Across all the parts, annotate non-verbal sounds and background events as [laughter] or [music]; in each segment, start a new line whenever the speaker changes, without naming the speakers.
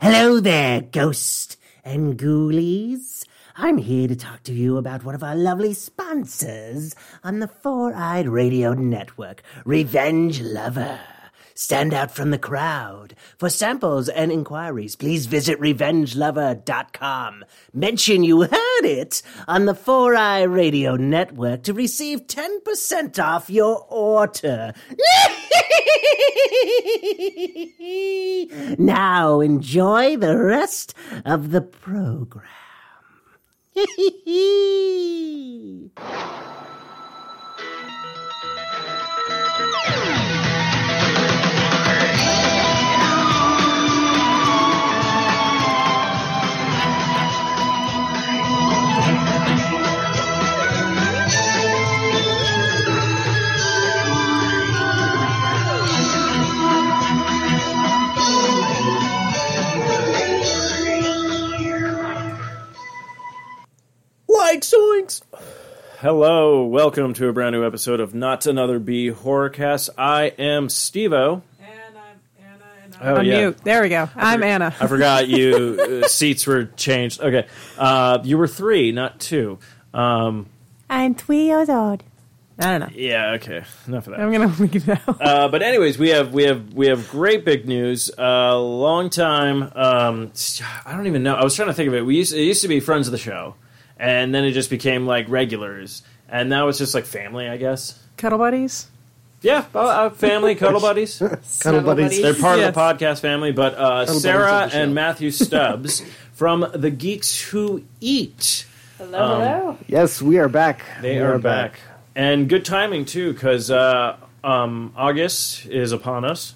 Hello there, ghosts and ghoulies. I'm here to talk to you about one of our lovely sponsors on the Four Eyed Radio Network, Revenge Lover. Stand out from the crowd. For samples and inquiries, please visit revengelover.com. Mention you heard it on the Four Eye Radio Network to receive 10% off your order. [laughs] [laughs] now enjoy the rest of the program. [laughs]
Like soinks. Hello, welcome to a brand new episode of Not Another B Horrorcast. I am Stevo.
And I'm Anna, and I'm
Oh,
I'm
yeah.
mute. There we go. I'm Anna.
I forgot you uh, seats were changed. Okay, uh, you were three, not two. Um,
I'm three years old. I don't know.
yeah, okay, enough of that.
I'm gonna [laughs] leave now.
Uh, but anyways, we have we have we have great big news. Uh, long time. Um, I don't even know. I was trying to think of it. We used it used to be friends of the show, and then it just became like regulars, and now it's just like family, I guess.
Cuddle buddies.
Yeah, uh, uh, family cuddle buddies.
Cuddle buddies.
They're part
Yes.
of the podcast family, but uh,
buddies
Sarah
of the show.
and
[laughs]
Matthew Stubbs from the Geeks Who Eat.
hello, hello.
Yes, we are back.
They
We
are back. and good timing too, because uh, um, August is upon us.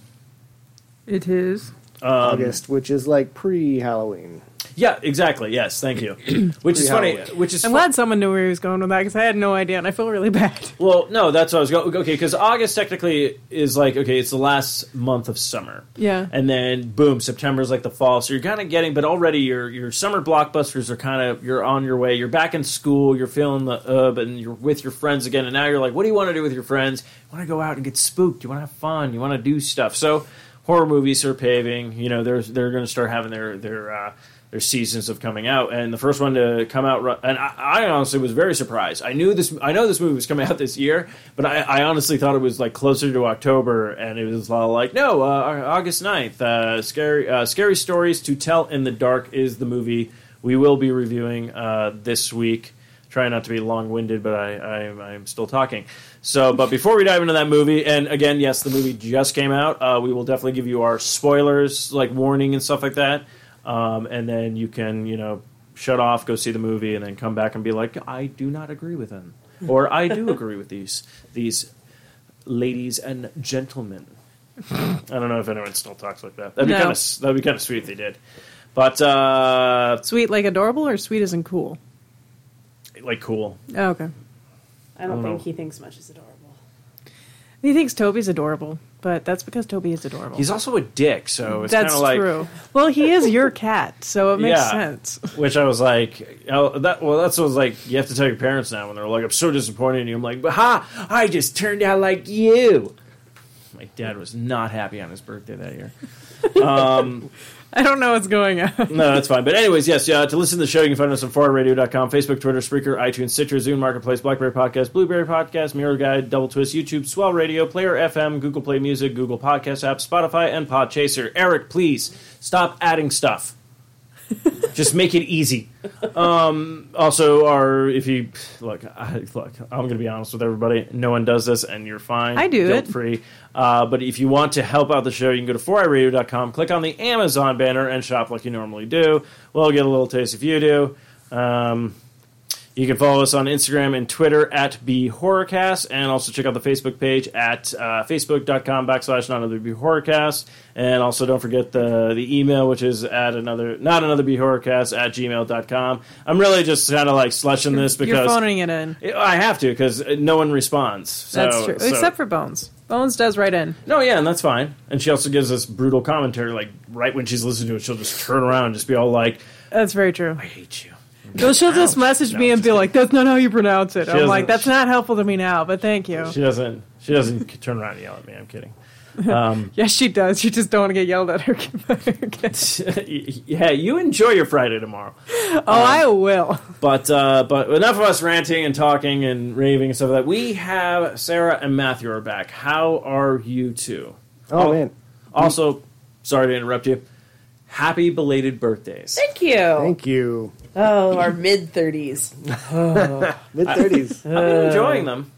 It is.
Um,
August, which is like pre-Halloween.
Yeah, exactly. Yes, thank
[clears throat]
you. which is funny. Which is
I'm
fu-
glad someone knew where he was going with that because I had no idea and I feel really bad.
well, no, that's what I was going. Okay, because August technically is like okay, it's the last month of summer.
[laughs] Yeah.
and then boom, September is like the fall. So you're kind of getting, but already your your summer blockbusters are kind of you're on your way. You're back in school. You're feeling the uh, and you're with your friends again. And now you're like, what do you want to do with your friends? You want to go out and get spooked. You want to have fun. You want to do stuff. So horror movies are paving. You know, they're they're going to start having their their. Uh, their seasons of coming out, and the first one to come out, ru- and I, I honestly was very surprised. I knew this, I know this movie was coming out this year, but I, I honestly thought it was like closer to October, and it was all like, no, uh, August 9th, uh, scary, uh, scary stories to tell in the dark is the movie we will be reviewing uh, this week. Try not to be long-winded, but I, I I'm still talking. So, but before we dive into that movie, and again, yes, the movie just came out. Uh, we will definitely give you our spoilers, like warning and stuff like that, um, and then you can you know shut off, go see the movie, and then come back and be like, I do not agree with him,
Hmm.
or I
[laughs]
do agree with these these ladies and gentlemen. I don't know if anyone still talks like that. That'd be
No.
kind of that'd be kind of sweet if they did. But uh,
Sweet like adorable or sweet isn't cool.
like cool.
Oh, okay.
I
Hello.
don't think he thinks much is adorable.
He thinks Toby's adorable, but that's because Toby is adorable.
He's also a dick, so it's kind
that's
of like
true. Well, he is your cat, so it makes
Yeah.
sense. [laughs]
Which I was like, oh, that well, that's what I was like. You have to tell your parents now when they're like, "I'm so disappointed in you." I'm like, "But ha, I just turned out like you." My dad was not happy on his birthday that year.
I don't know what's going on.
No, that's fine. But anyways, yes, yeah, to listen to the show, you can find us on forwardradio.com, Facebook, Twitter, Spreaker, iTunes, Stitcher, Zoom Marketplace, BlackBerry Podcast, Blueberry Podcast, Mirror Guide, Double Twist, YouTube, Swell Radio, Player FM, Google Play Music, Google Podcast App, Spotify, and Podchaser. Eric, please stop adding stuff. Just make it easy. Um, also, our if you look, I, look, I'm going to be honest with everybody. No one does this, and you're fine.
I do
Guilt
it.
free. Uh, but if you want to help out the show, you can go to 4iradio.com, click on the Amazon banner, and shop like you normally do. We'll get a little taste if you do. Um, you can follow us on Instagram and Twitter at BHorrorcast, and also check out the Facebook page at uh, facebook.com backslash not another BHorrorcast. And also don't forget the, the email, which is at another not another BHorrorcast at gmail.com. I'm really just kind of like slushing this
You're
because
phoning it in.
I have to because no one responds. So,
That's true.
so-
Except for Bones. Bones does right in.
no, yeah, and that's fine. And she also gives us brutal commentary. Like right when she's listening to it, she'll just turn around and just be all like,
That's very true.
"I hate you."
Well, she'll just message me and be like, "That's not how you pronounce it." I'm
doesn't-
like, "That's not helpful to me now, but thank you." [laughs]
She doesn't. She doesn't turn around and yell at me. I'm kidding. Um,
Yes, she does. You just don't want to get yelled at her. Okay.
[laughs] yeah, you enjoy your Friday tomorrow.
[laughs] oh, I will.
But uh, but enough of us ranting and talking and raving and stuff like that. We have Sarah and Matthew are back. How are you two?
Oh, man.
Also, sorry to interrupt you. Happy belated birthdays.
Thank you.
Thank you.
oh, our mid thirties.
Mid
[laughs]
30s.
I've been enjoying them.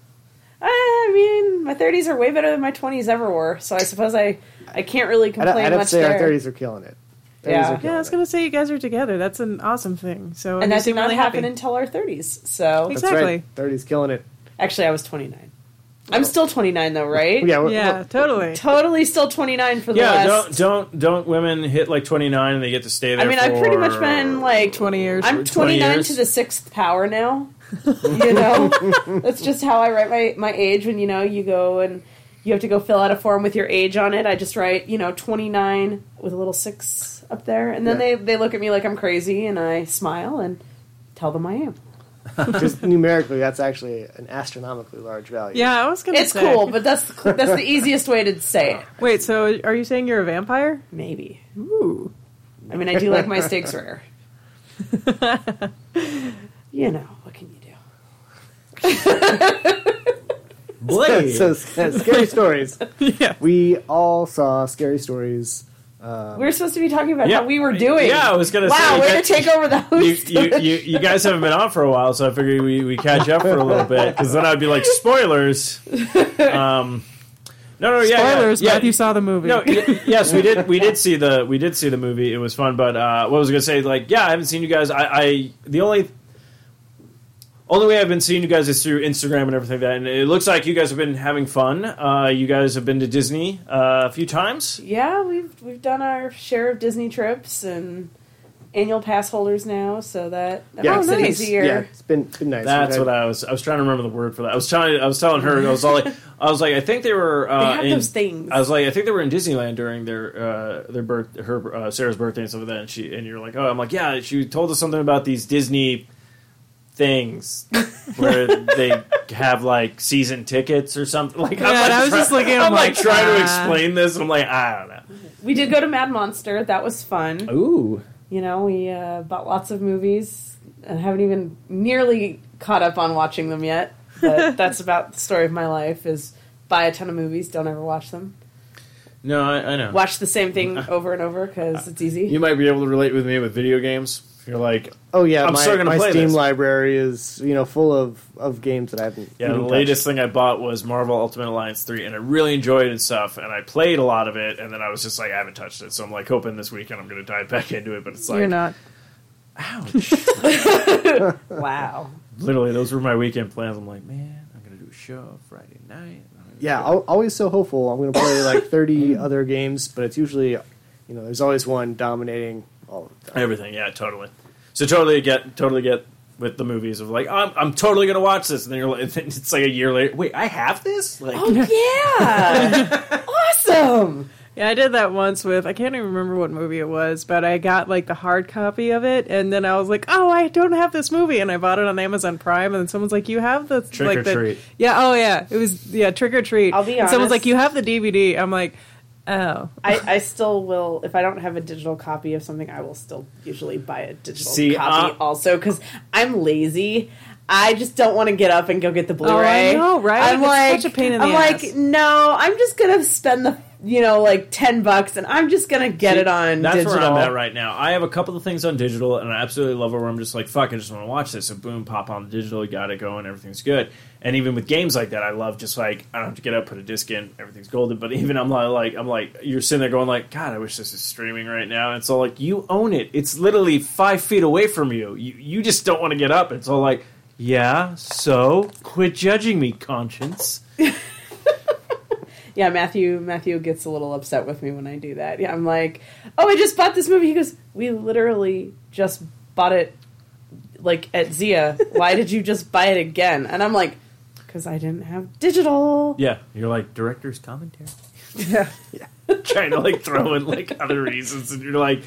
I mean, my thirties are way better than my twenties ever were. So I suppose I I can't really
I'd,
complain
I'd have to
much
say our
there.
30s are killing it. 30s
Yeah.
are killing
Yeah, I was
it.
gonna say you guys are together. That's an awesome thing. So
and
I'm
that did
just
not
really
happen
happy.
until our thirties. So
That's
Exactly.
right. 30s killing it.
actually, I was twenty nine. I'm still twenty nine though, right?
Yeah. we're-
yeah, totally.
totally still twenty nine for the
Yeah, don't
last.
don't don't women hit like twenty nine and they get to stay there.
I mean, I've pretty much
for-
been like
20 years.
Or
I'm
20
29
years.
to the sixth power now. you know, [laughs] that's just how I write my my age. When you know you go and you have to go fill out a form with your age on it. I just write you know 29 with a little six up there, and then
Yeah.
they they look at me like I'm crazy, and I smile and tell them I am.
[laughs]
Just numerically, that's actually an astronomically large value.
yeah, I was gonna.
It's
say.
cool, but that's the- that's the easiest way to say it.
Wait, so are you saying you're a vampire?
Maybe.
Ooh.
I mean, I do like my
[laughs]
steaks rare. you know what can you do?
Blade.
[laughs] [laughs] so uh, scary stories.
[laughs] Yeah.
We all saw scary stories.
We were supposed to be talking about
Um, Yeah.
how we were doing.
Yeah, I was [laughs] gonna
wow,
say,
way
that-
to take over the
you,
host.
you, you, you guys haven't been on for a while, so I figured we, we catch up for a little bit because then I'd be like spoilers. Um, no, no, yeah, yeah,
Spoilers.
yeah,
Matthew saw the movie.
No, y- yes, we did. We did see the we did see the movie. It was fun, but uh, what was I going to say? Like, yeah, I haven't seen you guys. I, I the only only way I've been seeing you guys is through Instagram and everything like that. And it looks like you guys have been having fun. Uh, you guys have been to Disney uh, a few times.
yeah, we've we've done our share of Disney trips and annual pass holders now, so that, that
Yeah.
makes
Oh,
it
nice.
easier.
Yeah, it's been, been nice.
That's
We've
what
had-
I was. I was trying to remember the word for that. I was trying. I was telling her. I was all like. I was like. I think they were. Uh,
They have
in-
those things.
I was like. I think they were in Disneyland during their uh, their birth. Her uh, Sarah's birthday and stuff like that. And she and you're like, oh, I'm like, yeah. She told us something about these Disney things where they have like season tickets or something. Like, I'm
Yeah,
like,
and I was just looking,
I'm,
I'm
like,
like,
trying to
ah.
explain this. And I'm like, I don't know.
We did go to Mad Monster. That was fun.
Ooh.
You know, we uh, bought lots of movies and haven't even nearly caught up on watching them yet. [laughs] But that's about the story of my life: is buy a ton of movies, don't ever watch them.
No, I, I know.
Watch the same
[laughs]
thing over and over because it's easy.
You might be able to relate with me with video games. You're like,
Oh yeah,
I'm
my,
still gonna
my
play
Steam
this.
library is you know full of, of games that I haven't.
Yeah,
even
the
touched.
latest thing I bought was Marvel Ultimate Alliance 3, and I really enjoyed it and stuff, and I played a lot of it, and then I was just like, I haven't touched it, so I'm like hoping this weekend I'm going to dive [laughs] back into it, but it's like,
[laughs] you're not.
ouch.
wow.
Literally, those were my weekend plans. I'm like, man, I'm going to do a show Friday night. I'm gonna
Yeah,
do
al- always so hopeful. I'm going to play like [laughs] 30 other games, but it's usually you know there's always one dominating all of them.
everything. Yeah, totally. So totally get, totally get with the movies of like, I'm, I'm totally going to watch this, and then you're like, [laughs] it's like a year later, wait, I have this? Like,
Oh yeah! [laughs] awesome.
Yeah, I did that once with I can't even remember what movie it was, but I got like the hard copy of it, and then I was like, "Oh, I don't have this movie," and I bought it on Amazon Prime, and then someone's like, "You have the
Trick
like
or
the
Treat.
yeah, oh yeah, it was yeah Trick or Treat."
I'll be
And someone's
honest.
like, "You have the DVD." I'm like, "Oh,
I, I still will if I don't have a digital copy of something, I will still usually buy a digital
See,
copy
uh,
also because I'm lazy. I just don't want to get up and go get the Blu-ray.
Oh, I know, right?
I'm
It's
like,
such a pain in the
I'm
ass.
like, no, I'm just gonna spend the you know like ten bucks, and I'm just gonna get it on.
That's
digital.
where I'm at right now. I have a couple of things on digital, and I absolutely love it. Where I'm just like, fuck, I just want to watch this. So boom, pop on the digital, you got it going, everything's good. And even with games like that, I love just like I don't have to get up, put a disc in, everything's golden. But [laughs] even I'm like, like I'm like, you're sitting there going like, God, I wish this is streaming right now. And it's all like, you own it. It's literally five feet away from you. You you just don't want to get up. It's all like, yeah, so quit judging me, conscience.
Yeah, Matthew Matthew gets a little upset with me when I do that. Yeah, I'm like, "Oh, I just bought this movie." He goes, "We literally just bought it like at Zia. Why did you just buy it again?" And I'm like, "Cuz I didn't have digital."
Yeah, you're like director's [laughs]
[laughs]
commentary. yeah, trying to like throw in like other reasons, and you're like,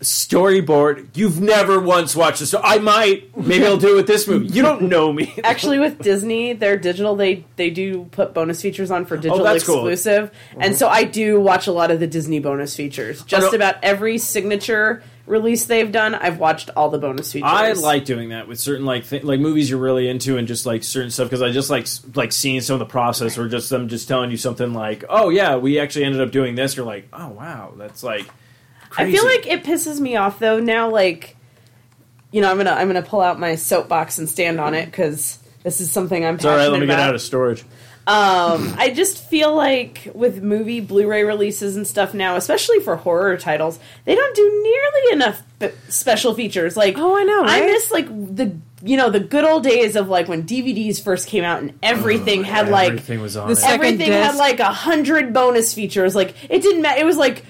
storyboard. You've never once watched this. I might. Maybe I'll do it with this movie. You don't know me.
Actually, with Disney, they're digital. They they do put bonus features on for digital
Oh, that's cool. Uh-huh.
exclusive, and so I do watch a lot of the Disney bonus features. Just
no.
about every signature release they've done, I've watched all the bonus features.
[laughs] I like doing that with certain like th- like movies you're really into and just like certain stuff because I just like s- like seeing some of the process or just them just telling you something like oh yeah we actually ended up doing this you're like oh wow that's like
I
crazy.
feel like it pisses me off though. Now, like, you know, I'm gonna I'm gonna pull out my soapbox and stand on it because this is something I'm
it's all
passionate
right let me
about.
get out of storage
I just feel like with movie Blu-ray releases and stuff now, especially for horror titles, they don't do nearly enough b- special features. Like,
Oh, I know,
I
right?
miss like the you know the good old days of like when DVDs first came out and everything had like
Oh, everything was on
This-
it.
Second
everything had
disc.
like a hundred bonus features. Like, it didn't matter. It was like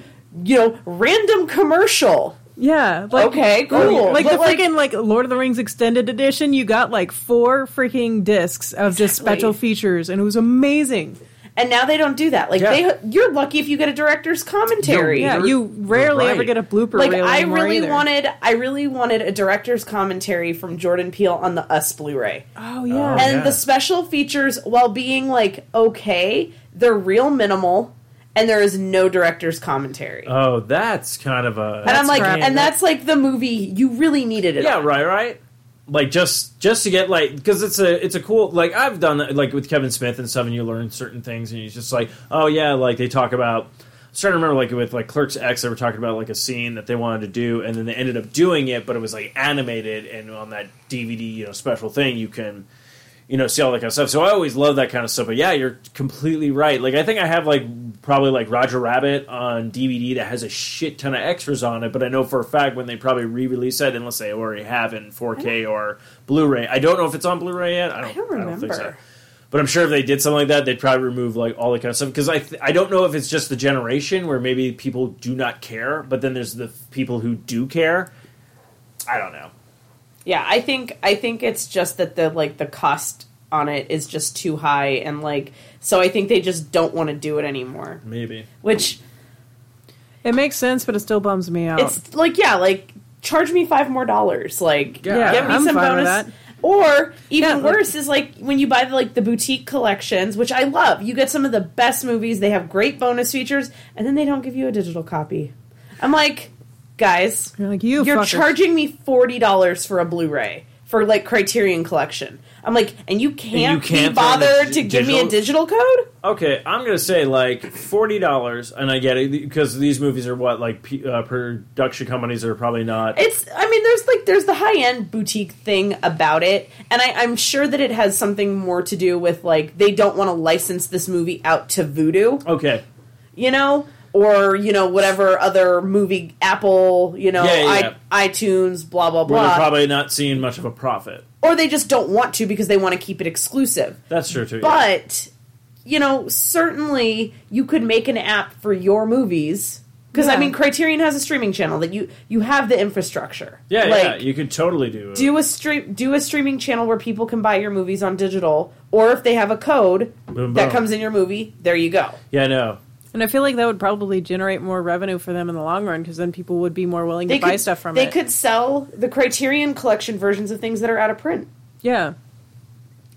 you know random commercial.
Yeah. Like,
Okay, cool.
Like
But,
the
like-
freaking like Lord of the Rings extended edition, you got like four freaking discs of just
Exactly.
special features, and it was amazing.
And now they don't do that. Like
Yeah.
they, you're lucky if you get a director's commentary.
Yeah,
You're-
you rarely
you're
ever
right.
get a blooper
like
reel.
I
anymore
really
either.
wanted, I really wanted a director's commentary from Jordan Peele on the Us Blu-ray,
Oh yeah.
and
yeah.
the special features, while being like okay, they're real minimal, and there is no director's commentary.
oh that's kind of a
and I'm like,
right.
and Uh, that's like the movie you really needed it.
yeah
on.
right right like just just to get like because it's a it's a cool like i've done that like with kevin smith and stuff and you learn certain things and you just like oh yeah like they talk about I'm starting to remember like with like clerks x they were talking about like a scene that they wanted to do and then they ended up doing it but it was like animated and on that dvd you know special thing you can you know, see all that kind of stuff. So I always love that kind of stuff. But yeah, you're completely right. Like I think I have like probably like Roger Rabbit on DVD that has a shit ton of extras on it. But I know for a fact when they probably re-release it, unless they already have it in 4K or Blu-ray. I don't know if it's on Blu-ray yet. I don't, I
don't
think so.
remember.
But I'm sure if they did something like that, they'd probably remove like all that kind of stuff because I th- I don't know if it's just the generation where maybe people do not care, but then there's the f- people who do care. I don't know.
Yeah, I think I think it's just that the like the cost on it is just too high, and like so I think they just don't want to do it anymore.
Maybe
Which
It makes sense, but it still bums me out.
It's like yeah, like charge me five more dollars. Like
Yeah,
give me
I'm
some
fine with
bonus.
that.
Or even
Yeah, like-
worse is like when you buy the, like the boutique collections, which I love. You get some of the best movies. They have great bonus features, and then they don't give you a digital copy. I'm like, guys,
You're like, you
you're
fuckers.
charging me forty dollars for a Blu-ray for like Criterion Collection. I'm like, and you can't,
can't
be bothered
find
to
the
give me a digital code.
Okay, I'm gonna say like forty dollars, and I get it because these movies are what like p- uh, production companies are probably not.
it's i mean there's like there's the high end boutique thing about it and I, i'm sure that it has something more to do with like they don't want to license this movie out to voodoo
okay,
you know or you know whatever other movie apple you know
Yeah, yeah,
I, itunes blah blah
where
blah
they're probably not seeing much of a profit.
or they just don't want to because they want to keep it exclusive
That's true too. yeah.
but you know certainly you could make an app for your movies because i
Yeah.
mean criterion has a streaming channel that you you have the infrastructure
yeah,
like,
yeah, you could totally do.
do a stream do a streaming channel where people can buy your movies on digital or if they have a code
Boom,
that
boom.
comes in your movie there you go
yeah, no,
and I feel like that would probably generate more revenue for them in the long run because then people would be more willing to buy stuff from
they
it.
could sell the criterion collection versions of things that are out of print
yeah.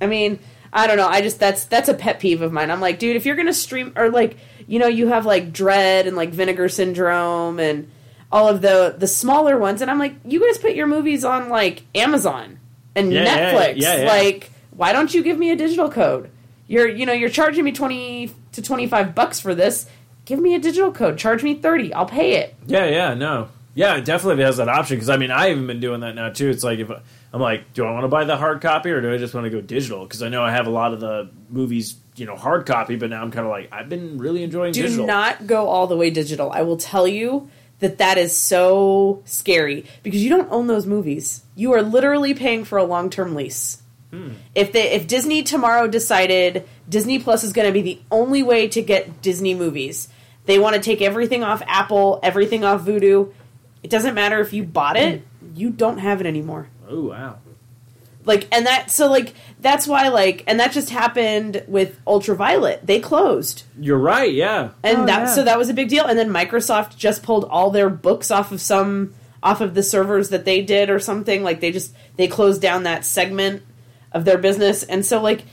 i mean i don't know i just that's that's a pet peeve of mine i'm like dude if you're gonna stream or like you know you have like dread and like vinegar syndrome and all of the the smaller ones and i'm like you guys put your movies on like amazon and
Yeah, yeah,
netflix
yeah, yeah.
like why don't you give me a digital code you're you know you're charging me 20 to 25 bucks for this give me a digital code charge me 30 i'll pay it
yeah, yeah, no, yeah, it definitely has that option because I mean I haven't been doing that now too. It's like if I- I'm like, do I want to buy the hard copy or do I just want to go digital? Because I know I have a lot of the movies, you know, hard copy, but now I'm kind of like I've been really enjoying
do
digital.
not go all the way digital i will tell you that that is so scary because you don't own those movies you are literally paying for a long-term lease if they if disney tomorrow decided disney plus is going to be the only way to get disney movies they want to take everything off apple everything off Vudu. it doesn't matter if you bought it you don't have it anymore
oh wow,
like and that so like that's why like and that just happened with ultraviolet they closed
you're right. Yeah,
and
Oh,
that
yeah.
so that was a big deal and then microsoft just pulled all their books off of some off of the servers that they did or something. Like they just they closed down that segment of their business, and so like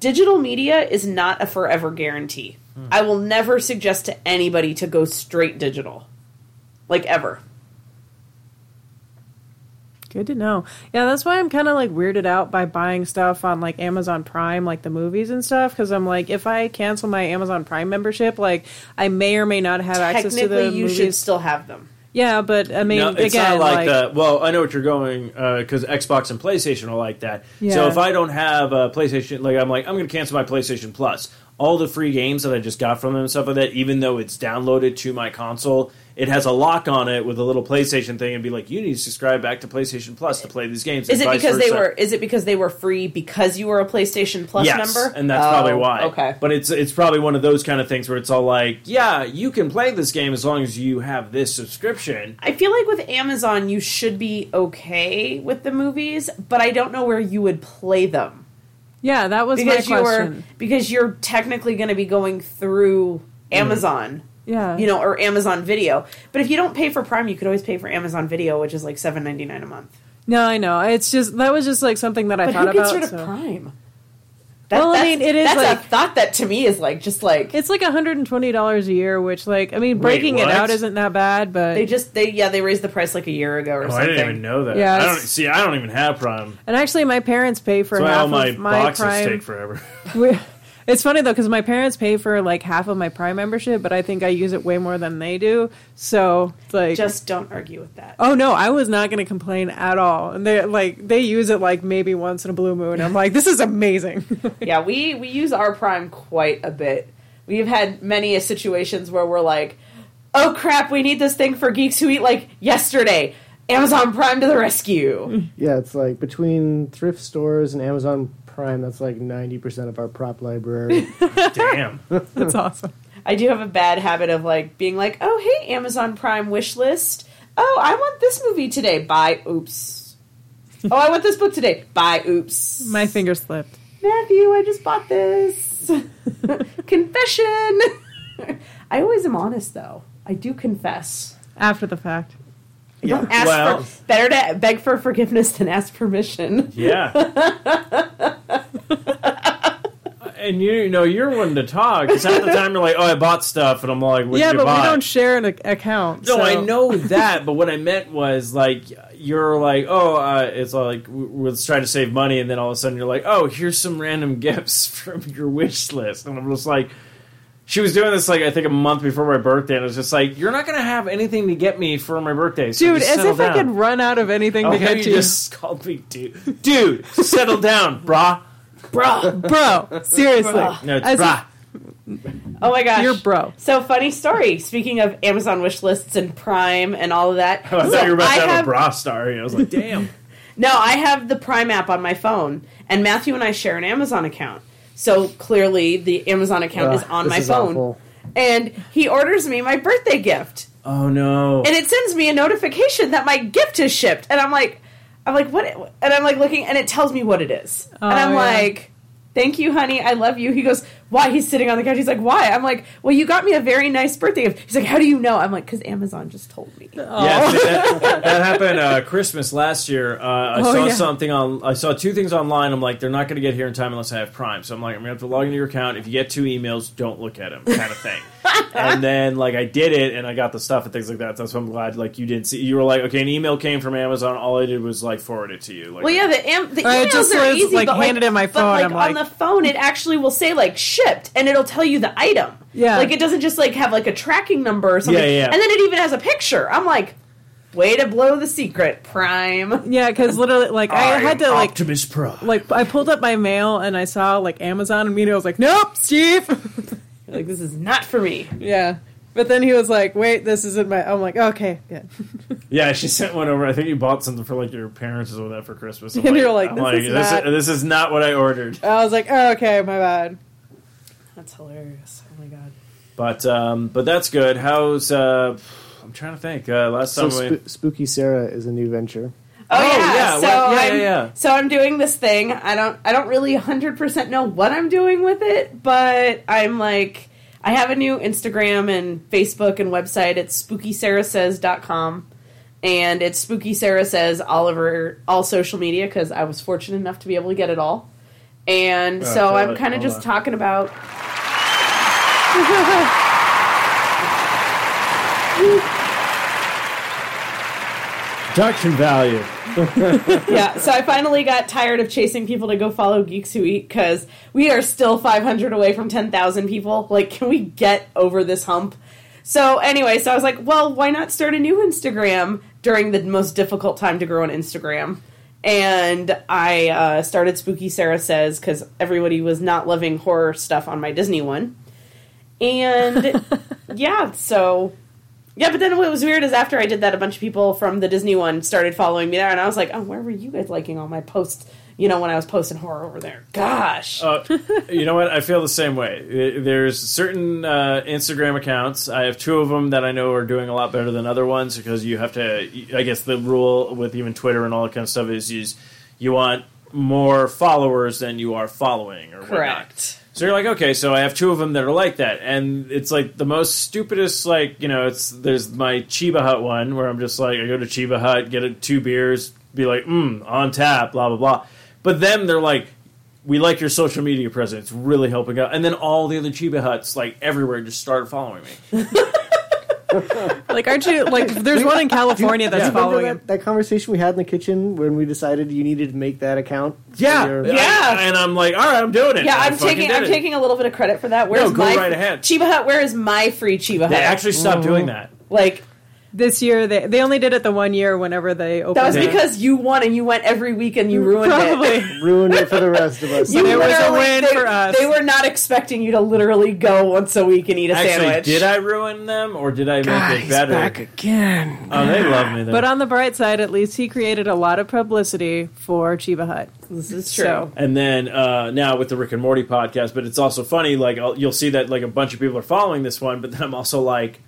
digital media is not a forever guarantee.
Hmm.
I will never suggest to anybody to go straight digital, like ever.
Good to know. Yeah, that's why I'm kind of like weirded out by buying stuff on like Amazon Prime, like the movies and stuff, because I'm like, if I cancel my Amazon Prime membership, like I may or may not have access to the
Technically, you
movies.
should still have them.
yeah, but I mean,
no, it's
again,
not like,
like,
that. Well, I know what you're going because Xbox and PlayStation are like that. So
Yeah.
if I don't have a PlayStation, like I'm like I'm going to cancel my PlayStation Plus. All the free games that I just got from them and stuff like that, even though it's downloaded to my console, it has a lock on it with a little PlayStation thing, and be like, you need to subscribe back to PlayStation Plus to play these games.
Is
and
it
vice
because they
versa.
were? Is it because they were free because you were a PlayStation Plus
yes,
member?
and that's
Oh,
probably why.
Okay,
but it's it's probably one of those kind of things where it's all like, yeah, you can play this game as long as you have this subscription.
I feel like with Amazon, you should be okay with the movies, but I don't know where you would play them
yeah, that was my
because
question.
you're because you're technically going to be going through Amazon,
Mm-hmm. yeah,
you know, or Amazon Video. But if you don't pay for Prime, you could always pay for Amazon Video, which is like seven ninety nine a month.
no, I know. It's just that was just like something that I
But
thought
who gets
about.
rid of
so-
Prime?
Well, I
that's-
mean, it is
that's a
like-
thought that to me is like just like
It's like 120 dollars a year, which like I mean,
Wait,
breaking it
what?
out isn't that bad, but
They just they yeah they raised the price like a year ago or
Oh,
something.
I didn't even know that.
Yeah,
I
it's-
don't see. I don't even have Prime.
and actually, my parents pay for
So
half
all my,
of my
boxes
Prime. [laughs]
take forever.
We- It's funny though because my parents pay for like half of my Prime membership, but I think I use it way more than they do. So like,
Just don't argue with that.
oh no, I was not going to complain at all. And they like they use it like maybe once in a blue moon. I'm like, this is amazing. [laughs]
yeah, we we use our prime quite a bit. We've had many a situations where we're like, "Oh crap, we need this thing for geeks who eat like yesterday." Amazon Prime to the rescue.
Yeah, it's like between thrift stores and Amazon Prime, that's like 90% of our prop [laughs] library.
[laughs]
Damn.
That's awesome.
I do have a bad habit of like being like, "Oh, hey Amazon Prime wish list. Oh, I want this movie today. Buy oops. Oh, I want this book today. Buy oops."
My finger slipped.
Matthew, I just bought this. Confession. [laughs] I always am honest though. I do confess.
After the fact,
Yeah.
[laughs] Ask
well,
for, better to beg for forgiveness than ask permission. [laughs]
yeah. and you, know, you're one to talk. Because half the time you're like, "Oh, I bought stuff," and I'm like, "What
yeah,
you
but
buy?"
we don't share an ac- account.
No,
so-
I know that, but what I meant was like you're like, oh, uh, it's like w- w- let's try to save money, and then all of a sudden you're like, oh, here's some random [laughs] gifts from your wish list, and I'm just like, she was doing this like I think a month before my birthday, and I was just like, you're not gonna have anything to get me for my birthday, so
dude.
just
As
settle
if I
down."
could run out of anything
I
to
like how you
get to
just called me dude, dude, settle down, brah.
Bruh.
you, bro. Seriously,
No, it's
As if-
brah.
Oh my gosh.
You're bro.
So funny story. Speaking of Amazon wish lists and Prime and all of
[laughs]
that.
I thought
so
you were about
I
to have,
have-
a brah story. I was like, damn.
No, I have the Prime app on my phone, and Matthew and I share an Amazon account. So clearly, the Amazon account is
Ugh,
on
this
my
is
phone,
awful.
and he orders me my birthday gift,
[laughs] Oh no.
and it sends me a notification that my gift is shipped, and I'm like, I'm like, what? And I'm like looking, and it tells me what it is, and I'm
Oh, yeah.
like. Thank you, honey. I love you. He goes, Why? He's sitting on the couch. He's like, Why? I'm like, Well, you got me a very nice birthday gift. He's like, How do you know? I'm like, Because Amazon just told me.
Uh,
Yeah, see, that, that happened uh, Christmas last year. Uh, I
Oh,
saw
yeah.
something on. I saw two things online. I'm like, they're not going to get here in time unless I have Prime. So I'm like, I'm going to have to log into your account. If you get two emails, don't look at them, kind of
[laughs]
thing. and then like I did it, and I got the stuff and things like that. That's why I'm glad like you didn't see. You were like, okay, an email came from Amazon. All I did was like forward it to you. Like,
Well, yeah, the, am- the emails
I just
are
was,
easy,
like,
but
handed in my
but,
phone,
like,
I'm
on
like-
the phone, it actually will say like shipped, and it'll tell you the item.
Yeah.
like it doesn't just like have like a tracking number or something.
Yeah, yeah.
And then it even has a picture. I'm like, way to blow the secret, Prime.
Yeah, because literally, like I, had to like
Optimus Prime.
like I pulled up my mail and I saw like Amazon and media. I was like, nope, Steve. [laughs]
You're like this is not for me.
yeah. But then he was like, wait, this isn't my. I'm like, okay. Yeah.
Yeah, she [laughs] sent one over. I think you bought something for like your parents or that for Christmas. I'm
And you're like,
I'm
this is
this,
not-
this is not what I ordered.
I was like, oh, okay, my bad.
That's hilarious. Oh my god.
But um, but that's good. How's uh, I'm trying to think. Uh, last
So
time we
Sp- Spooky Sarah is a new venture.
Oh,
Oh,
yeah,
yeah,
so
well, yeah,
I'm,
yeah, yeah.
so I'm doing this thing. I don't I don't really 100% know what I'm doing with it, but I'm like I have a new Instagram and Facebook and website. It's spookysarasays.com. And it's Spooky Sarah says Oliver all social media because I was fortunate enough to be able to get it all. And
Oh,
so
got
I'm
it.
kind of
Hold
just
on.
talking about.
Production value.
yeah, so I finally got tired of chasing people to go follow Geeks Who Eat because we are still 500 away from 10,000 people. Like, can we get over this hump? So, anyway, so I was like, well, why not start a new Instagram during the most difficult time to grow an Instagram? And I uh, started Spooky Sarah Says because everybody was not loving horror stuff on my Disney one. And yeah, so yeah, but then what was weird is after I did that, a bunch of people from the Disney one started following me there, and I was like, oh, where were you guys liking all my posts? You know, when I was posting horror over there. Gosh.
Uh, you know what? I feel the same way. Th- There's certain uh, Instagram accounts. I have two of them that I know are doing a lot better than other ones because you have to. I guess the rule with even Twitter and all that kind of stuff is you, you want more followers than you are following or whatnot.
Correct.
So you're like, okay, so I have two of them that are like that, and it's like the most stupidest, like you know, it's there's my Chiba Hut one where I'm just like, I go to Chiba Hut, get a, two beers, be like, mm, on tap, blah blah blah. But then they're like, we like your social media presence, it's really helping out, and then all the other Chiba Huts like everywhere just started following me.
Like, aren't you [laughs] like? There's one in California that's
Remember
following him.
that, that conversation we had in the kitchen when we decided you needed to make that account. for your-
I-
Yeah.
and I'm like, all right, I'm doing it.
Yeah,
I
I'm
fucking
taking
did
I'm
it.
taking a little bit of credit for that. Where's
go
my
right ahead.
Chiba Hut? Where is my free Chiba Hut?
They actually stopped doing that.
like
This year, they they only did it the one year whenever they opened.
that was
it.
Yeah.
because you won and you went every week and you ruined it.
probably.
ruined it for the rest of [laughs] us.
[laughs] You
There was a
literally-
win
they,
for us.
They were not expecting you to literally go once a week and eat a
Actually,
sandwich.
did I ruin them or did I make it better?
again.
Oh, they love me. Though.
um,
But on the bright side, at least he created a lot of publicity for Chiba Hut.
This is true.
So-
And then uh, now with the Rick and Morty podcast, but it's also funny. Like I'll, you'll see that like a bunch of people are following this one, but then I'm also like,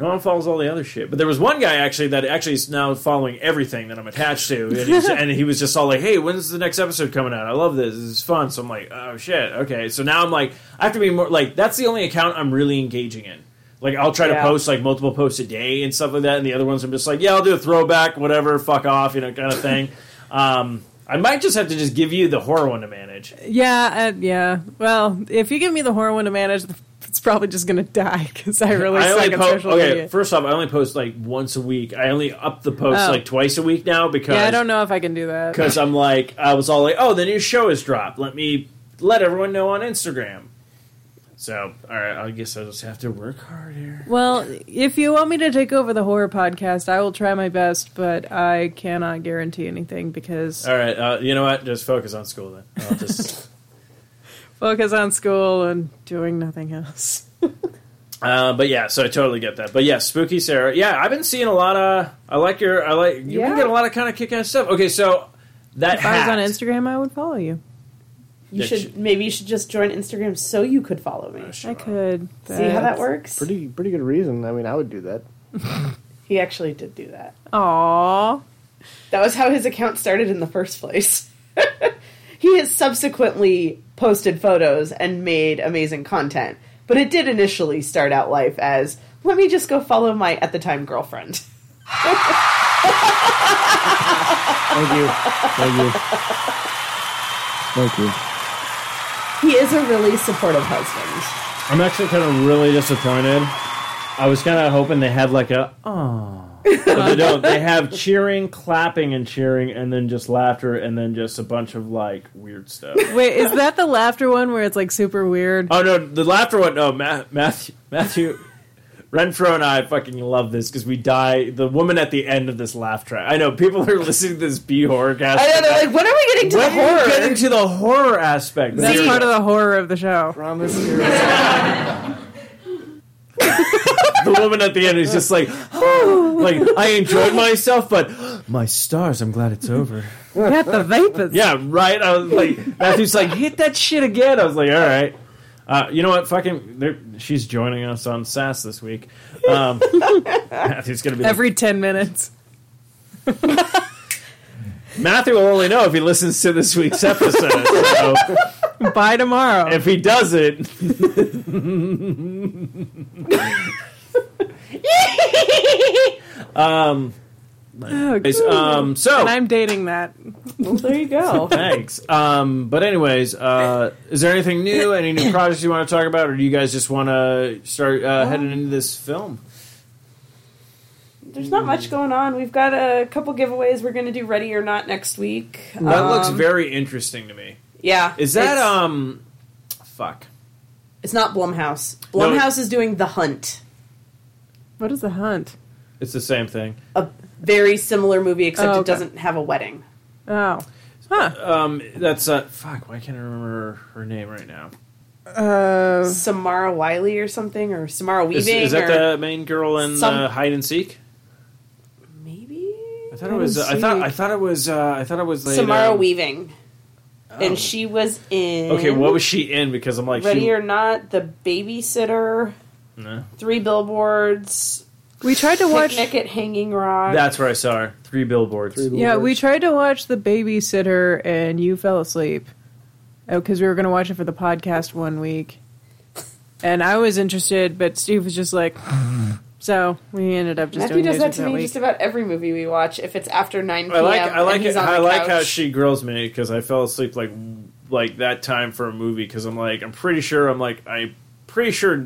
no one follows all the other shit. But there was one guy actually that actually is now following everything that I'm attached to, and,
[laughs]
he's, and he was just all like, "Hey, when's the next episode coming out? I love this. This is fun." So I'm like, "Oh shit, okay." So now I'm like, I have to be more like that's the only account I'm really engaging in. Like I'll try to
Yeah.
post like multiple posts a day and stuff like that, and the other ones I'm just like, "Yeah, I'll do a throwback, whatever, fuck off," you know, kind of
[laughs]
thing. um, I might just have to just give you the horror one to manage.
Yeah, uh, yeah. Well, if you give me the horror one to manage, it's probably just going to die because I really
I
suck
only
at
post.
social
Okay,
media.
first off, I only post like once a week. I only up the post
Oh.
like twice a week now because
yeah, I don't know if I can do that.
because I'm like I was all like, oh, the new show has dropped. Let me let everyone know on Instagram. So all right, I guess I just have to work harder.
Well, if you want me to take over the horror podcast, I will try my best, but I cannot guarantee anything because
All right, uh, you know what? Just focus on school then. I'll just.
focus on school and doing nothing else.
uh, but yeah, so I totally get that. But yeah, spooky Sarah. Yeah, I've been seeing a lot of. I like your. I like you
Yeah.
can get a lot of kind of kick ass stuff. Okay, so that
If I was
hat.
on Instagram, I would follow you.
You
Yeah, Oh,
should
she-
maybe you should just join Instagram so you could follow me.
I could.
See how that
but-
works?
Pretty pretty good reason. I mean, I would do that.
He actually did do that.
Aw.
That was how his account started in the first place. [laughs] he has subsequently posted photos and made amazing content, but it did initially start out life as let me just go follow my at the time girlfriend. [laughs]
Thank you. Thank you. Thank you.
He is a really supportive husband.
I'm actually kind of really disappointed. I was kind of hoping they had like a oh, but they don't. They have cheering, clapping, and cheering, and then just laughter, and then just a bunch of like weird stuff.
Wait,
[laughs]
is that the laughter one where it's like super weird?
Oh no, the laughter one. No, Ma- Matthew, Matthew Renfro and I fucking love this because we die. The woman at the end of this laugh track. I know people are listening to this B horror cast.
I know they're like, when are we getting to
When
the horror?
are you getting to the horror aspect?
That's part of the horror of the show.
Promise you're
the woman at the end is just like, [gasps] "Oh," like I enjoyed myself, but [gasps] my stars, I'm glad it's over.
Got the vapors.
Yeah, right. I was like, Matthew's like, hit that shit again. I was like, all right. Uh, you know what? Fucking, they're- she's joining us on SAS this week. Um, Matthew's gonna be. like-
Every 10 minutes.
Matthew will only know if he listens to this week's episode. So
By tomorrow.
if he
[laughs]
doesn't, [laughs] Anyways, um, so
Oh, and I'm dating that.
Well, there you go.
thanks. Um, but anyways, uh, is there anything new? Any new projects you want to talk about, or do you guys just want to start uh,
Um,
heading into this film?
There's not much going on. We've got a couple giveaways. We're going to do Ready or Not next week.
That looks
Um,
very interesting to me.
Yeah.
Is that
it's,
um, fuck?
It's not Blumhouse.
No, it-
Blumhouse is doing The Hunt,
[laughs] What is the hunt?
It's the same thing.
a very similar movie, except
Oh,
it
okay.
doesn't have a wedding.
Oh, huh.
Um, that's uh, fuck. Why can't I remember her name right now?
Uh,
Samara Wiley or something, or Samara Weaving,
Is, is that
or
the main girl in
some-
uh, Hide and Seek?
maybe
I thought it was. Uh, I thought. I thought it was. Uh, I thought it was. Laid,
Samara
um,
Weaving.
Oh.
And she was in.
Okay, what was she in? Because I'm like,
Ready
she,
or Not, The Babysitter,
no.
Three Billboards,
we tried to watch.
Picnic at Hanging Rock.
That's where I saw her. Three billboards.
Three
Yeah, we tried to watch the babysitter, and you fell asleep because we were going to watch it for the podcast one week, and I was interested, but Steve was
[sighs]
just like, so we ended up just doing
Matthew does that
music
to me
week.
just about every movie we watch. If it's after nine p.m.,
I like. I like
and he's
it.
on the
I like how
couch.
she grills me because I fell asleep like like that time for a movie because I'm like I'm pretty sure I'm like I pretty sure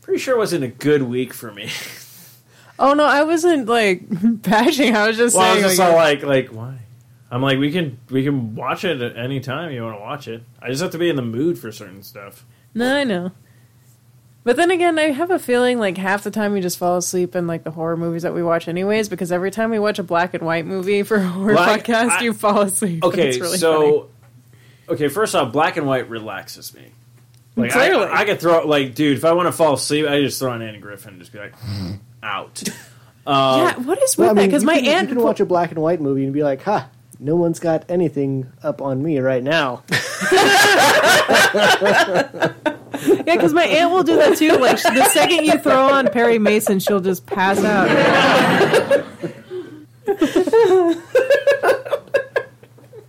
pretty sure it wasn't a good week for me. [laughs]
oh no, I wasn't like [laughs] bashing. I was just
well, I was
saying,
just
like,
all like like why. I'm like we can we can watch it at any time you want to watch it. I just have to be in the mood for certain stuff.
no, I know. But then again, I have a feeling like half the time we just fall asleep in like the horror movies that we watch, anyways. Because every time we watch a black and white movie for a horror
Like,
podcast,
I-
you fall asleep. [laughs]
Okay,
it's really funny.
so okay, first off, black and white relaxes me. Like
Clearly.
I, I could throw like, dude, if I want to fall asleep, I just throw on Andy Griffin and just be [laughs] like, out. uh,
yeah, what is with
Well, I
that?
mean,
Because
you
my
can,
aunt
you can watch a black and white movie and be like, "Ha, no one's got anything up on me right
[laughs]
now."
[laughs] Yeah, because my aunt will do that too. Like she- the second you throw on Perry Mason, she'll just pass
[laughs]
out.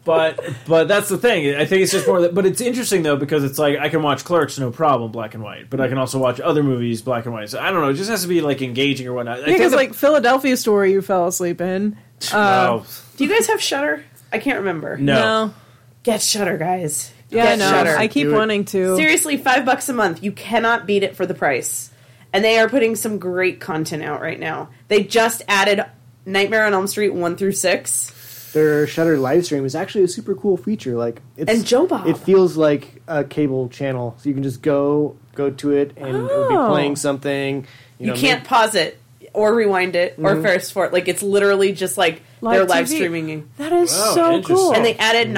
But but that's the thing. I think it's just more that. But it's interesting though because it's like I can watch Clerks no problem, black and white. But I can also watch other movies, black and white. So I don't know. It just has to be like engaging or whatnot. I think
Because
the- Oh,
like Philadelphia story, you fell asleep in.
uh,
wow.
Do you guys have Shutter? I can't remember.
no.
Get Shutter, guys.
yeah, I
Get
know.
Shudder.
I keep
Do it.
wanting to.
Seriously, five bucks a month. You cannot beat it for the price. And they are putting some great content out right now. They just added Nightmare on Elm Street one through six.
Their Shutter live stream is actually a super cool feature. Like, it's,
And Joe Bob.
it feels like a cable channel, so you can just go go to it and it'll be
Oh.
playing something. You,
You
know,
can't pause it or rewind it or fast forward. Like it's literally just like
Live
they're live
TV.
streaming.
that is
Wow,
so
interesting.
cool.
And
and they added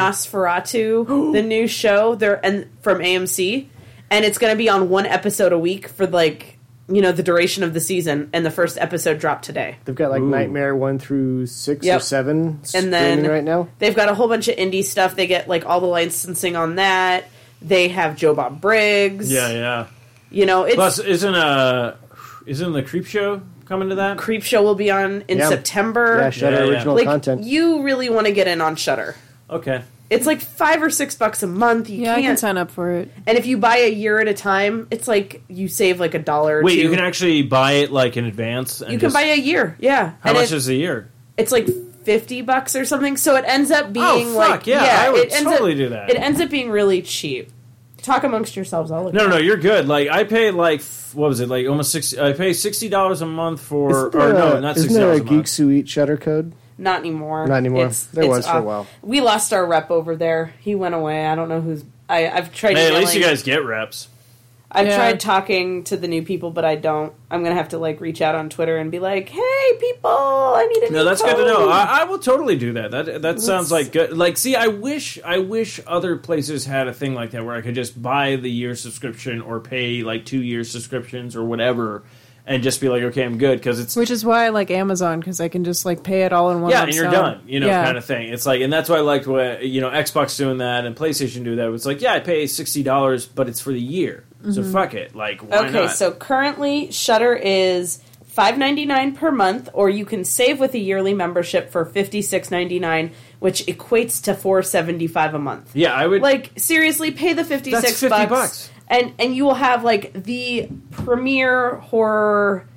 Nosferatu, the new show there and from AMC, and it's going to be on one episode a week for like you know the duration of the season. And the first episode dropped today.
They've got like Nightmare one through six
Yep.
or seven
And
streaming
then
right now.
they've got a whole bunch of indie stuff. They get like all the licensing on that. They have Joe Bob Briggs.
Yeah, yeah.
You know, it's
Plus, isn't uh isn't the creep show coming to that?
Creep Show will be on in
Yeah.
September.
Yeah, Shutter
Yeah, yeah.
original
like
content.
you really want to get in on Shutter.
Okay.
It's like five or six bucks a month. You
yeah, I
can't.
can sign up for it.
and if you buy a year at a time, it's like you save like a dollar. or
Wait,
two.
you can actually buy it like in advance. And
You can
just-
buy a year, yeah.
How
and
much
it,
is a year?
it's like fifty bucks or something? So it ends up being
Oh, fuck,
like
yeah, I would
it ends
totally
up,
do that.
It ends up being really cheap. Talk amongst yourselves. I'll look.
No,
it
no,
up.
you're good. Like I pay like f- what was it? Like almost sixty. I pay sixty dollars a month for.
Isn't
Or
there
no,
a-
not
isn't
sixty
there a
dollars a
Geek
month.
Suite Shutter code?
not anymore.
Not anymore.
It's,
There
it's
was for a
off.
while.
We lost our rep over there. He went away. I don't know who's. I, I've tried.
Hey, at least you
emailing-
guys get reps.
I've
Yeah.
tried talking to the new people, but I don't. I'm gonna have to like reach out on Twitter and be like, "Hey, people, I need a
No,
new
that's good to know.
Oh.
code."
I, I will totally do that. That that sounds like good. Like, see, I wish I wish other places had a thing like that where I could just buy the year subscription or pay like two year subscriptions or whatever, and just be like, okay, I'm good because it's
Which is why I like Amazon because I can just like pay it all in one.
yeah,
lump
and you're
sum.
done, you know,
Yeah.
kind of thing. It's like, and that's why I liked what you know Xbox doing that and PlayStation do that. It's like, yeah, I pay sixty dollars, but it's for the year, so fuck it. Like, why
okay,
not?
so currently Shutter is five ninety nine per month, or you can save with a yearly membership for fifty six ninety nine, which equates to four seventy five a month.
yeah, I would
Like seriously, pay the fifty
That's
six
50
bucks,
bucks.
and and you will have like the premier horror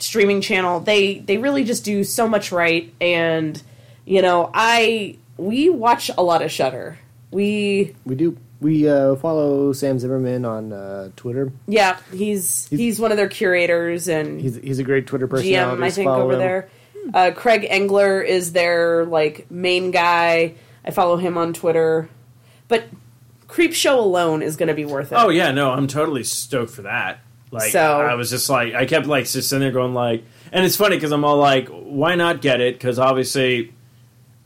streaming channel. They they really just do so much right and you know, I we watch a lot of Shutter. We
We do. We uh, follow Sam Zimmerman on uh, Twitter.
yeah, he's he's, one of their curators and
He's he's a great Twitter personality.
GM I
Just
think
follow
over
him.
there. Uh, Craig Engler is their like main guy. I follow him on Twitter. But Creep Show alone is going to be worth it.
Oh yeah, no, I'm totally stoked for that. Like
So-
I was just like I kept like just sitting there going like, and it's funny because I'm all like, why not get it? Because obviously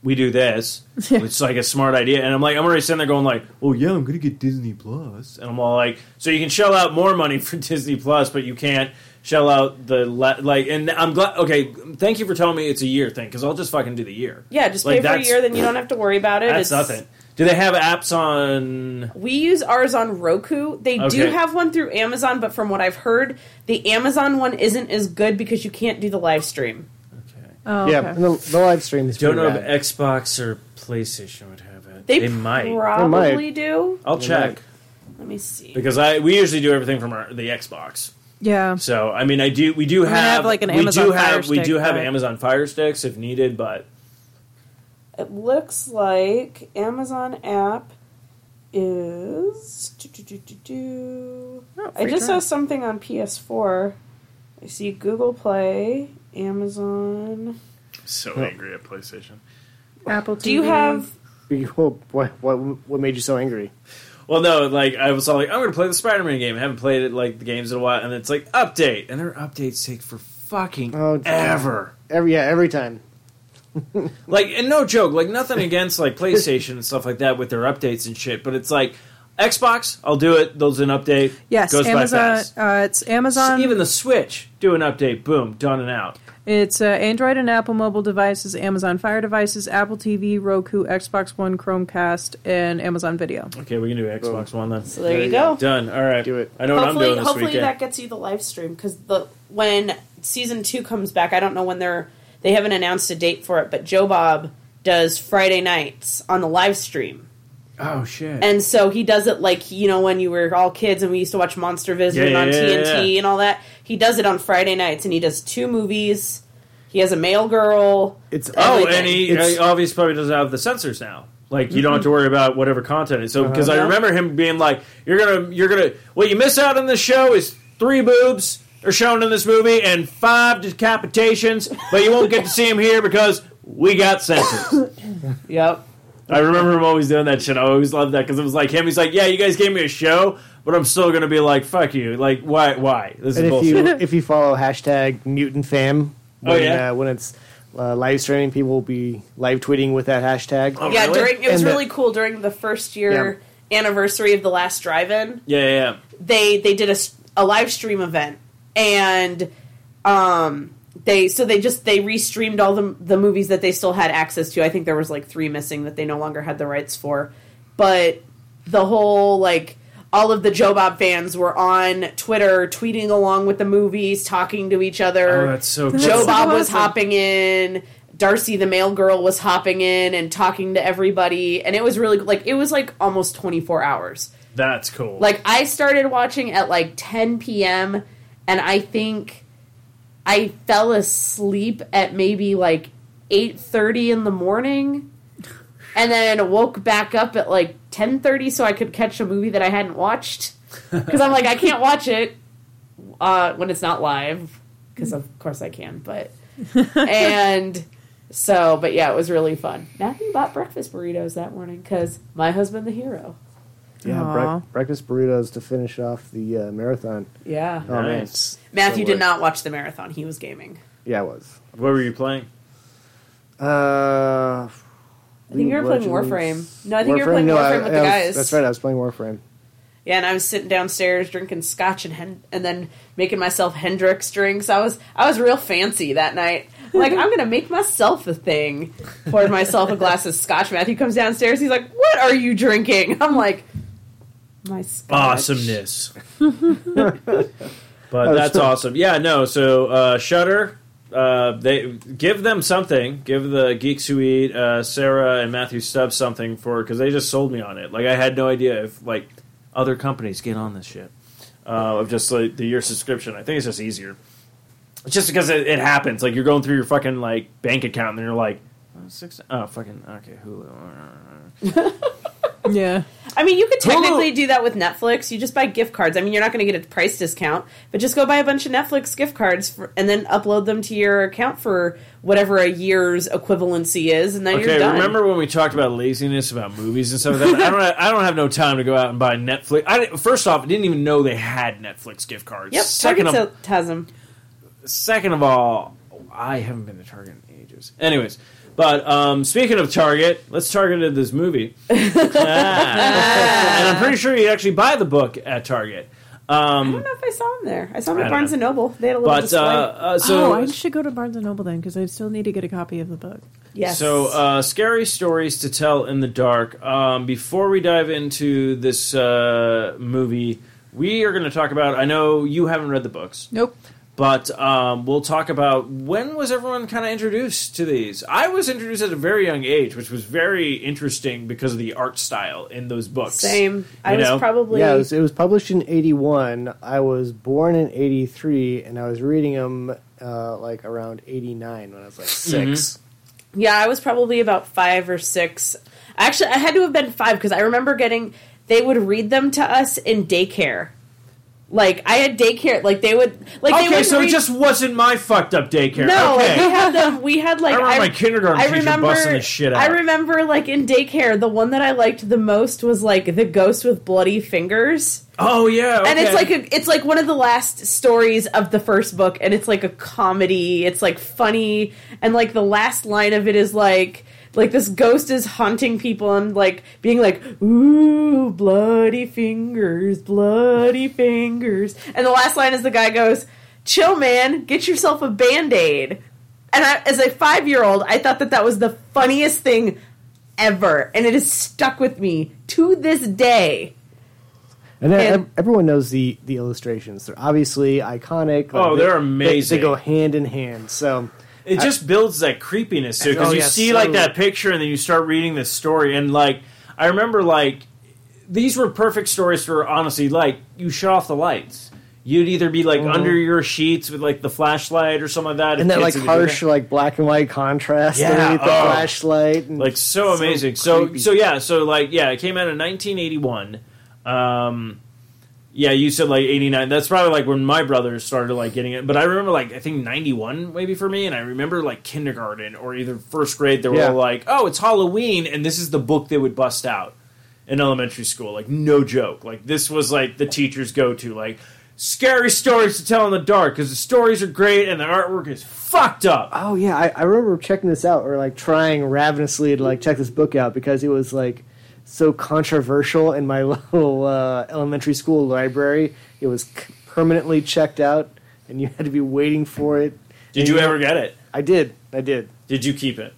we do
[laughs]
this. It's like a smart idea, and I'm like, I'm already sitting there going like, oh yeah, I'm gonna get Disney Plus, and I'm all like, so you can shell out more money [laughs] for Disney Plus, but you can't shell out the le- like. And I'm glad. Okay, thank you for telling me it's a year thing because I'll just fucking do the year.
Yeah, just
Like,
pay for a
that's-
year, then you don't have to worry about it.
That's
It's-
nothing. Do they have apps on?
We use ours on Roku. They do
Okay.
have one through Amazon, but from what I've heard, the Amazon one isn't as good because you can't do the live stream.
Okay.
Oh,
Yeah,
okay.
and the, the live stream is
Don't know
pretty
if
bad.
Xbox or PlayStation would have it.
They,
They, might.
probably
They might.
do.
I'll
They
check
might.
Let me see.
because I we usually do everything from our, the Xbox.
Yeah.
So I mean, I do we do have,
have, like, an
we
Amazon
do
Fire
have we do
Stick,
have
but-
Amazon Fire Sticks if needed, but
It looks like Amazon app is. do, do, do, do, do.
Oh,
I
free
just
trial.
saw something on PS4. I see Google Play, Amazon.
so angry at PlayStation.
Apple TV.
Do you have
We hope. [laughs] What, what what made you so angry?
Well, no, like I was all like, I'm gonna play the Spider-Man game. I haven't played it like the games in a while, and it's like update, and their updates take for fucking
Oh, it's-
ever.
Every yeah, every time.
Like, and no joke, like nothing against like PlayStation and stuff like that with their updates and shit, but it's like Xbox, I'll do it. There's an update.
Yes,
goes by
Amazon.
fast.
Uh, it's Amazon.
Even the Switch, do an update, boom, done and out.
It's uh, Android and Apple mobile devices, Amazon Fire devices, Apple TV, Roku, Xbox One, Chromecast, and Amazon Video.
Okay, we can do Xbox One then.
So there, you go.
Done. All right.
Do it.
I know what I'm
hopefully,
doing this
hopefully
weekend.
that gets you the live stream because the when season two comes back, I don't know when they're they haven't announced a date for it, but Joe Bob does Friday nights on the live stream,
oh shit.
and so he does it like you know when you were all kids and we used to watch Monster Vision
Yeah,
on
yeah, yeah,
TNT
yeah.
and all that. He does it on Friday nights, and he does two movies. He has a male girl.
It's
oh,
everything.
and he
It's- Mm-hmm.
uh, obviously probably doesn't have the sensors now. Like you don't have to worry about whatever content. is. So because I
Uh-huh.
remember him being like, "You're gonna, you're gonna. What you miss out on this show is three boobs are shown in this movie and five decapitations, but you won't get to see him here because we got sensors."
[laughs]
Yep.
I remember him always doing that shit. I always loved that because it was like him. He's like, "Yeah, you guys gave me a show, but I'm still gonna be like, fuck you. Like, why? Why? This is
And if
bullshit."
you if you follow hashtag mutant fam,
Oh,
when,
yeah?
uh, when it's uh, live streaming, people will be live tweeting with that hashtag.
Oh,
yeah,
really?
during it was
And the-
really cool during the first year anniversary of the last drive-in.
yeah, yeah, yeah.
they they did a, s- a live stream event and um they so they just they restreamed all the the movies that they still had access to. I think there was like 3 missing that they no longer had the rights for. But the whole like all of the Joe Bob fans were on Twitter tweeting along with the movies, talking to each
Oh,
other.
that's so
That's
cool.
Joe
so
Bob was
awesome.
hopping in. Darcy, the male girl, was hopping in and talking to everybody, and it was really like it was like almost twenty four hours.
That's cool.
Like I started watching at like 10 p.m. and I think I fell asleep at maybe like 8:30 in the morning and then woke back up at like 10:30 so I could catch a movie that I hadn't watched cuz I'm like I can't watch it uh, when it's not live cuz of course I can but and so but yeah it was really fun. Matthew bought breakfast burritos that morning cuz my husband the hero.
yeah,
Aw.
brec- breakfast burritos to finish off the uh, marathon.
Yeah.
Oh man,
Nice.
Matthew
So
did
what?
not watch the marathon. He was gaming.
Yeah, it was.
what were you playing?
Uh,
I think you were playing
Legends.
Warframe. No, I think you were playing
No, I-
Warframe with
I
the
was-
guys.
That's right. I was playing Warframe.
Yeah, and I was sitting downstairs drinking scotch and hen- and then making myself Hendrix drinks. I was I was real fancy that night. Like I'm gonna make myself a thing. Poured myself a glass of scotch. Matthew comes downstairs. He's like, "What are you drinking?" [laughs] I'm like, "My scotch."
Awesomeness. but
Oh,
that's
sure.
awesome. Yeah, no. So uh, Shutter, uh, they give them something. Give the geeks who eat uh, Sarah and Matthew Stubbs something for because they just sold me on it. Like I had no idea if like other companies get on this shit uh, of just like the year subscription. I think it's just easier. It's just because it, it happens. Like you're going through your fucking like bank account, and you're like, oh, six, oh fucking okay, uh, Hulu.
Yeah.
I mean, you could
Hulu-
technically do that with Netflix. You just buy gift cards. I mean, you're not going to get a price discount, but just go buy a bunch of Netflix gift cards for, and then upload them to your account for whatever a year's equivalency is, and then you're
Okay,
done.
remember when we talked about laziness about movies and stuff like that? I don't, I don't have no time to go out and buy Netflix. I didn't- first off, I didn't even know they had Netflix gift cards.
Yep,
second of,
Target has them.
second of all, I haven't been to Target in ages. Anyways, but um, speaking of Target, let's target at this
[laughs]
movie. Ah. and I'm pretty sure you actually buy the book at Target.
I don't know if I saw them there. I saw
I
them at
don't
Barnes
know.
and Noble. They had a little
But uh,
display.
uh, so
oh, I should go to Barnes and Noble then because I still need to get a copy of the book.
yes.
So, uh, scary stories to tell in the dark. Um, before we dive into this uh, movie, we are going to talk about. I know you haven't read the books,
Nope.
but um, we'll talk about when was everyone kind of introduced to these. I was introduced at a very young age, which was very interesting because of the art style in those books.
same. I
You
was
know?
probably
Yeah, it was, it was published in '81. I was born in '83, and I was reading them uh, like around '89 when I was like
Mm-hmm.
6
Yeah, I was probably about five or six. Actually, I had to have been five because I remember getting. They would read them to us in daycare. Like I had daycare. Like they would. Like they
Okay,
would
so
read,
it just wasn't my fucked up daycare.
no.
okay.
Like, we had them. We had like
I remember my kindergarten
I
teacher
remember-
busting the shit out.
I remember like in daycare, the one that I liked the most was like the ghost with bloody fingers.
oh yeah,
and it's
okay.
like a, it's like one of the last stories of the first book and it's like a comedy it's like funny and like the last line of it is like like this ghost is haunting people and like being like ooh bloody fingers bloody fingers and the last line is the guy goes chill man get yourself a band-aid and I, as a five-year-old i thought that that was the funniest thing ever and it has stuck with me to this day
And, then
And-
ev- everyone knows the the illustrations. They're obviously iconic.
Oh,
they-
they're
they-
amazing.
They, go hand in hand. So
It just builds that creepiness too, because
Oh,
you
yes,
see like that
totally.
picture, and then you start reading this story, and like I remember, like these were perfect stories for honestly, like you shut off the lights. You'd either be like under your sheets with like the flashlight or something like that, if
Mm-hmm. and that
kids
like
would do that.
harsh like black and white contrast
Yeah,
underneath the
oh.
flashlight. And
like so amazing. So
creepy.
so yeah, so like yeah, it came out in 1981. Um, yeah, you said like 89. That's probably like when my brothers started like getting it. But I remember like I think 91 maybe for me, and I remember like kindergarten or either first grade. They were
Yeah.
all like, "Oh, it's Halloween," and this is the book they would bust out in elementary school. Like no joke. Like this was like the teacher's go to. Like scary stories to tell in the dark because the stories are great and the artwork is fucked up.
oh yeah, I, I remember checking this out or like trying ravenously to like check this book out because it was like so controversial in my [laughs] little uh, elementary school library. It was c- permanently checked out, and you had to be waiting for it.
Did
And,
you
know,
ever get it?
I did. I did.
Did you keep it?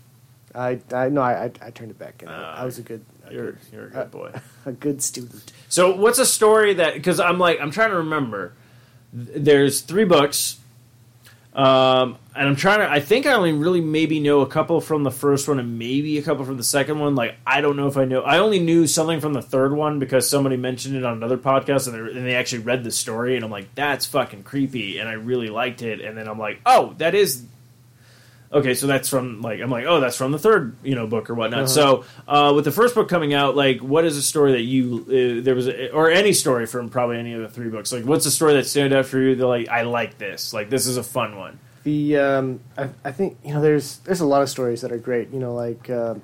I, I no, I, I, I turned it back. In.
Ah,
I was a good, a
You're
good,
you're a good boy.
a good student.
Uh, [laughs] So what's a story that because I'm like I'm trying to remember. Th- There's three books, um, and I'm trying to. I think I only really maybe know a couple from the first one and maybe a couple from the second one. Like I don't know if I know. I only knew something from the third one because somebody mentioned it on another podcast and they, and they actually read the story and I'm like that's fucking creepy and I really liked it and then I'm like oh that is okay, so that's from like I'm like, oh, that's from the third you know book or whatnot. So uh, with the first book coming out, like, what is a story that you uh, there was a, or any story from probably any of the three books? Like, what's a story that stood out for you? That like I like this, like this is a fun one.
The um, I, I think you know there's there's a lot of stories that are great. You know, like uh,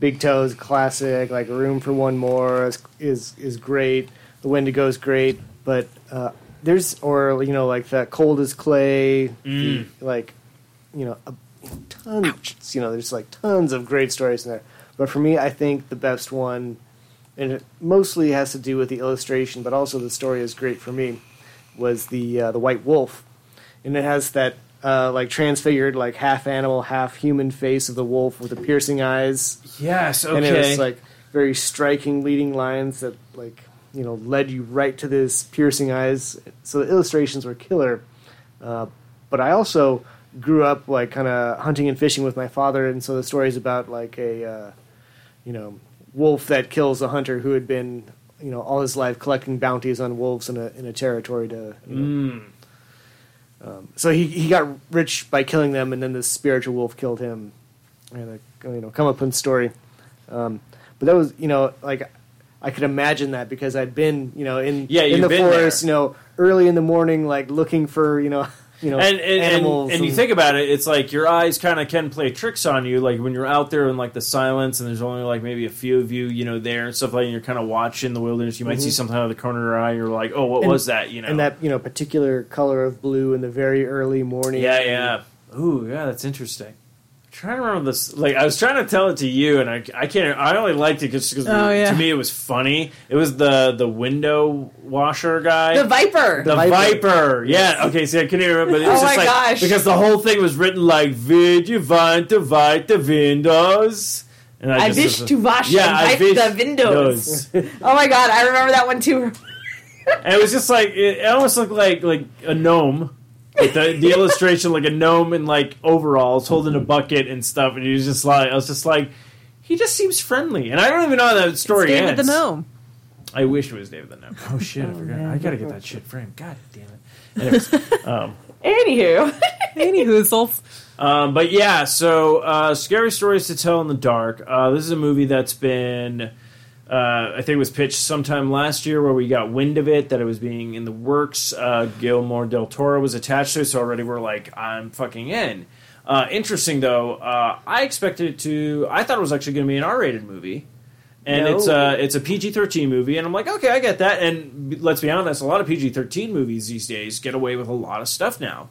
Big Toes, classic. Like Room for One More is is, is great. The Wendigo is great, but uh, there's or you know like that Cold as Clay. the- like you know, a, tons. You know, there's like tons of great stories in there. But for me, I think the best one, and it mostly has to do with the illustration, but also the story is great for me. Was the uh, the White Wolf, and it has that uh, like transfigured, like half animal, half human face of the wolf with the piercing eyes,
Yes, okay.
and it was like very striking leading lines that like you know led you right to this piercing eyes. So the illustrations were killer Uh, but I also grew up like kind of hunting and fishing with my father, and so the stories about like a uh, you know wolf that kills a hunter who had been you know all his life collecting bounties on wolves in a in a territory to you know, Um, so he, he got rich by killing them, and then the spiritual wolf killed him. And a, you know, come up in story. Um, but that was you know like I could imagine that because I'd been you know in
Yeah,
in
you've
the
been
forest
there.
you know early in the morning like looking for you know [laughs] you know
and, and, and,
animals
and, you think about it, it's like your eyes kind of can play tricks on you. Like when you're out there in like the silence, and there's only like maybe a few of you, you know, there and stuff like. And you're kind of watching the wilderness. You might see something out of the corner of your eye. And you're like, oh, what
And-
was that? You know,
and that you know particular color of blue in the very early morning
yeah, yeah. Ooh, yeah, that's interesting. I'm trying to remember this. Like I was trying to tell it to you, and I, I can't. I only liked it because
Oh, yeah.
to me it was funny. It was the the window washer guy.
The Viper.
The
Viper.
Viper. Yeah. Okay. See, I couldn't even remember. But it was
Oh
just
my
like,
gosh.
Because the whole thing was written like, "Would you want to wipe the windows?" And
I
just-
wish to wash
Yeah,
and
I
wipe
wish
the windows. oh my god, I remember that one too. [laughs]
and it was just like it, it almost looked like like a gnome. Like the, the illustration, like a gnome in like overalls holding a bucket and stuff, and he was just like, I was just like, he just seems friendly, and I don't even know how that story
David
ends.
the gnome.
I wish it was David the gnome. Oh shit, I forgot. I gotta get that shit framed. God damn it. Anyways, um,
Anywho,
Anywho,
Um, but yeah, so uh, scary stories to tell in the dark. Uh, this is a movie that's been, uh, I think, it was pitched sometime last year where we got wind of it that it was being in the works. Uh, Guillermo del Toro was attached to it, so already we're like, I'm fucking in. Uh, interesting though, uh, I expected it to. I thought it was actually going to be an R-rated movie. And
No.
it's a it's a PG thirteen movie, and I'm like, okay, I get that. And b- let's be honest, a lot of PG thirteen movies these days get away with a lot of stuff now.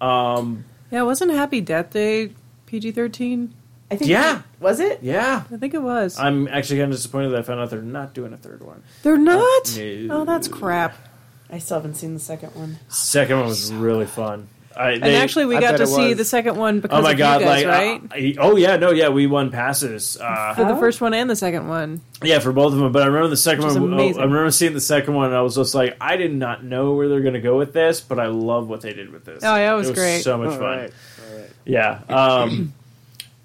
Um,
yeah, wasn't Happy Death Day PG thirteen?
I think
Yeah.
was it?
yeah,
I think it was.
I'm actually kind of disappointed that I found out they're not doing a third one.
They're not.
no.
Oh, that's crap.
I still haven't seen the second one.
Second one was really fun. I,
And actually, we
I
got
bet
to
it
see
was.
the second one because
oh my
of
god,
you guys,
like,
right?
I- I- oh yeah, no, yeah, we won passes.
[laughs]
Uh,
for the
Oh.
first one and the second one.
yeah, for both of them. But I remember the second
Which is
one. oh,
amazing.
I remember seeing the second one, and I was just like, I did not know where they're going to go with this, but I love what they did with this.
Oh, yeah, it was great.
So much
All
fun.
right, all right.
Yeah. Um,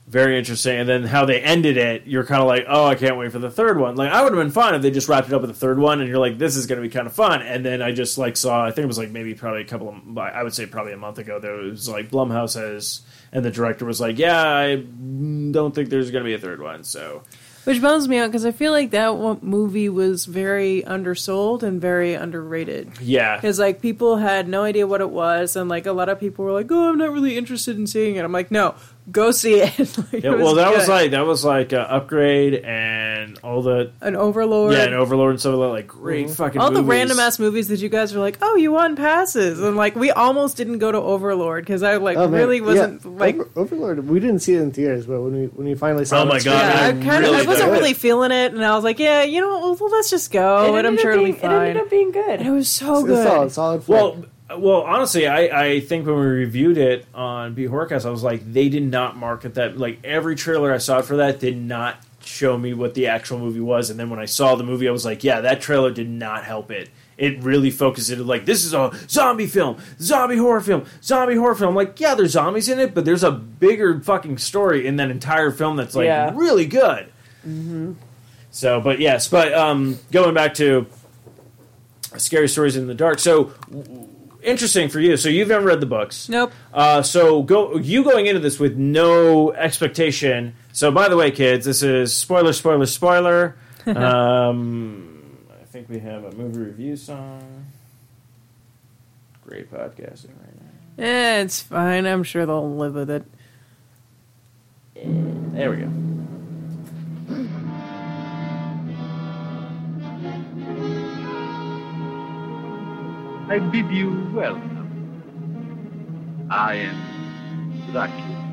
very interesting. And then how they ended it, you're kind of like, oh, I can't wait for the third one. Like, I would have been fine if they just wrapped it up with the third one, and you're like, this is going to be kind of fun. And then I just like saw, I think it was like maybe probably a couple of, I would say probably a month ago, there was like Blumhouse has, and the director was like, yeah, I don't think there's going to be a third one. So
Which bums me out because I feel like that one movie was very undersold and very underrated.
yeah,
Because like people had no idea what it was, and like a lot of people were like, "Oh, I'm not really interested in seeing it." I'm like, "No, go see it." [laughs] Like, it
yeah. Well, that was
good.
like that was like uh, upgrade and all the
an Overlord.
yeah and Overlord and stuff like that. Like great fucking
Mm-hmm. all the
movies.
random ass movies that you guys were like, "Oh, you won passes," and like we almost didn't go to Overlord because I like
Oh, man.
really wasn't
Yeah.
like.
Over- Overlord. We didn't see it in theaters, but when we when we finally saw,
Oh
it on
my
screen-
God,
yeah,
I
I kind
really
of I wasn't
did.
really feeling it, and I was like, "Yeah, you know, well, well, let's just go,"
Oh,
and
It
I'm
ended
sure
up
it'll be
being, It
fine.
ended up being
And it
good.
was so
It's a solid,
good.
solid. flick.
Well, well, honestly, I, I think when we reviewed it on B Horcast, I was like, they did not market that. Like every trailer I saw for that did not show me what the actual movie was. And then when I saw the movie, I was like, yeah, that trailer did not help it. It really focused it like this is a zombie film, zombie horror film, zombie horror film. I'm like, yeah, there's zombies in it, but there's a bigger fucking story in that entire film that's like
Yeah.
really good. So, but yes, but um, going back to scary stories in the dark. So, w- w- interesting for you. So you've never read the books.
Nope.
Uh, so go you going into this with no expectation. So by the way, kids, this is spoiler, spoiler,
[laughs]
spoiler. um, I think we have a movie review song. Great podcasting right now.
Eh, it's fine. I'm sure they'll live with it.
There we go.
I bid you welcome. I am Dracula.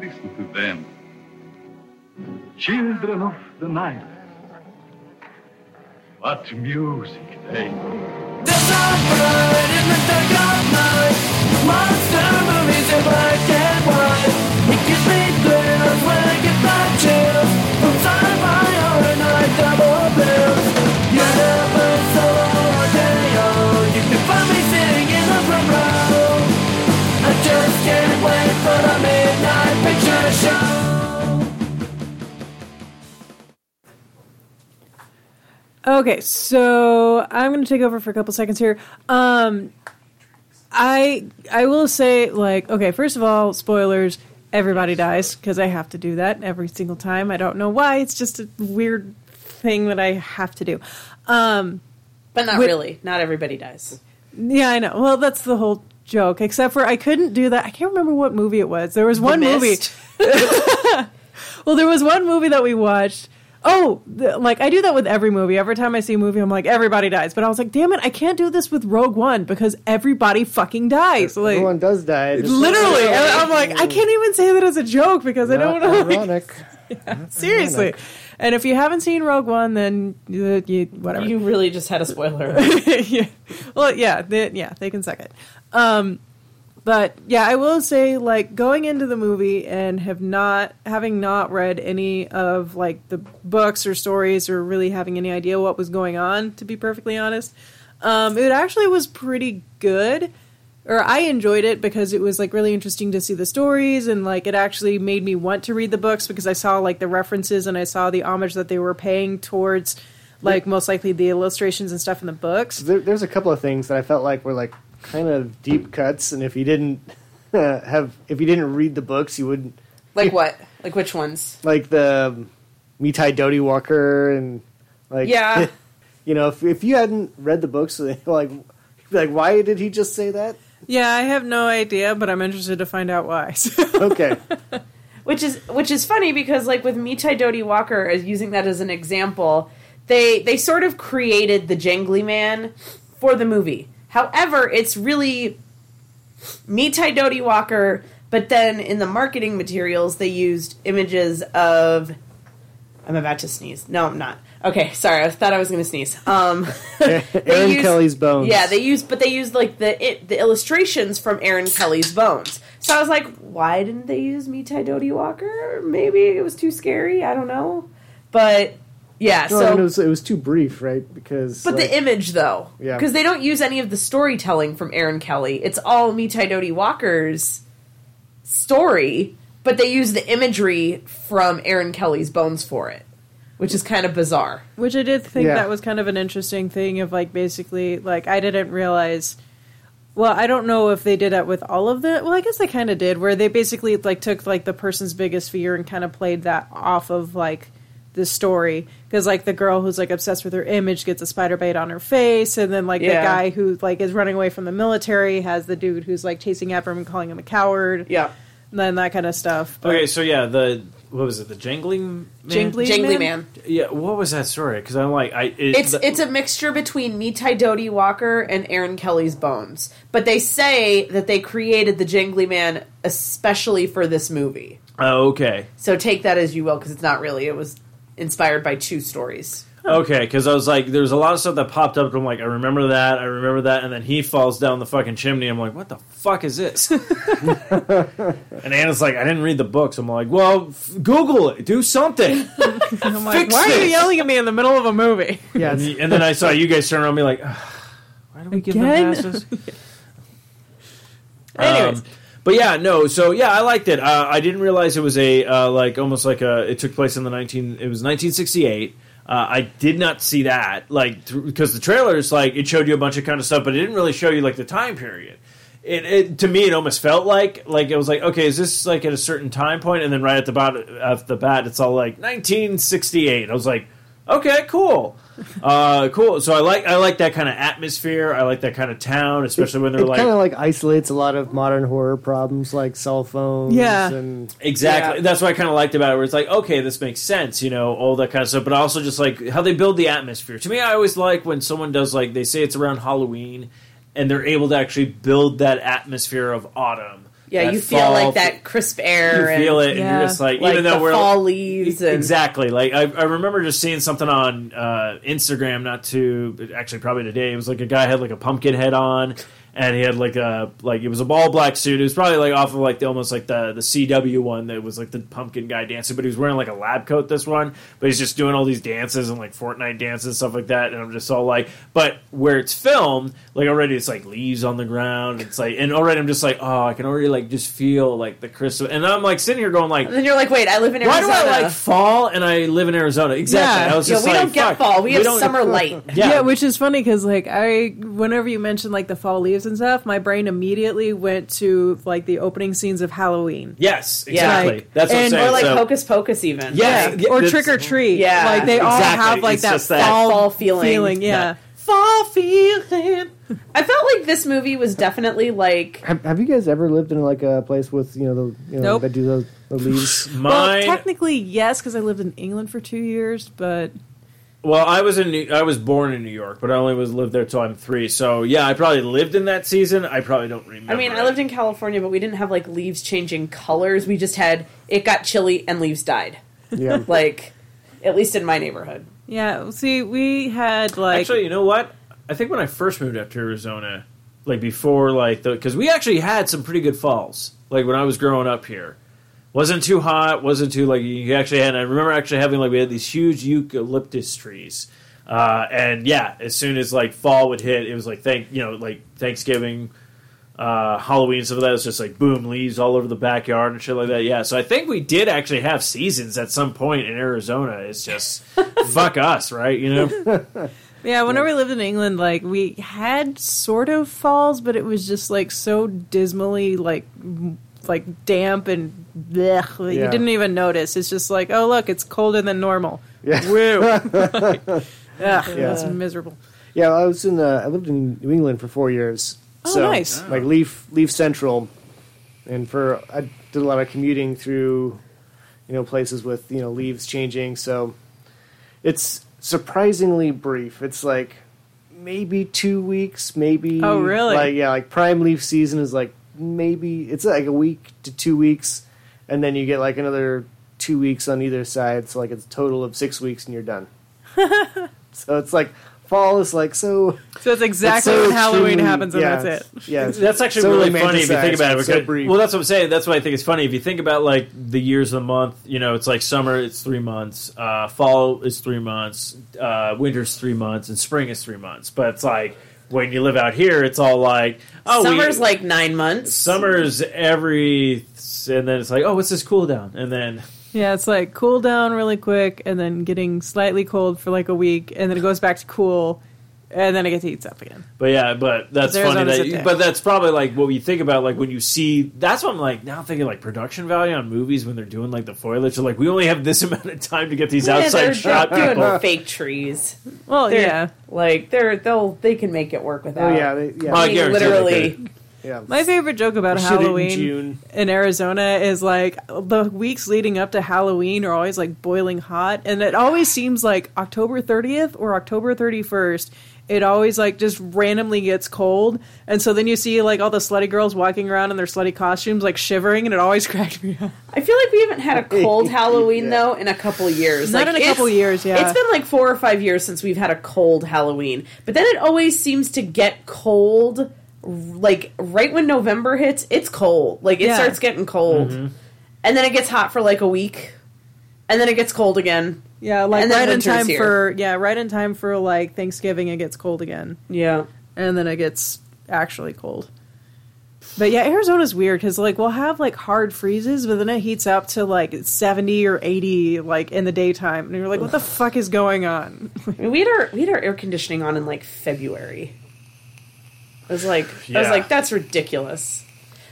Listen to them. Children of the night. What music they make.
Okay, so I'm going to take over for a couple seconds here. Um, I I will say like okay, first of all, spoilers. Everybody dies because I have to do that every single time. I don't know why. It's just a weird thing that I have to do. Um,
But not
Wait-
really. Not everybody dies.
yeah, I know. Well, that's the whole joke. Except for I couldn't do that. I can't remember what movie it was. There was one movie.
Mist.
[laughs] Well, there was one movie that we watched. Oh, the, like I do that with every movie. Every time I see a movie, I'm like, everybody dies. But I was like, damn it, I can't do this with Rogue One because everybody fucking dies. Like,
Everyone does die. It's
literally. And I'm like, I can't even say that as a joke because I don't
not
know. like, [laughs]
ironic.
seriously. And if you haven't seen Rogue One, then you, you whatever.
You really just had a spoiler.
[laughs]
[laughs]
yeah. Well, yeah, they, yeah, they can suck it. Um, but yeah, I will say, like, going into the movie and have not having not read any of like the books or stories or really having any idea what was going on. To be perfectly honest, um, it actually was pretty good. Or I enjoyed it because it was like really interesting to see the stories and like it actually made me want to read the books because I saw like the references and I saw the homage that they were paying towards like most likely the illustrations and stuff in the books.
there, there's a couple of things that I felt like were like kind of deep cuts, and if you didn't [laughs] have, if you didn't read the books, you wouldn't
like what? Like which ones?
like the um, Mitai Doty Walker and like
Yeah.
[laughs] you know, if if you hadn't read the books, [laughs] like like why did he just say that?
Yeah, I have no idea, but I'm interested to find out why. [laughs]
[laughs]
Okay,
which is which is funny because like with Mitai Doty Walker as using that as an example, they they sort of created the jangly man for the movie. However, it's really Mitai Doty Walker, but then in the marketing materials they used images of I'm about to sneeze. No, I'm not. Okay, sorry. I thought I was going to sneeze. Um [laughs]
Aaron
use-
Kelly's bones.
yeah, they used, but they used like the it, the illustrations from Aaron Kelly's Bones. So I was like, why didn't they use me, Ty Doty Walker? Maybe it was too scary. I don't know, but yeah.
No, I
so,
mean, it was it was too brief, right? Because
but
like,
the image though,
Yeah.
because they don't use any of the storytelling from Aaron Kelly. It's all me, Ty Doty Walker's story, but they use the imagery from Aaron Kelly's Bones for it, which is kind of bizarre.
Which I did think
Yeah.
that was kind of an interesting thing of like basically like I didn't realize well, I don't know if they did that with all of the well, I guess they kinda did, where they basically like took like the person's biggest fear and kind of played that off of like the story because like the girl who's like obsessed with her image gets a spider bite on her face and then like
Yeah.
the guy who like is running away from the military has the dude who's like chasing after him and calling him a coward
Yeah,
and then that kind of stuff but
Okay, so yeah, the what was it? The jangling, man?
Jingly- Man?
jangly man.
Yeah, what was that story? Because I'm like, I it,
It's
the-
it's a mixture between Mitai Doty Walker and Aaron Kelly's Bones, but they say that they created the Jangly Man especially for this movie.
oh, okay,
So take that as you will, because it's not really. It was inspired by two stories.
okay. Because I was like, there's a lot of stuff that popped up. And I'm like, I remember that, I remember that, and then he falls down the fucking chimney. I'm like, what the fuck is
[laughs]
this? and Anna's like, I didn't read the books. I'm like, well, f- Google it, do something.
[laughs] I'm like
Fix
why are you
this!
yelling at me in the middle of a movie
yeah,
And,
it's-
y- and then I saw you guys turn around and be like, "Ugh, why do we give them
Again?
passes?
[laughs] Anyways.
Um, but yeah, no. So yeah, I liked it. Uh, I didn't realize it was a uh, like almost like a. It took place in the nineteen. It was nineteen sixty eight. Uh, I did not see that like because the trailers like it showed you a bunch of kind of stuff, but it didn't really show you like the time period. It, it to me it almost felt like like it was like okay is this like at a certain time point and then right at the bat at the bat it's all like 1968 I was like okay cool uh cool so I like I like that kind of atmosphere I like that kind of town especially when they're
it
like
kind of like isolates a lot of modern horror problems, like cell phones.
Yeah.
and
Exactly.
Yeah.
That's what I kind of liked about it. Where it's like, okay, this makes sense, you know, all that kind of stuff. But also just like how they build the atmosphere. To me, I always like when someone does like they say it's around Halloween, and they're able to actually build that atmosphere of autumn.
Yeah,
That
you feel
fall-
like that crisp
You
air.
feel
and,
it, and
Yeah.
you're just like,
Like
even though
the
we're
fall leaves and
exactly like I, I remember just seeing something on uh, Instagram not too actually probably today. It was like a guy had like a pumpkin head on. and he had like a like it was a ball black suit. It was probably like off of like the almost like the the CW one that was like the pumpkin guy dancing, but he was wearing like a lab coat this one. But he's just doing all these dances and like Fortnite dances and stuff like that. And I'm just all like, but where it's filmed, like already it's like leaves on the ground. It's like and already I'm just like, oh, I can already like just feel like the Christmas. And I'm like sitting here going like,
And then you're like, wait, I live in
why
Arizona.
do I like fall and I live in Arizona? Exactly.
Yeah.
I was
yeah,
just
we
like,
don't get
fuck,
fall. We, have
don't- [laughs]
summer light.
Yeah.
Yeah,
which is funny because like I, whenever you mentioned like the fall leaves and stuff, my brain immediately went to like the opening scenes of Halloween.
Yes,
Yeah.
exactly.
Like-
That's what I'm
and-
saying.
Or like
so,
hocus pocus even.
Yeah.
Yeah, or
that's-
trick or treat.
Yeah.
like they all
Exactly.
have like
It's
that
just
fall,
that-
fall feeling.
Yeah,
fall feeling.
I felt like this movie was definitely like
Have, have you guys ever lived in like a place with you know the you know
Nope.
that do the,
[laughs]
the leaves?
well,
Mine. Well,
technically yes, because I lived in England for two years, but
I was in. New, I was born in New York, but I only was lived there till I'm three. So yeah, I probably lived in that season. I probably don't remember.
I mean, I lived in California, but we didn't have like leaves changing colors. We just had it got chilly and leaves died.
Yeah,
Like at least in my neighborhood.
yeah. See, we had like
Actually, you know what? I think when I first moved up to Arizona, like before, like the because we actually had some pretty good falls. Like when I was growing up here, wasn't too hot, wasn't too like you actually had. I remember actually having like we had these huge eucalyptus trees, uh, and yeah, as soon as like fall would hit, it was like thank you know like Thanksgiving. Uh, Halloween, some of that was just like boom leaves all over the backyard and shit like that. Yeah, so I think we did actually have seasons at some point in Arizona. It's just fuck us, right? You know,
Yeah, whenever we lived in England, like we had sort of falls, but it was just like so dismally like m- like damp and blech, that you
Yeah.
didn't even notice. It's just like, oh look, it's colder than normal.
Yeah. [laughs]
Woo. Like, ugh, That's
Yeah.
miserable.
yeah. I was in uh, I lived in New England for four years.
Oh,
so,
nice.
Like leaf leaf central, and for I did a lot of commuting through, you know, places with you know leaves changing. So, it's surprisingly brief. It's like maybe two weeks, maybe.
Oh, really?
Like yeah, like prime leaf season is like maybe it's like a week to two weeks, and then you get like another two weeks on either side. So like it's a total of six weeks, and
[laughs]
you're done. so it's like fall is like so
So that's exactly
it's so
when Halloween
extremely-
happens, and
yeah,
that's it.
Yeah, it's-
That's actually
so
really funny if you
romanticized,
think about it.
it's so
Because,
brief.
well, that's what I'm saying. That's why I think it's funny if you think about like the years of the month. You know, it's like summer, it's three months. Uh, fall is three months. Uh, winter's three months, and spring is three months. But it's like when you live out here, it's all like oh, we-
Summer's like nine months.
summer's every, and then it's like oh, what's this cool down? And then
Yeah, it's like cool down really quick, and then getting slightly cold for like a week, and then it goes back to cool, and then it gets heats up again.
But yeah, but that's
There's
funny
always
that.
a
You,
day.
but that's probably like what you think about, like when you see. That's what I'm like now thinking like production value on movies when they're doing like the foliage. They're like, we only have this [laughs] amount of time to get these
[laughs] Yeah,
outside
they're,
shot
they're
people.
doing fake trees.
Well,
They're,
yeah.
Like they're they'll they can make it work
Oh
without.
yeah, they, yeah,
I
being
guarantee they
literally.
yeah.
My favorite joke about
Shoot it in
Halloween
June.
in Arizona is like the weeks leading up to Halloween are always like boiling hot, and it always seems like October 30th or October 31st. It always like just randomly gets cold, and so then you see like all the slutty girls walking around in their slutty costumes, like shivering, and it always [laughs] cracked me up.
I feel like we haven't had a cold Halloween
Yeah.
though in a couple years.
Not
Like,
in a
it's-
couple years, yeah.
It's been like four or five years since we've had a cold Halloween. But then it always seems to get cold, r- like right when November hits. It's cold. Like it
Yeah.
starts getting cold, and then it gets hot for like a week, and then it gets cold again.
Yeah, like
And then
right in
winter's
time
here.
for yeah, right in time for like Thanksgiving, it gets cold again.
Yeah.
and then it gets actually cold. But yeah, Arizona's weird because like we'll have like hard freezes, but then it heats up to like seventy or eighty like in the daytime, and you're like, what the fuck is going on?
I mean, we had our we had our air conditioning on in like February. I was like, I was
Yeah.
like, that's ridiculous.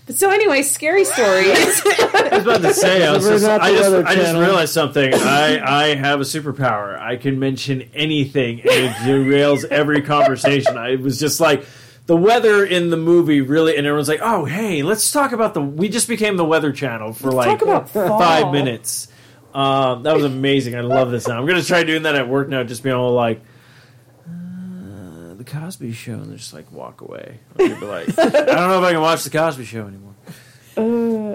But so anyway, scary stories.
I was about to say, I, was
We're
just,
not
I,
the
just,
Weather
I just
Channel.
realized something. I, I have a superpower. I can mention anything, and it derails every conversation. I it was just like. The weather in the movie really, and everyone's like, "Oh, hey, let's talk about the." We just became the Weather Channel for like
Talk about fall.
five minutes. Um, that was amazing. I love this now. I'm going to try doing that at work now, just being all like, uh, The Cosby Show, and just like walk away. Like, you'd be like, [laughs] I don't know if I can watch The Cosby Show anymore.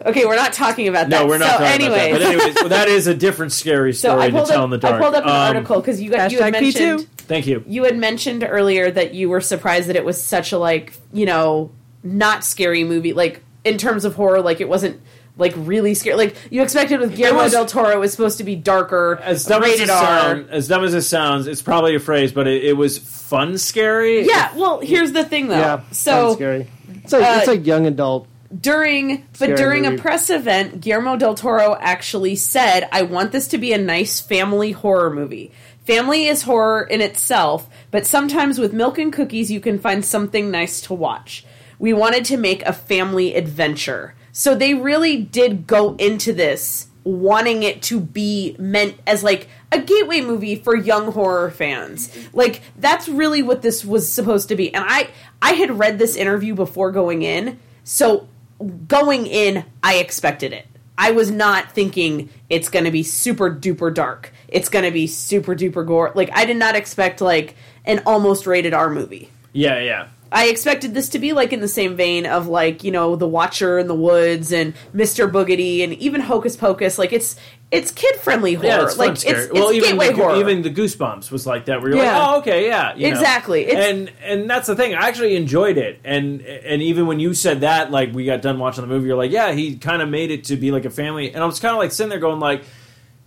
Okay, we're not talking about that.
No, we're not
so
talking
anyways,
about that. But anyways, well, that is a different scary
So
story
I
to
pulled,
tell
up,
in the
I
dark.
pulled up an
Um,
article because you got you had
hashtag P2.
mentioned
Thank you.
you had mentioned earlier that you were surprised that it was such a like you know not scary movie like in terms of horror like it wasn't like really scary like you expected with Guillermo
was-
del Toro it was supposed to be darker
As dumb as,
rated
it
R
sound, as dumb as it sounds, it's probably a phrase, but it, it was fun scary.
yeah well here's the thing though
Oh,
yeah, sounds
so
scary. It's like it's
uh,
like young adult.
during but
Scary
during a
movie.
press event guillermo del toro actually said i want this to be a nice family horror movie family is horror in itself but sometimes with milk and cookies you can find something nice to watch we wanted to make a family adventure so they really did go into this wanting it to be meant as like a gateway movie for young horror fans. Like that's really what this was supposed to be. And I I had read this interview before going in. So going in, I expected it. I was not thinking it's going to be super duper dark. It's going to be super duper gore. Like I did not expect like an almost rated R movie.
yeah, yeah.
I expected this to be like in the same vein of like you know the Watcher in the Woods and Mister Boogedy and even Hocus Pocus. Like it's it's kid friendly horror.
Yeah, it's
like
fun scary.
it's,
well,
it's
even
gateway
the,
horror.
even the Goosebumps was like that. Where you're
Yeah.
like, oh, okay, yeah, you know.
Exactly. It's-
And and that's the thing. I actually enjoyed it. And and even when you said that, like we got done watching the movie, you're like, yeah, he kind of made it to be like a family. And I was kind of like sitting there going like.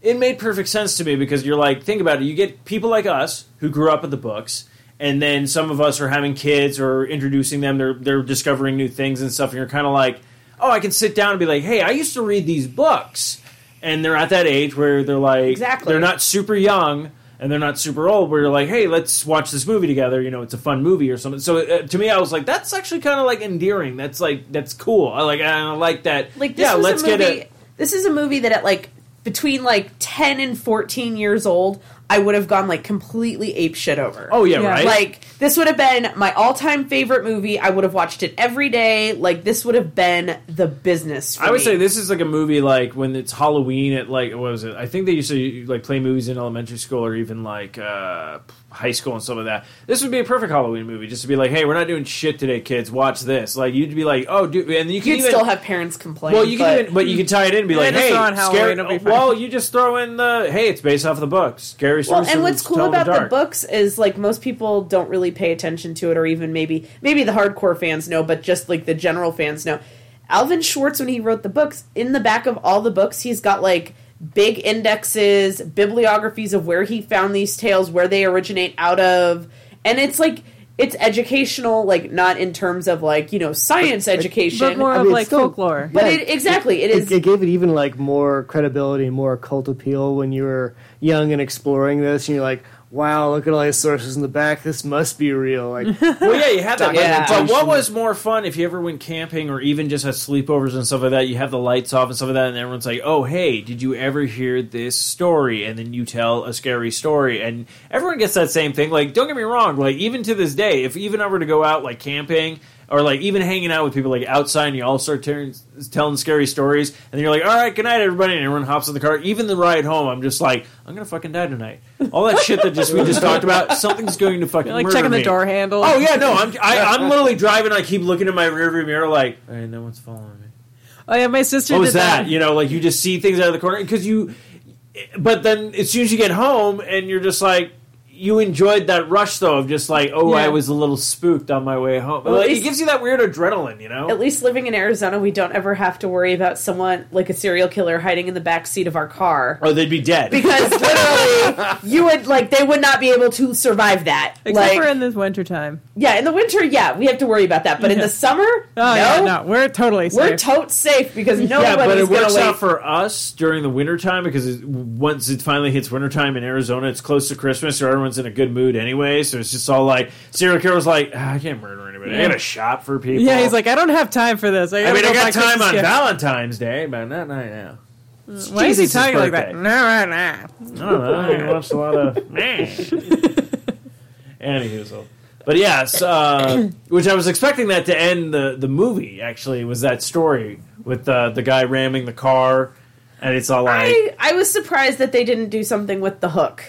It made perfect sense to me because you're like, think about it. You get people like us who grew up with the books, and then some of us are having kids or introducing them. They're they're discovering new things and stuff. And you're kind of like, oh, I can sit down and be like, hey, I used to read these books, and they're at that age where they're like,
Exactly.
they're not super young and they're not super old. Where you're like, hey, let's watch this movie together. You know, it's a fun movie or something. So uh, to me, I was like, that's actually kind of like endearing. That's like that's cool. I like I like that.
like this
yeah,
was
let's
a movie.
get it.
This is a movie that at like between like ten and fourteen years old, I would have gone like completely ape shit over.
Oh yeah,
Yeah.
right.
Like this would have been my all-time favorite movie. I would have watched it every day. Like this would have been the business. For
I would
me.
say this is like a movie like when it's Halloween at like what was it? I think they used to like play movies in elementary school or even like uh, high school and stuff like that. This would be a perfect Halloween movie just to be like, hey, we're not doing shit today, kids. Watch this. Like you'd be like, oh, dude, and you can
You'd
even
still have parents complain.
Well, you
but-
can even, but you can tie it in and be
Yeah,
like,
just
hey,
throw in Halloween,
scary,
it'll be fine.
well, you just throw in the, hey, it's based off the book. Scary
Well,
Stories
and what's
to
cool
Tell in
about the,
Dark.
books is like most people don't really pay attention to it, or even maybe maybe the hardcore fans know, but just like the general fans know. Alvin Schwartz, when he wrote the books, in the back of all the books, he's got like big indexes, bibliographies of where he found these tales, where they originate out of, and it's like it's educational, like not in terms of like you know science education,
But more
I
of
mean, it's
like
still-
folklore.
but
Yeah.
it exactly it is
It, it gave it even like more credibility and more cult appeal when you were young and exploring this, and you're like, "Wow, look at all these sources in the back. This must be real."
[laughs]
Like,
Well, yeah, you have that.
Yeah.
But what was more fun if you ever went camping or even just had sleepovers and stuff like that? You have the lights off and stuff like that, and everyone's like, "Oh, hey, did you ever hear this story?" And then you tell a scary story, and everyone gets that same thing. Like, don't get me wrong. Like, even to this day, if even I were to go out like camping. Or like even hanging out with people like outside, and you all start tearing, telling scary stories, and then you're like, "All right, good night, everybody," and everyone hops in the car. Even the ride home, I'm just like, "I'm gonna fucking die tonight." All that shit that just we just talked about, something's going to fucking
Like
murder
checking the
me.
door handle.
Oh yeah, no, I'm I, [laughs] I'm literally driving. I keep looking in my rearview mirror, like, hey, no one's following me.
Oh yeah, my sister
What
did
was that? You know, like you just see things out of the corner because you. But then, as soon as you get home, and you're just like, you enjoyed that rush though of just like, oh, I
Yeah.
was a little spooked on my way home.
at
Like, it
least-
gives you that weird adrenaline, you know.
at least living in Arizona, we don't ever have to worry about someone like a serial killer hiding in the back seat of our car.
or they'd be dead.
Because [laughs] literally, you would like they would not be able to survive that.
Except
like,
for in this wintertime.
yeah, in the winter, yeah, we have to worry about that. But in the summer,
Oh
no,
yeah, no, we're totally safe.
we're totes safe because nobody's
yeah, but it
gonna
works
wait.
out for us during the wintertime because it, once it finally hits wintertime in Arizona, it's close to Christmas, so everyone's in a good mood anyway. So it's just all like serial killer's like, "Ah, I can't murder anybody. I got to shop for people.
yeah, he's like, I don't have time for this. I,
I
gotta
mean,
go
I
buy
got time
Christmas
on
gifts."
Valentine's Day, but not right now.
Why is he
Jesus'
talking like that?
birthday.
No, no, no.
I don't know. I watched a lot of man. [laughs] Anywho, but yes, uh, [clears throat] which I was expecting that to end the the movie. Actually, was that story with uh, the guy ramming the car, and it's all like,
I, I was surprised that they didn't do something with the hook.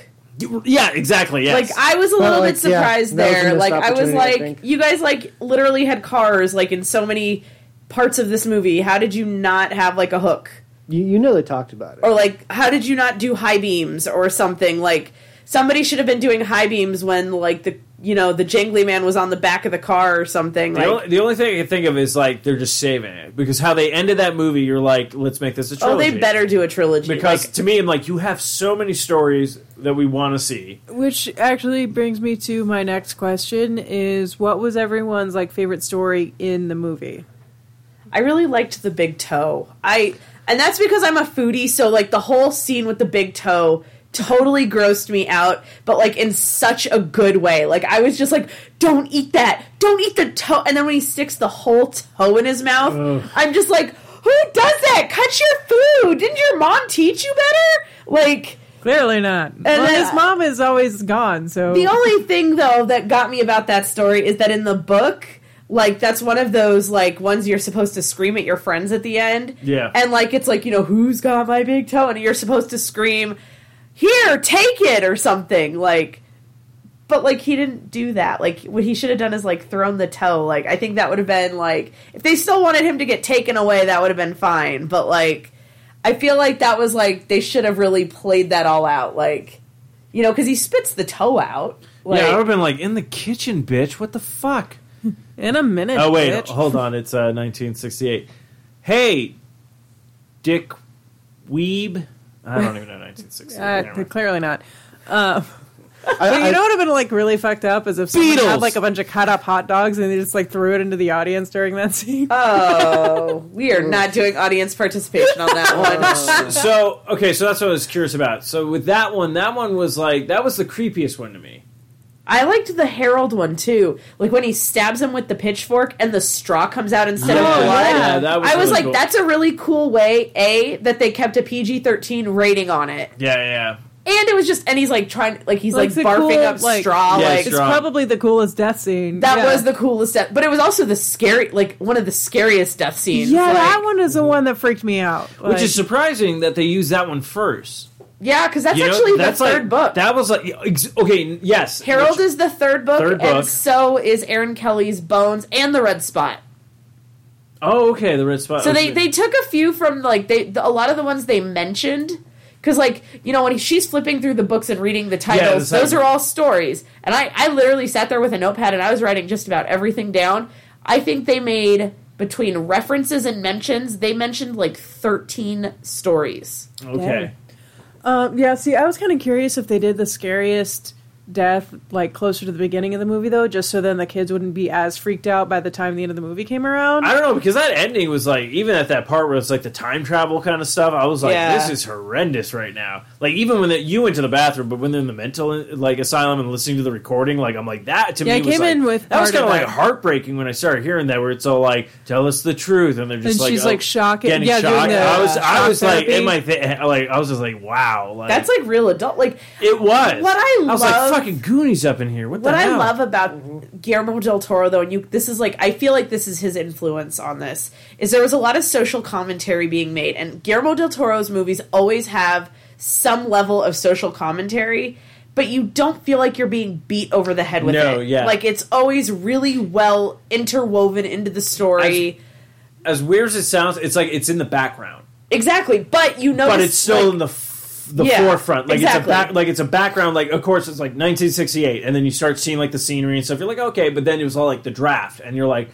yeah, exactly, yes.
Like I was a little
like,
bit
yeah,
surprised
that was a
there.
missed
Like I was
opportunity, I
like,
think.
you guys like literally had cars like in so many parts of this movie. How did you not have like a hook?
you, you know, they talked about it.
or like how did you not do high beams or something like somebody should have been doing high beams when like the you know the jangly man was on the back of the car or something.
The,
like,
only, the only thing I can think of is like they're just saving it because how they ended that movie, you're like, let's make this a
oh,
trilogy.
they better do a trilogy
because
Like,
to me, I'm like, you have so many stories that we want to see.
Which actually brings me to my next question: Is what was everyone's like favorite story in the movie?
I really liked the big toe. I and that's because I'm a foodie, so like the whole scene with the big toe totally grossed me out, but like in such a good way. Like I was just like, "Don't eat that! Don't eat the toe!" And then when he sticks the whole toe in his mouth, I'm just like, "Who does that? Cut your food! Didn't your mom teach you better?" Like.
Clearly not. And well,
then-
his mom is always gone, so
The only thing though that got me about that story is that in the book, like that's one of those like ones you're supposed to scream at your friends at the end.
Yeah.
And like it's like, you know, who's got my big toe? And you're supposed to scream, Here, take it or something. Like but like he didn't do that. Like what he should have done is like thrown the toe. Like I think that would have been like if they still wanted him to get taken away, that would have been fine. But like I feel like that was like they should have really played that all out. Like you know, because he spits the toe out. Like,
yeah, I would have been like, in the kitchen, bitch. What the fuck?
in a minute.
Oh wait,
bitch.
hold on. It's uh, 1968. Hey, Dick Weeb. I don't even know 1968.
Uh,
Never mind.
clearly not. Um,
I,
But
I-
you know what would have been like really fucked up is if someone
Beatles.
had like a bunch of cut up hot dogs and they just like threw it into the audience during that scene.
oh, we are not doing audience participation on that one.
so okay, so that's what I was curious about. So with that one, that one was like that was the creepiest one to me.
I liked the Harold one too. Like when he stabs him with the pitchfork and the straw comes out instead
Yeah,
of blood.
Oh, yeah, that was
I was
really
like,
cool.
that's a really cool way. A that they kept a PG thirteen rating on it,
Yeah, yeah.
and it was just and he's like trying, like he's like,
Like the
barfing
cool,
up
like-
straw.
Yeah,
like
it's
strong.
probably the coolest death scene.
that
Yeah.
was the coolest death, but it was also the scary, like one of the scariest death scenes.
yeah.
like-
that one is the one that freaked me out.
Which is surprising that they used that one first.
yeah, because that's
You know,
actually
that's
the
like-
third book.
That was like ex- okay, yes.
Harold
which-
is the third book,
Third book.
and so is Aaron Kelly's Bones and the Red Spot.
Oh, okay, the red spot.
So they,
okay.
they took a few from like they the, a lot of the ones they mentioned because like you know when he, she's flipping through the books and reading the titles,
it's like-
those are all stories. And I I literally sat there with a notepad and I was writing just about everything down. I think they made between references and mentions they mentioned like thirteen stories.
okay.
Um, yeah, see, I was kind of curious if they did the scariest death like closer to the beginning of the movie though, just so then the kids wouldn't be as freaked out by the time the end of the movie came around.
I don't know because that ending was like even at that part where it's like the time travel kind of stuff. I was like,
Yeah.
this is horrendous right now. Like even when the, you went to the bathroom, but when they're in the mental like asylum and listening to the recording, like I'm like that to
Yeah,
me
I
was
came
like,
in with
that was
part
kind of
of
like
that.
heartbreaking when I started hearing that where it's all like tell us the truth and they're just
And
like
she's,
oh,
like, shocked-
getting
yeah, doing
shocked.
the,
I was
uh,
I
shock
was like in
therapy.
my th- like I was just like wow like
That's like real adult like
it was
what I
I was
love-
like fucking Goonies up in here what,
What
the hell?
I love about Guillermo del Toro, though, and you, this is like, I feel like this is his influence on this, is there was a lot of social commentary being made, and Guillermo del Toro's movies always have some level of social commentary, but you don't feel like you're being beat over the head with
No,
it.
yeah.
like it's always really well interwoven into the story.
as weird as it sounds it's like it's in the background
exactly, but you know,
but it's still in the f- the
Yeah,
forefront. Like it's a
exactly.
back, like it's a background. Like of course it's like 1968, and then you start seeing like the scenery and stuff. You're like okay, but then it was all like the draft, and you're like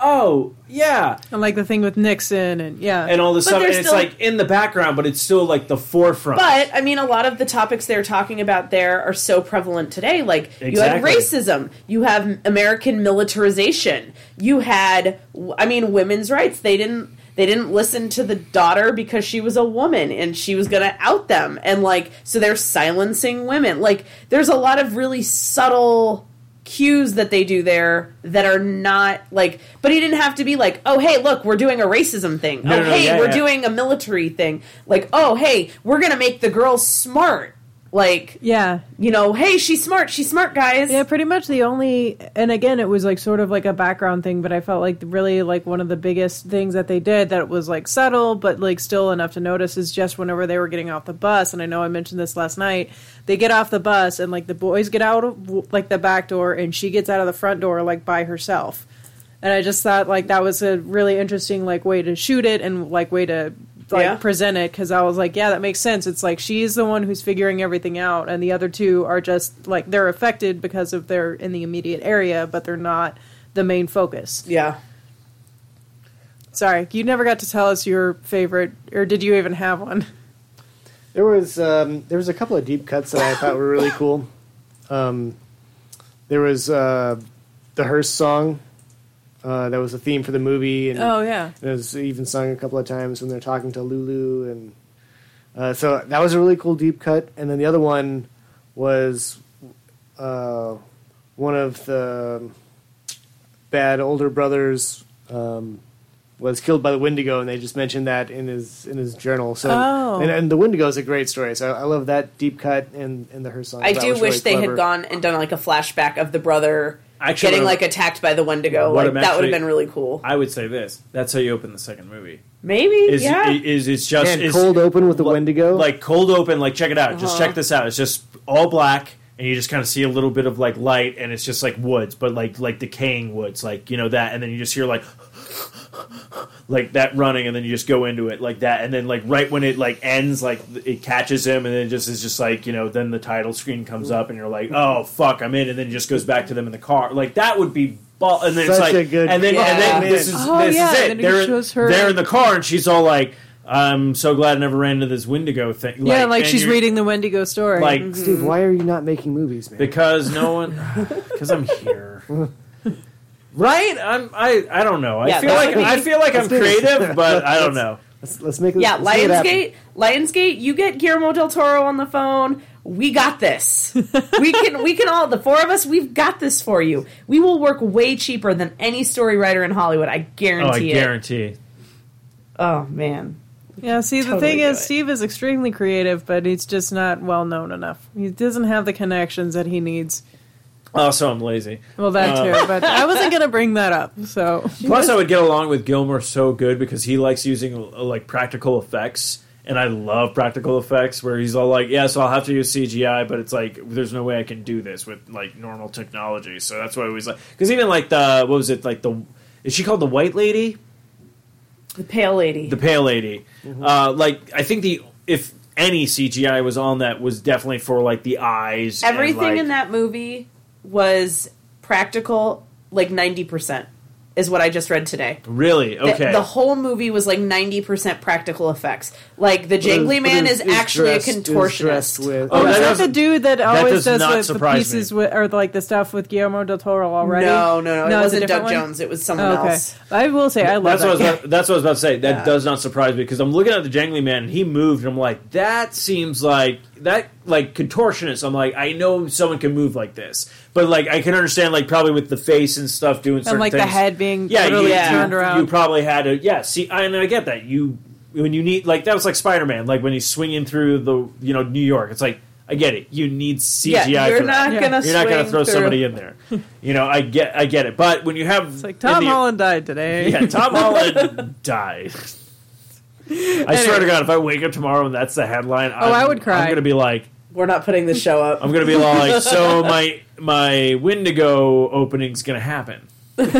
oh yeah,
And like the thing with Nixon and yeah.
and all this
But
stuff. And
there's
it's
still-
like in the background, but it's still like the forefront.
But I mean, a lot of the topics they're talking about there are so prevalent today. Like you had
Exactly.
racism, you have American militarization, you had, I mean, women's rights. They didn't they didn't listen to the daughter because she was a woman and she was going to out them, and like so they're silencing women. Like there's a lot of really subtle cues that they do there that are not like but he didn't have to be like oh hey look we're doing a racism thing
No,
oh
no, no,
hey
yeah,
we're
yeah.
doing a military thing like oh hey we're gonna make the girl smart like
yeah.
you know hey she's smart she's smart guys
Yeah, pretty much the only, and again, it was like sort of like a background thing, but I felt like really like one of the biggest things that they did that was like subtle, but like still enough to notice is just whenever they were getting off the bus, and I know I mentioned this last night, they get off the bus and like the boys get out of like the back door and she gets out of the front door like by herself. And I just thought like that was a really interesting like way to shoot it and like way to like
Yeah.
present it because I was like, yeah, that makes sense. It's like she's the one who's figuring everything out, and the other two are just like they're affected because of they're in the immediate area, but they're not the main focus.
Yeah.
Sorry, you never got to tell us your favorite, or did you even have one?
There was um, there was a couple of deep cuts that I thought were really cool. Um, there was uh, the Hearst song uh, that was the theme for the movie, and
yeah,
it was even sung a couple of times when they're talking to Lulu, and uh, so that was a really cool deep cut. And then the other one was uh, one of the bad older brothers um, was killed by the Wendigo, and they just mentioned that in his in his journal. So,
Oh.
and, and the Wendigo is a great story. So I, I love that deep cut and and the her song.
I
That
do
was
wish
really
they
clever.
had gone and done like a flashback of the brother
Actually,
getting
what I'm-
like attacked by the Wendigo.
What
Like
I'm
that would
actually-
have been really cool.
I would say this. That's how you open the second movie.
Maybe.
Is
yeah.
is, it's just
And
is-
cold open with the Wendigo.
like cold open. Like check it out. Just
Uh-huh.
check this out. It's just all black, and you just kind of see a little bit of like light, and it's just like woods, but like like decaying woods, like you know that, and then you just hear like. [laughs] Like that running, and then you just go into it like that, and then like right when it like ends, like it catches him, and then it just is just like you know. Then the title screen comes up, and you're like, "Oh fuck, I'm in," and then it just goes back to them in the car. Like that would be, ball- and then it's
Such
like,
a good
and then and then
Yeah.
this is
Oh,
this
yeah,
is
and
it.
then it
They're,
shows her-
they're in the car, and she's all like, "I'm so glad I never ran into this Wendigo thing."
[laughs] yeah, like
and
she's
you're-
reading the Wendigo story.
like
Steve,
Mm-hmm.
why are you not making movies, man?
because no one,
[laughs]
because I'm here. Right, I'm. I. I don't know. I
Yeah,
feel
that
like
would be-
I feel like I'm
Let's do this.
creative, but I don't know.
Let's, let's make it.
yeah,
let's make it happen.
Lionsgate. Lionsgate, you get Guillermo del Toro on the phone. We got this. we can we can all the four of us, we've got this for you. We will work way cheaper than any story writer in Hollywood.
Oh, I
I guarantee it.
guarantee.
Oh man.
yeah, see, the
Totally
thing
do
is,
it.
Steve is extremely creative, but he's just not well known enough. He doesn't have the connections that he needs.
Also, I'm lazy.
Well, that too, but I wasn't going to bring that up. So
Plus, I would get along with Gilmore so good because he likes using uh, like practical effects, and I love practical effects where he's all like, "Yeah, so I'll have to use CGI, but it's like there's no way I can do this with like normal technology." So that's why I was like, because even like the what was it like the is she called the White Lady?
The pale lady.
the pale lady uh, like i think the if any cgi was on that was definitely for like the eyes and,
Everything
like-
in that movie was practical, like ninety percent, is what I just read today.
really
The-
okay
The, whole movie was like ninety percent practical effects. Like the
But it-
jangly
but
man
it-
is
it's
actually
dressed-
a
it's
contortionist.
dressed with-
Oh,
Oh, is
that
that
doesn't-
the dude that
does
always does,
not
the, the
surprise
pieces
me.
with, or like the stuff with Guillermo del Toro already?
No, no, no, It
it's a
wasn't Doug
different one?
Jones. It was someone
Oh, okay,
else.
I will say I love
that's what, I
that.
was
guy.
about, that's what I was about to say. That does not surprise me because I'm looking at the jangly man and he moved. And I'm like, that seems like that like contortionist. I'm like, I know someone can move like this, but like I can understand like probably with the face and stuff doing certain
And like the
things.
head being
yeah,
literally
you,
yeah.
turned
you-
around.
You probably had to, yeah. See, I, and I get that you when you need like that was like Spider Man, like when he's swinging through the you know New York. It's like I get it. You need CGI.
yeah, you're
for that.
not
Yeah.
gonna.
You're not going to
swing
throw
through.
somebody in there. You know, I get, I get it. But when you have
[laughs] it's like Tom
in the-
Holland died today.
yeah, Tom Holland died. I swear to God, if I wake up tomorrow and that's the headline, oh, I'm,
I would cry.
I'm gonna be like,
We're not putting the show up.
I'm gonna be all like, so my my Wendigo opening's gonna happen. no,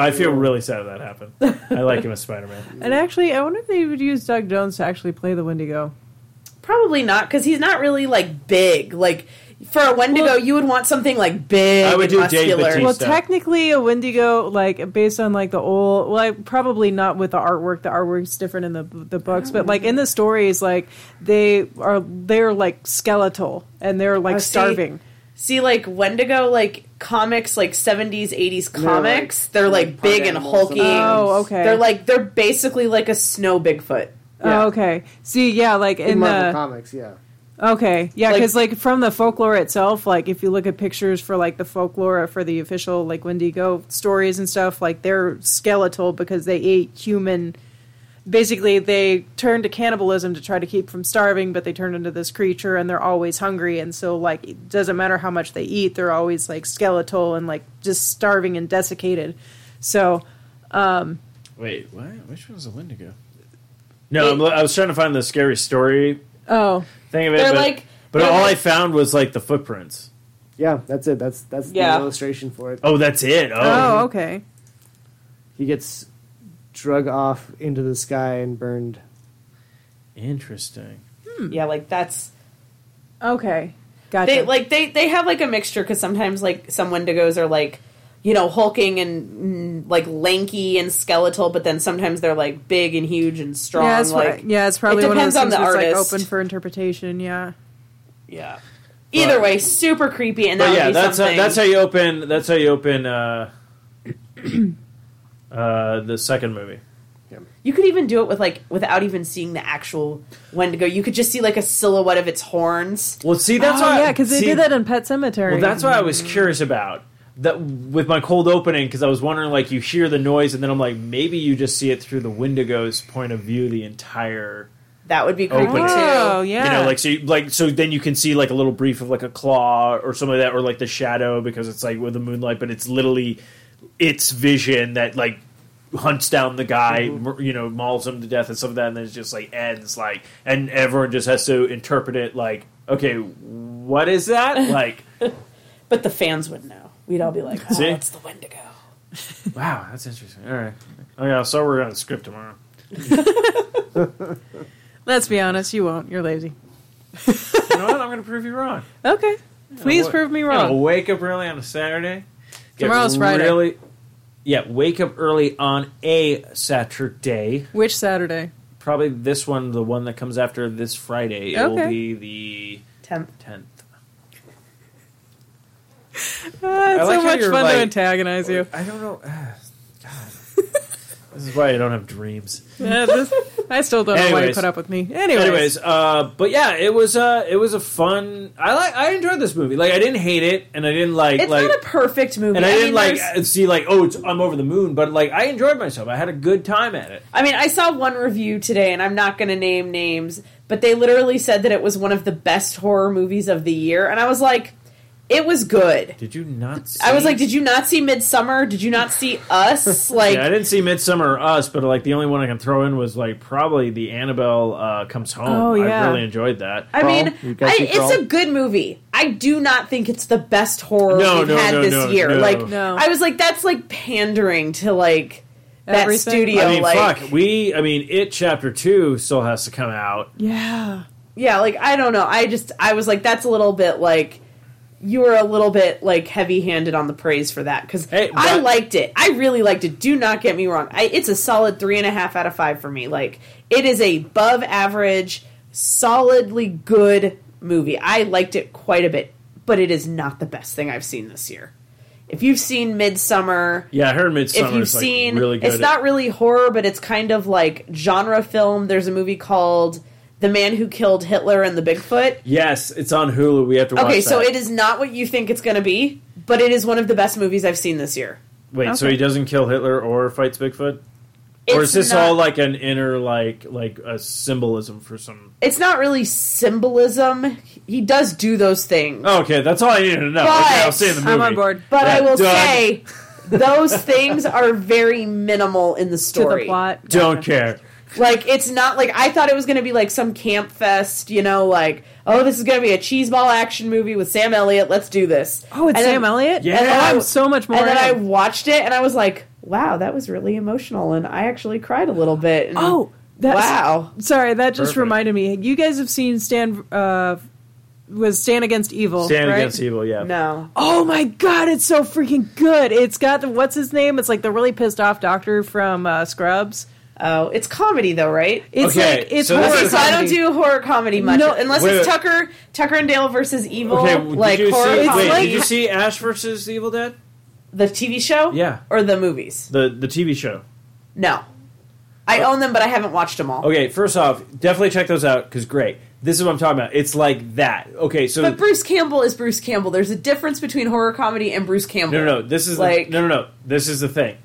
I feel really sad that happened. I like him as Spider Man.
And actually, I wonder if they would use Doug Jones to actually play the Wendigo.
[laughs] Probably not because he's not really like big. Like for a Wendigo,
Well-
you would want something like big.
I would
and
do Dave
muscular.
Bautista.
Well,
stuff.
technically, a Wendigo, like based on like the old, well, like, probably not with the artwork. The artwork's different in the the books, but like in the stories, like they are they're like skeletal and they're like
Oh, see,
starving.
See, like Wendigo, like comics, like seventies, eighties comics. They're like,
like,
big
part
and
animals
hulky.
sometimes.
Oh, okay.
They're like they're basically like a snow Bigfoot.
Oh, okay. See, yeah, like in,
in Marvel
the
comics, yeah.
okay, yeah,
Like-
because like, from the folklore itself, like if you look at pictures for like the folklore for the official like Wendigo stories and stuff, like they're skeletal because they ate human. Basically, they turned to cannibalism to try to keep from starving, but they turned into this creature, and they're always hungry. And so, like, it doesn't matter how much they eat; they're always like skeletal and like just starving and desiccated. So,
Wait, what? Which one's a Wendigo? No, I'm, I was trying to find the scary story
oh,
thing of it,
They're
but,
like-
but
they're
all
like-
I found was like the footprints.
Yeah, that's it. That's that's
Yeah.
the illustration for it.
Oh, that's it. Oh,
oh, okay,
He gets drug off into the sky and burned.
Interesting.
Yeah, like that's
Okay. Gotcha.
they like they they have like a mixture because sometimes like some Wendigos are like you know hulking and mm, like lanky and skeletal, but then sometimes they're like big and huge and strong.
yeah, it's
like
what, yeah, it's probably
it
one of those
depends
things
on the
that's like
artist.
open for interpretation. Yeah.
yeah. Either way, super creepy, and that
But yeah,
would be
that's how,
something.
that's how you open. That's how you open
[clears throat]
uh, uh, the second movie.
you could even do it with like without even seeing the actual Wendigo. You could just see like a silhouette of its horns.
Well, see, that's
oh,
why.
yeah, because they
see,
did that in Pet Cemetery.
Well, that's what I was curious about that with my cold opening because I was wondering, like, you hear the noise, and then I'm like, maybe you just see it through the Wendigo's point of view, the entire.
That would be creepy
Open.
Oh,
too.
yeah.
You know, like so, you, like so. Then you can see like a little brief of like a claw or some of that, or like the shadow because it's like with the moonlight, but it's literally its vision that like hunts down the guy, mur- you know, mauls him to death and some of that, and then it just like ends like, and everyone just has to interpret it like, okay, what is that? Like,
But the fans would know. We'd all be like, "Oh,
See?
it's the Wendigo."
wow, that's interesting. All right, oh yeah, so we're on the script tomorrow.
Let's be honest, you won't. You're lazy.
You know what? I'm going to prove you wrong.
Okay. Please
what-
prove me
You know,
wrong.
wake up early on a Saturday. Get
Tomorrow's Friday.
Really, yeah, wake up early on a Saturday.
Which Saturday?
Probably this one, the one that comes after this Friday. It will
Okay.
be the
Temp.
10th.
Ah, it's
like
so
how
much
you're
fun
like-
to
[laughs]
antagonize you.
I don't know. God. this is why I don't have
[laughs]
dreams.
Yeah, this- I still don't know why you
Anyways.
put up with me. Anyways,
Anyways, uh, but yeah, it was uh, it was a fun. I like I enjoyed this movie. Like I didn't hate it, and I didn't like
It's
like
not a perfect movie.
and I, didn't
mean,
like
there's-
see like oh it's, I'm over the moon, but like I enjoyed myself. I had a good time at it.
I mean, I saw one review today, and I'm not going to name names, but they literally said that it was one of the best horror movies of the year, and I was like, it was good.
Did you not? See?
I was like, did you not see Midsummer? Did you not see Us?
[laughs]
Like,
yeah, I didn't see Midsummer or Us, but like the only one I can throw in was like probably the Annabelle uh, comes home.
Oh,
I
yeah.
really enjoyed that.
I mean,
Crawl? You guys
I,
see Crawl?
it's a good movie. I do not think it's the best horror
No,
we've
no,
had
no,
this
no,
year.
no.
Like,
No.
I was like, that's like pandering to like that
Everything?
studio.
I mean,
like,
fuck, we. I mean, it chapter two still has to come out.
yeah,
yeah, like I don't know. I just I was like, that's a little bit like you were a little bit like heavy-handed on the praise for that because
Hey,
I
but-
liked it. I really liked it. Do not get me wrong. I, it's a solid three and a half out of five for me. Like it is a above average, solidly good movie. I liked it quite a bit, but it is not the best thing I've seen this year. If you've seen Midsummer,
Yeah, I heard Midsummer.
if you've
is, like,
seen
really good.
it's not really horror but it's kind of like genre film there's a movie called the man who killed hitler and the bigfoot
yes, it's on Hulu. We have to watch.
okay so
that.
it is not what you think it's going to be but it is one of the best movies i've seen this year
Wait, so
Okay.
he doesn't kill Hitler or fights Bigfoot,
it's
or is this
not,
all like an inner like like a symbolism for some?
it's not really symbolism he does do those things
okay, that's all I needed to know.
But-
Oh, okay, I'll see in the movie.
I'm on board.
but i
Yeah,
will
done.
say
[laughs]
those things are very minimal in the
to
story
the plot.
Don't
Gotcha.
care.
Like it's not like I thought it was going to be like some camp fest, you know, like oh this is going to be a cheeseball action movie with Sam Elliott. Let's do this.
Oh, it's
And
Sam
then-
Elliott.
Yeah.
oh,
I-
I'm so much more.
And then I
in.
watched it and I was like, wow, that was really emotional, and I actually cried a little bit. And
oh, that's,
wow,
Sorry, that just
Perfect.
reminded me. You guys have seen Stan uh, was Stand Against Evil.
Stand
right?
against evil. Yeah.
no,
Oh my god, it's so freaking good. It's got the what's his name? It's like the really pissed off doctor from uh, Scrubs.
oh, it's comedy though, right?
It's
Okay,
like it's
so this
horror
Okay,
is-
so I don't
comedy.
do horror comedy much,
No.
unless
Wait,
it's
wait.
Tucker, Tucker and Dale versus Evil,
Okay, w-
like
did you
horror
see?
comedy,
Wait,
like-
did you see Ash versus the Evil Dead?
the TV show,
Yeah.
or the movies.
The the TV show.
No, I own them, but I haven't watched them all.
Okay, first off, definitely check those out because great. This is what I'm talking about. It's like that. Okay, so
But Bruce Campbell is Bruce Campbell. There's a difference between horror comedy and Bruce Campbell.
No, no, no. This is
like
the, no, no, no. This is the thing.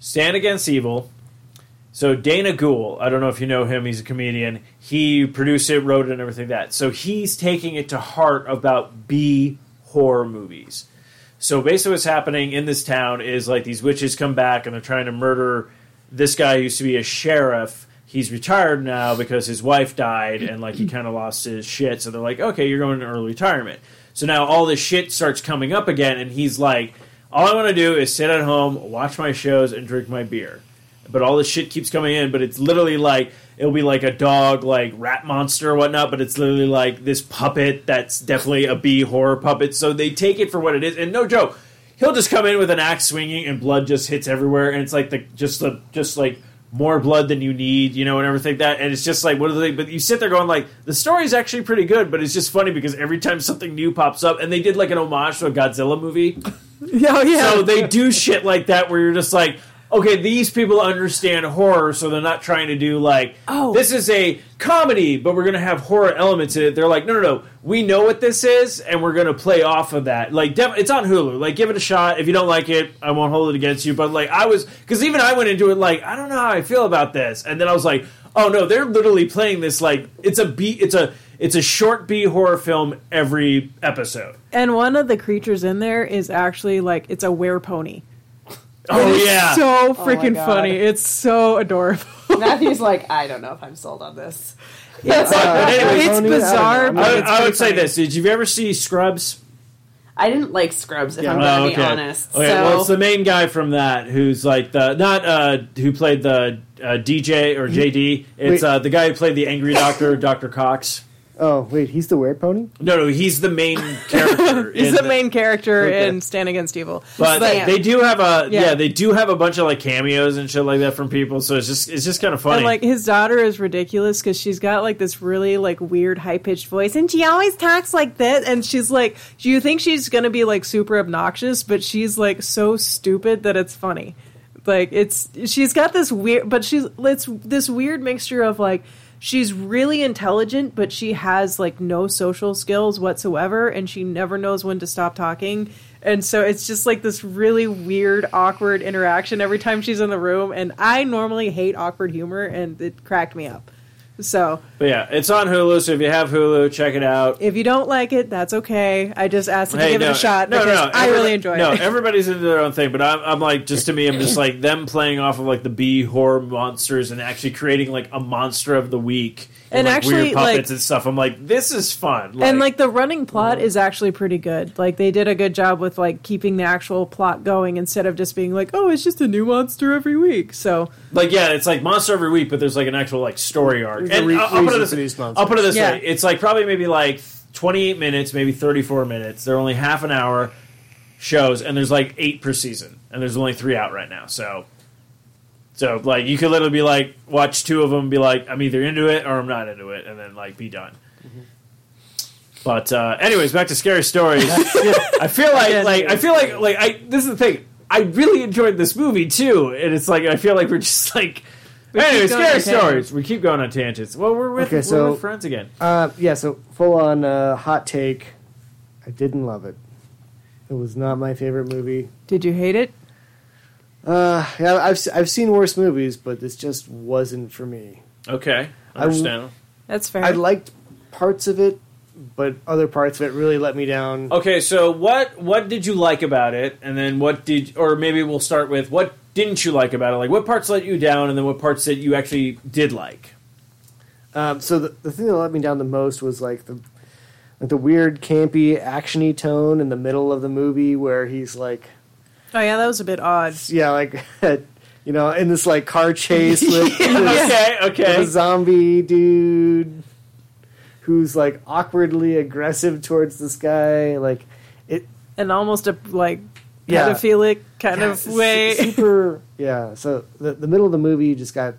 Stand against evil. So Dana Gould, I don't know if you know him. He's a comedian. He produced it, wrote it, and everything like that. So he's taking it to heart about B horror movies. So basically, what's happening in this town is like these witches come back and they're trying to murder this guy who used to be a sheriff. He's retired now because his wife died and like he kind of lost his shit. So they're like, okay, you're going to early retirement. So now all this shit starts coming up again, and he's like, all I want to do is sit at home, watch my shows, and drink my beer. but all this shit keeps coming in. But it's literally like it'll be like a dog, like rat monster or whatnot. But it's literally like this puppet that's definitely a B horror puppet. So they take it for what it is, and no joke, he'll just come in with an axe swinging, and blood just hits everywhere, and it's like the just the just like more blood than you need, you know, and everything like that. And it's just like, what are they? But you sit there going, like, the story's actually pretty good, but it's just funny because every time something new pops up, and they did like an homage to a Godzilla movie.
Oh, [laughs] yeah.
So they do shit like that where you're just like, okay, these people understand horror, so they're not trying to do like,
Oh.
this is a comedy, but we're gonna have horror elements in it. They're like, no, no, no, we know what this is, and we're gonna play off of that. Like, def- it's on Hulu. Like, give it a shot. If you don't like it, I won't hold it against you. But like, I was because even I went into it like, I don't know how I feel about this, and then I was like, oh no, they're literally playing this like it's a B, it's a it's a short B horror film every episode.
and one of the creatures in there is actually like it's a werepony. pony.
Oh yeah,
So
my
freaking
God.
funny. It's so adorable. [laughs]
Matthew's like, I don't know if I'm sold on this. uh,
It's, it's
Pony,
bizarre.
I don't know.
but
I,
it's
I
pretty
would say
funny.
this. Did you ever see Scrubs?
I didn't like Scrubs, if
Yeah.
I'm
Oh,
gonna be honest.
Oh, Okay,
so
well, it's the main guy from that who's like the not uh, who played the uh, DJ
Mm.
or JD. It's
Wait.
uh, the guy who played the angry doctor, [coughs] Doctor Cox.
Oh wait, he's the weird pony.
No, no, he's the main character.
He's
in
the main character
Okay.
in Stand Against Evil.
But
Sam.
they do have a yeah.
Yeah.
they do have a bunch of like cameos and shit like that from people. So it's just it's just kind of funny.
And like his daughter is ridiculous because she's got like this really like weird high pitched voice, and she always talks like that. And she's like, do you think she's gonna be like super obnoxious? But she's like so stupid that it's funny. Like it's she's got this weird, but she's it's this weird mixture of like she's really intelligent, but she has like no social skills whatsoever, and she never knows when to stop talking. And so it's just like this really weird, awkward interaction every time she's in the room. And I normally hate awkward humor, and it cracked me up. So
but yeah, it's on Hulu. So if you have Hulu, check it out.
if you don't like it, that's okay. I just asked if you give it a shot because I
everybody-
really enjoyed
no,
it.
everybody's into their own thing, but I'm, I'm like, just to me, I'm just like them playing off of like the B horror monsters and actually creating like a monster of the week
And
like,
actually,
weird puppets
like-
and stuff. I'm like, this is fun.
and like the running plot is actually pretty good. Like they did a good job with like keeping the actual plot going instead of just being like, oh, it's just a new monster every week. So
Like yeah, it's like monster every week, but there's like an actual like story arc.
There's a
And
re-
I'll, I'll put it
reason
this,
for these monsters.
I'll put it this
Yeah.
way: it's like probably maybe like 28 minutes, maybe 34 minutes. They're only half an hour shows, and there's like eight per season, and there's only three out right now. So, so like you could literally be like watch two of them, and be like I'm either into it or I'm not into it, and then like be done. But uh, anyways, back to scary stories. I feel like
Again.
like I feel like like I this is the thing. I really enjoyed this movie too, and it's like I feel like we're just like anyway,
keep going
scary
on tangents.
stories. We keep going on tangents. Well, we're with
Okay,
we're
so-
with friends again.
Uh, yeah. So full on uh, hot take. I didn't love it. It was not my favorite movie.
did you hate it?
Uh, yeah, I've s- I've seen worse movies, but this just wasn't for me.
Okay,
I w-
understand.
That's fair. Oh,
I liked parts of it, but other parts of it really let me down.
okay, so what what did you like about it, and then what did or maybe we'll start with what didn't you like about it? Like what parts let you down, and then what parts that you actually did like?
Um, so the, the thing that let me down the most was like the like the weird campy actiony tone in the middle of the movie where he's like
oh yeah, that was a bit odd.
yeah like [laughs] you know in this like car
[laughs]
chase with, this,
Okay,
with
okay.
a zombie dude who's like awkwardly aggressive towards this guy like it
and almost a like
Yeah.
pedophilic kind
Yeah,
of
su-
way.
[laughs] super yeah so the, the middle of the movie just got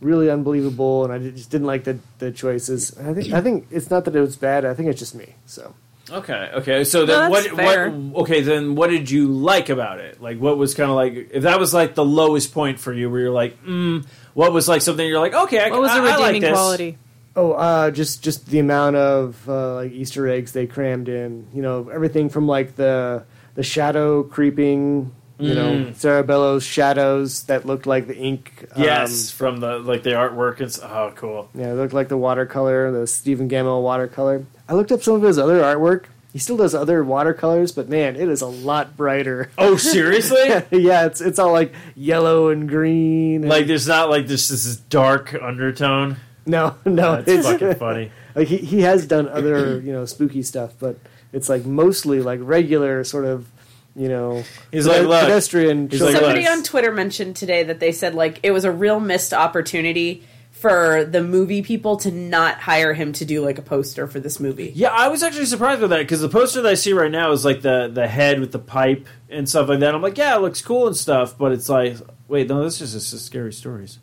really unbelievable and i did- just didn't like the, the choices And i think i think it's not that it was bad i think it's just me so
Okay. Okay. So then,
that's
what?
fair.
What? Okay. Then, what did you like about it? Like, what was kind of like if that was like the lowest point for you, where you're like, mm, what was like something you're like, okay, I,
what was
I,
the
I like
redeeming
this.
quality?
oh uh just just the amount of uh, like easter eggs they crammed in you know everything from like the the shadow creeping you
Mm.
know cerebello's shadows that looked like the ink um,
Yes, from the like the artwork. It's oh, cool.
Yeah, it looked like the watercolor, the Stephen Gamel watercolor. I looked up some of his other artwork. He still does other watercolors, but man, it is a lot brighter. [laughs]
Oh, seriously?
[laughs]
yeah, it's it's all like yellow and green. and-
like, there's not like this this dark undertone.
[laughs] no, no,
That's
[laughs]
it's
fucking funny.
like he [clears throat] he has done other you know spooky stuff, but it's like mostly like regular sort of you know,
He's like, "Look."
pedestrian.
He's like,
children.
Somebody
look.
on Twitter mentioned today that they said like it was a real missed opportunity for the movie people to not hire him to do like a poster for this movie.
Yeah, I was actually surprised by that because the poster that I see right now is like the the head with the pipe and stuff like that. I'm like, yeah, it looks cool and stuff, but it's like, wait, no, this is just a scary stories.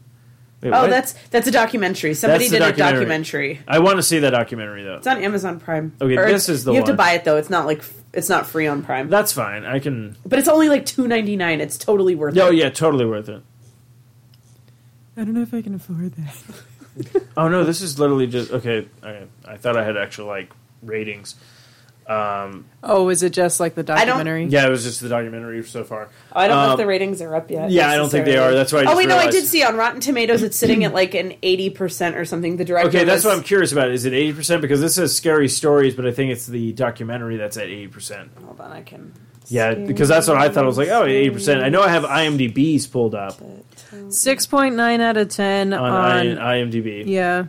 Wait,
Oh,
what?
that's that's a documentary. Somebody
That's the
did a
documentary.
documentary.
I want to see that documentary though.
It's on Amazon Prime.
Okay, this
it's-
is the
you have
one.
to buy it though. It's not like f- it's not free on Prime,
That's fine. I can.
but it's only like two ninety nine. It's totally worth
No,
it.
yeah, totally worth it.
I don't know if I can afford that.
Oh no, this is literally just okay. okay. I thought I had actual like ratings. Um,
Oh, is it just like the
don't-
documentary?
yeah, it was just the documentary so far.
I don't know
Um,
if the ratings are up yet.
yeah, I don't think they
necessarily.
are. That's why I
oh
just
wait, no, I
realized.
did see on Rotten Tomatoes it's sitting at like an eighty percent or something. The director.
Okay, that's
was-
what I'm curious about. Is it eighty percent? Because this says scary stories, but I think it's the documentary that's at eighty percent.
Hold on, I can.
Yeah, because that's what I thought. I was like, oh, 80 percent. I know I have IMDb's pulled up
Six point nine out of ten
on,
on,
I- IMDb.
yeah.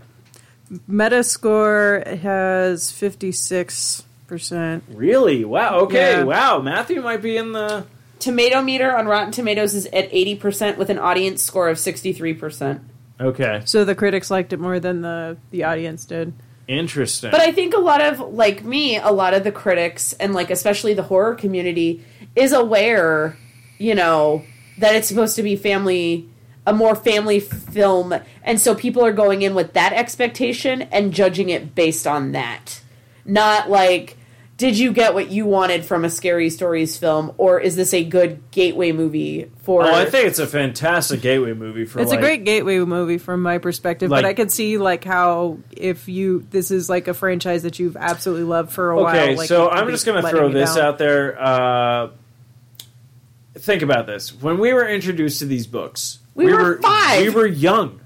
Metascore has fifty six percent.
Really? Wow. Okay.
Yeah.
Wow. Matthew might be in the.
Tomato meter on Rotten Tomatoes is at eighty percent with an audience score of sixty three percent.
Okay.
So the critics liked it more than the the audience did.
Interesting.
But I think a lot of, like me, a lot of the critics and like especially the horror community is aware, you know, that it's supposed to be family, a more family film. And so people are going in with that expectation and judging it based on that. Not like, did you get what you wanted from a Scary Stories film or is this a good gateway movie for.
oh, I think it's a fantastic gateway movie for.
It's
like,
a great gateway movie from my perspective, but
Like-
I could see like how if you this is like a franchise that you've absolutely loved for a while.
Okay,
like,
so
it could
I'm
be
just going to
letting
throw
you
this
down.
out there. Uh, think about this. When we were introduced to these books,
We were five.
We were young.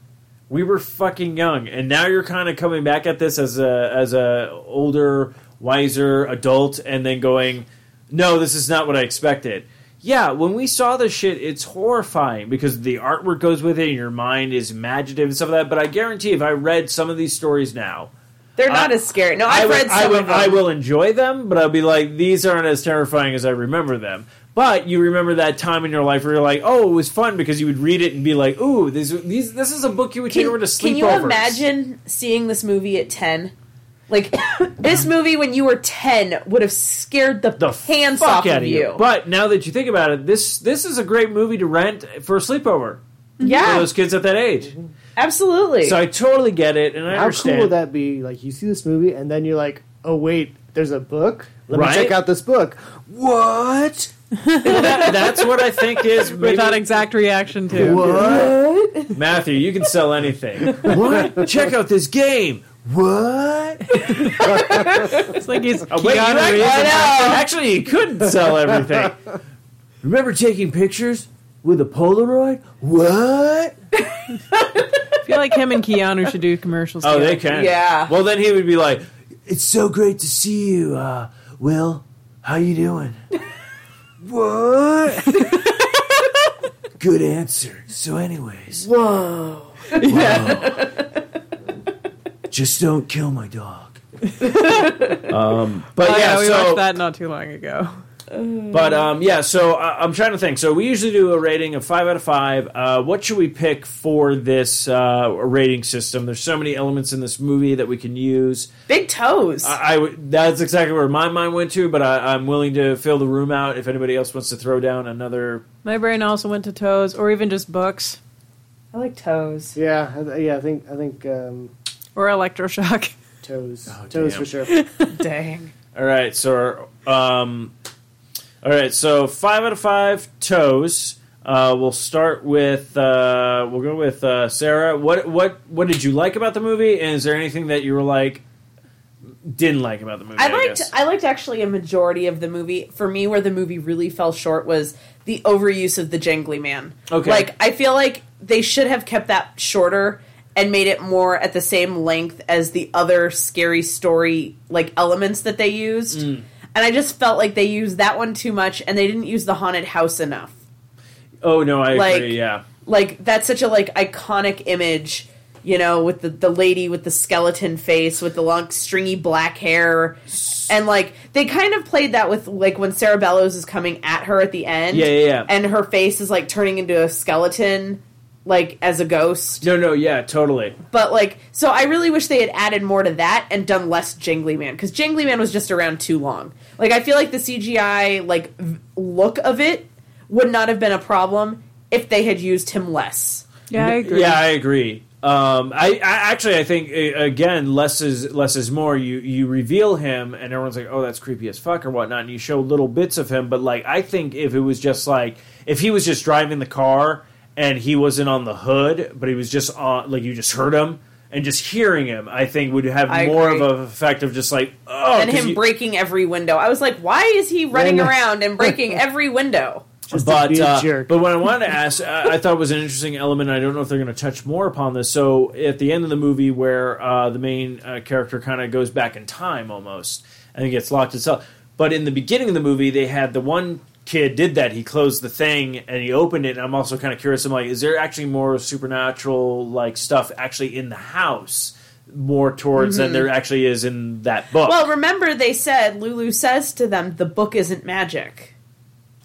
We were fucking young, and now you're kind of coming back at this as a as a older, wiser adult, and then going, "No, this is not what I expected." Yeah, when we saw this shit, it's horrifying because the artwork goes with it, and your mind is imaginative and stuff like that. But I guarantee, if I read some of these stories now,
They're not
I-
as scary. No,
I
I've
will-
read some
I will,
of them.
I will enjoy them, but I'll be like, these aren't as terrifying as I remember them. But you remember that time in your life where you're like, oh, it was fun because you would read it and be like, ooh, these, these, this is a book you would take over to sleepovers.
you imagine seeing this movie at 10? Like, [coughs] this movie when you were 10 would have scared the,
the
pants
fuck
off
out
of
you.
you.
But now that you think about it, this this is a great movie to rent for a sleepover for
yeah,
those kids at that age.
absolutely.
So I totally get it, and I
How
understand.
cool would that be? Like you see this movie and then you're like, oh wait, there's a book. Let
Right?
me check out this book. What?
[laughs] That- that's what I think
[laughs]
is maybe,
Without exact reaction to
What?
Matthew. You can sell
[laughs]
anything. what? Check out this game.
What?
it's like he's
[laughs] Oh, wait, you
Keanu
actually,
Reeves.
actually, you couldn't sell everything. [laughs] Remember taking pictures with a Polaroid? What?
I feel like him and Keanu should do commercials.
Oh, they
together.
can.
Yeah.
Well, then he would be like, "It's so great to see you, uh, Will. How you [laughs] doing? [laughs] what? Good answer. So, anyways, whoa, Just don't kill my [laughs] dog. um, but
Oh,
yeah,
we
so
watched that not too long ago.
But um, yeah, so I, I'm trying to think. So we usually do a rating of five out of five. Uh, what should we pick for this uh, rating system? There's so many elements in this movie that we can use.
Big toes.
I, I w- that's exactly where my mind went to, but I, I'm willing to fill the room out if anybody else wants to throw down another.
My brain also went to toes, or even just books,
I like toes.
Yeah, I th- yeah. I think I think um,
or electroshock.
toes,
Oh,
toes
damn. [laughs]
for sure.
Dang.
All right, so um, all right, so five out of five toes. Uh, we'll start with uh, we'll go with uh, Sarah. What what what did you like about the movie? And is there anything that you were like didn't like about the movie?
I liked
guess?
I liked actually a majority of the movie. For me, where the movie really fell short was the overuse of the jangly man.
Okay.
Like I feel like they should have kept that shorter and made it more at the same length as the other scary story like elements that they used.
Mm.
And I just felt like they used that one too much and they didn't use the haunted house enough.
oh no, I
like-
agree. Yeah,
Like that's such a like iconic image. you know, with the, the lady with the skeleton face, with the long stringy black hair, and like they kind of played that with like when Sarah Bellows is coming at her at the end,
Yeah, yeah, yeah.
and her face is like turning into a skeleton, like as a ghost.
No, no, yeah, totally.
But like, so I really wish they had added more to that and done less Jangly Man because Jangly Man was just around too long. Like, I feel like the CGI like v- look of it would not have been a problem if they had used him less.
Yeah, I agree.
Yeah, I agree. Um, I, I actually, I think uh, again, less is less is more. You you reveal him, and everyone's like, "Oh, that's creepy as fuck" or whatnot. And you show little bits of him, but like, I think if it was just like if he was just driving the car and he wasn't on the hood, but he was just on, like you just heard him and just hearing him, I think would have
I
more
agree.
of an effect of just like, oh,
and
'cause
him
you-
breaking every window. I was like, why is he running
Then-
[laughs]
around and breaking every window?
Just to
but
be a
uh,
jerk.
but what I wanted to ask, I, I thought was an interesting element. and I don't know if they're going to touch more upon this. So at the end of the movie, where uh, the main uh, character kind of goes back in time almost and he gets locked itself. But in the beginning of the movie, they had the one kid did that. He closed the thing and he opened it. And I'm also kind of curious. I'm like, is there actually more supernatural like stuff actually in the house? More towards than there actually is in that book.
Well, remember they said Lulu says to them, "The book isn't magic."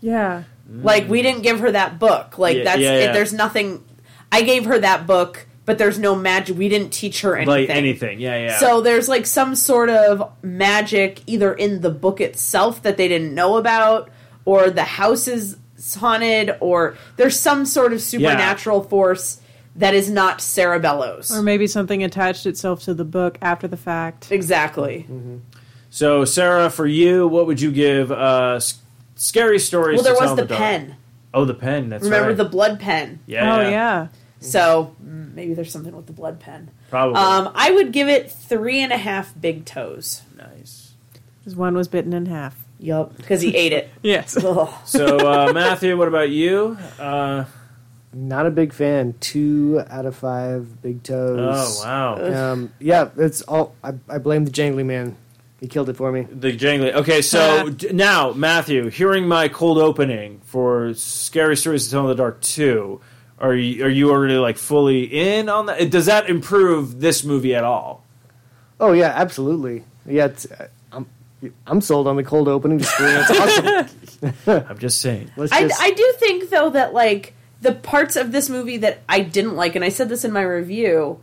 yeah.
Like we didn't give her that book. Like
Yeah,
that's
yeah,
it,
yeah.
there's nothing. I gave her that book, but there's no magic. We didn't teach her anything.
like anything, yeah, yeah.
So there's like some sort of magic either in the book itself that they didn't know about, or the house is haunted, or there's some sort of supernatural force that is not Sarah Bellows.
Or maybe something attached itself to the book after the fact.
exactly.
Mm-hmm. So, Sarah, for you, what would you give uh, s- scary stories?
Well, there
to tell
was
in
the
dark?
pen.
Oh, the pen. That's
Remember
right.
the blood pen.
yeah,
oh
yeah,
yeah.
So mm, maybe there's something with the blood pen.
probably
Um, I would give it three and a half big toes.
nice.
'Cause one was bitten in half. Oh,
Yup, because he
[laughs]
ate it.
Yes.
Ugh.
So,
[laughs]
uh, Matthew, what about you? Uh,
Not a big fan. Two out of five big toes.
oh
Uh,
wow,
Um, yeah, it's all. I, I blame the jangly man. He killed it for me.
the jangly. Okay, so d- now Matthew, hearing my cold opening for scary stories to tell in the dark two, are you are you already like fully in on that? Does that improve this movie at all?
Oh yeah, absolutely. Yeah, it's, uh, I'm I'm sold on the cold opening. Just for- It's awesome.
I'm just saying.
Let's
I,
just,
I do think though that like the parts of this movie that I didn't like, and I said this in my review,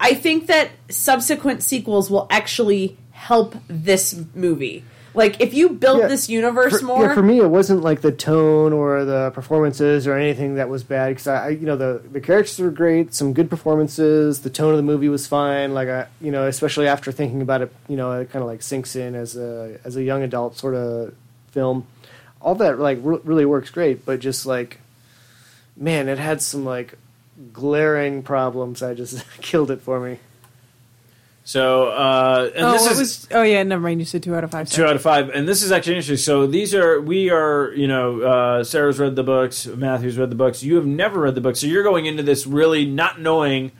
I think that subsequent sequels will actually help this movie. Like if you build
Yeah.
this universe
for,
more,
Yeah, for me, it wasn't like the tone or the performances or anything that was bad because I, I, you know, the the characters were great, some good performances. The tone of the movie was fine. Like I, you know, especially after thinking about it, you know, it kind of like sinks in as a as a young adult sort of film. All that like re- really works great, but just like, man, it had some like glaring problems. I just [laughs] killed it for me.
So, uh, and
oh,
this
it
is
was. Oh yeah, never mind. You said two out of five.
two out of five and this is actually interesting so these are we are you know uh, sarah's read the books matthew's read the books you have never read the book so you're going into this really not knowing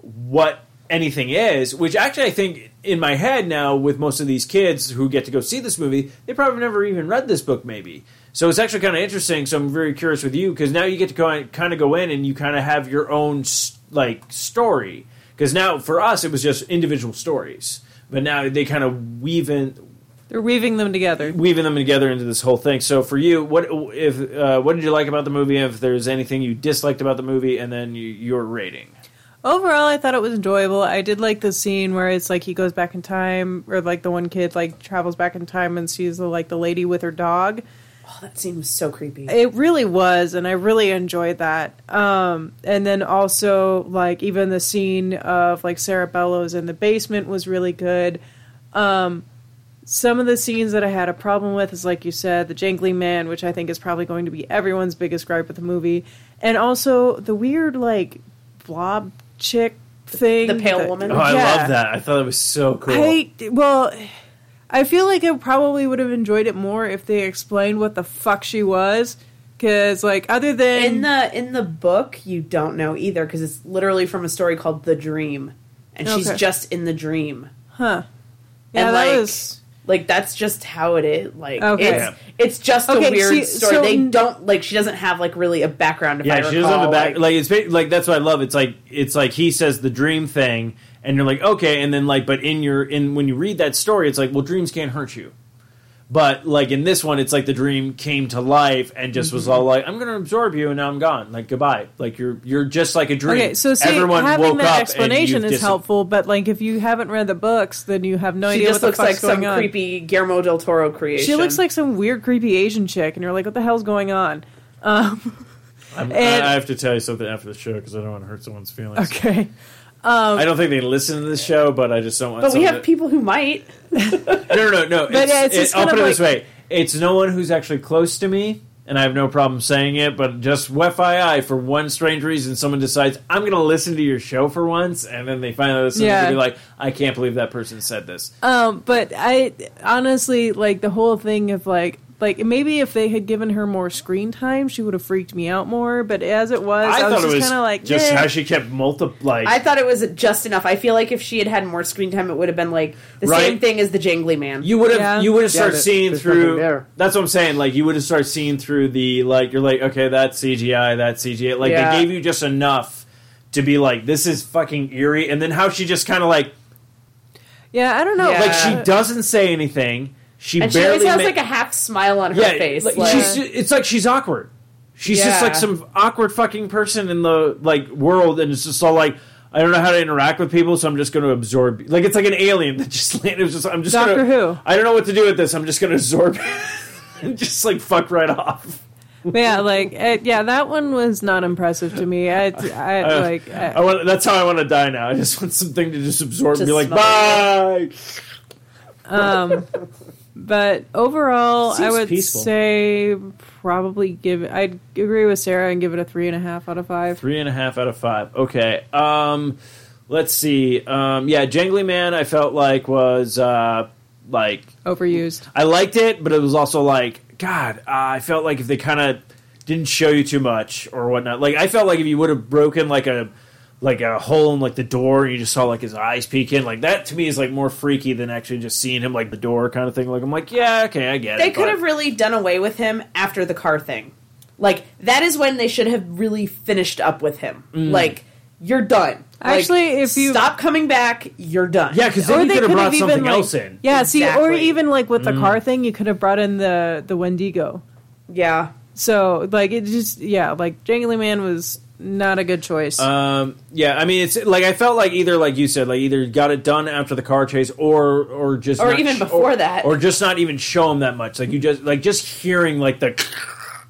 what anything is which actually i think in my head now with most of these kids who get to go see this movie they probably never even read this book maybe so it's actually kind of interesting so i'm very curious with you because now you get to go kind of go in and you kind of have your own s- like story because now for us it was just individual stories but now they kind of weave in
They're weaving them together.
weaving them together into this whole thing. So for you, what if uh, what did you like about the movie? If there's anything you disliked about the movie, and then you, your rating.
Overall, I thought it was enjoyable. I did like the scene where it's like he goes back in time, or like the one kid like travels back in time and sees the like the lady with her dog.
oh, that scene was so creepy.
It really was, and I really enjoyed that. Um, and then also, like, even the scene of like Sarah Bellows in the basement was really good. Um, some of the scenes that I had a problem with is, like you said, the jangly man, which I think is probably going to be everyone's biggest gripe with the movie, and also the weird like blob chick thing,
The pale woman?
Oh, I
Yeah.
love that. I thought it was so cool.
I well, I feel like I probably would have enjoyed it more if they explained what the fuck she was. Because like other than
in the in the book, you don't know either because it's literally from a story called The Dream, and she's
Okay.
just in the dream.
huh, yeah,
and,
that
like,
was
Like that's just how it is. Like
Okay.
it's it's just
Okay,
a weird
see,
story.
so-
they don't like she doesn't have like really a background. If I
yeah,
recall,
she doesn't have a back.
like-
Like, it's ba- like that's what I love. It's like it's like he says the dream thing, and you're like okay, and then like but in your in when you read that story, it's like well dreams can't hurt you, but like in this one, it's like the dream came to life and just
Mm-hmm.
was all like I'm gonna absorb you and now I'm gone. Like goodbye. Like you're you're just like a dream.
Okay, so see,
everyone
having
woke
that
up
explanation
and
is
you've dis-
helpful, but like if you haven't read the books, then you have no
she
idea
just
what
looks
the
like
fuck's
some
going on.
creepy Guillermo del Toro creation.
She looks like some weird, creepy Asian chick, and you're like, "What the hell's going on?" [laughs]
I'm,
and-
I I have to tell you something after the show because I don't want to hurt someone's feelings.
Okay,
I don't think they listen to the show, but I just don't want.
but we
someone
have
to-
people who might.
no, no, no. no.
But,
It's,
yeah, it's
it-
just
I'll
kind
put
of
it this way: it's no one who's actually close to me, and I have no problem saying it. But just FYI, for one strange reason, someone decides I'm going to listen to your show for once, and then they find out this
Yeah.
and be like, "I can't believe that person said this."
um, but I honestly like the whole thing of like. Like maybe if they had given her more screen time, she would have freaked me out more. But as it was, I,
I,
was
thought
just
it was
kind of like,
just
"Eh."
how she kept multiplying.
I thought it was just enough. I feel like if she had had more screen time, it would have been like the
Right.
same thing as the Jangly Man.
you would have
Yeah.
you would have
Yeah,
started
there-
seeing
there's nothing
through
there.
that's what i'm saying like you would have started seeing through the like you're like okay that's cgi that's cgi like
Yeah.
they gave you just enough to be like this is fucking eerie and then how she just kind of like
yeah, I don't know. Uh,
Yeah.
like she doesn't say anything she
and she
barely
always has
ma-
like a half smile on her
yeah,
face.
like,
like-
she's it's like she's awkward she's just
Yeah.
like some awkward fucking person in the like world and it's just all like I don't know how to interact with people, so I'm just going to absorb. Like it's like an alien that [laughs] just landed. it was Just, I'm just
Doctor
gonna,
Who.
I don't know what to do with this. I'm just going to absorb [laughs] and just like fuck right off.
But yeah, like it, yeah, that one was not impressive to me. I,
[laughs]
I
Uh,
like eh.
I
I,
want. That's how I want to die now. I just want something to just absorb
Just
and be like,
smother
bye.
Um, but overall, I
Seems
would
peaceful.
say probably give. I'd agree with Sarah and give it a three and a half out of five.
Three and a half out of five. Okay. Um, let's see. Um, yeah, Jangly Man. I felt like was uh, like
Overused.
I liked it, but it was also like, God, uh, I felt like if they kind of didn't show you too much or whatnot, like I felt like if you would have broken like a like a hole in like the door, and you just saw like his eyes peek in, like that to me is like more freaky than actually just seeing him like the door kind of thing. Like I'm like, yeah, okay, I get it.
they could
but-
have really done away with him after the car thing. Like that is when they should have really finished up with him.
Mm.
Like you're done. Like,
Actually, if you-
stop coming back, you're done.
yeah, because then you could have brought something
like,
else in. Mm.
Yeah, see, or
Exactly.
even like with the car thing, you could have brought in the the Wendigo.
yeah.
So like it just yeah, like Jangly Man was not a good choice.
Um, yeah, I mean, it's like I felt like either, like you said, like either got it done after the car chase, or or just
Or
not
even
sh-
before
or-
that.
or just not even show him that much. Like you just like just hearing like the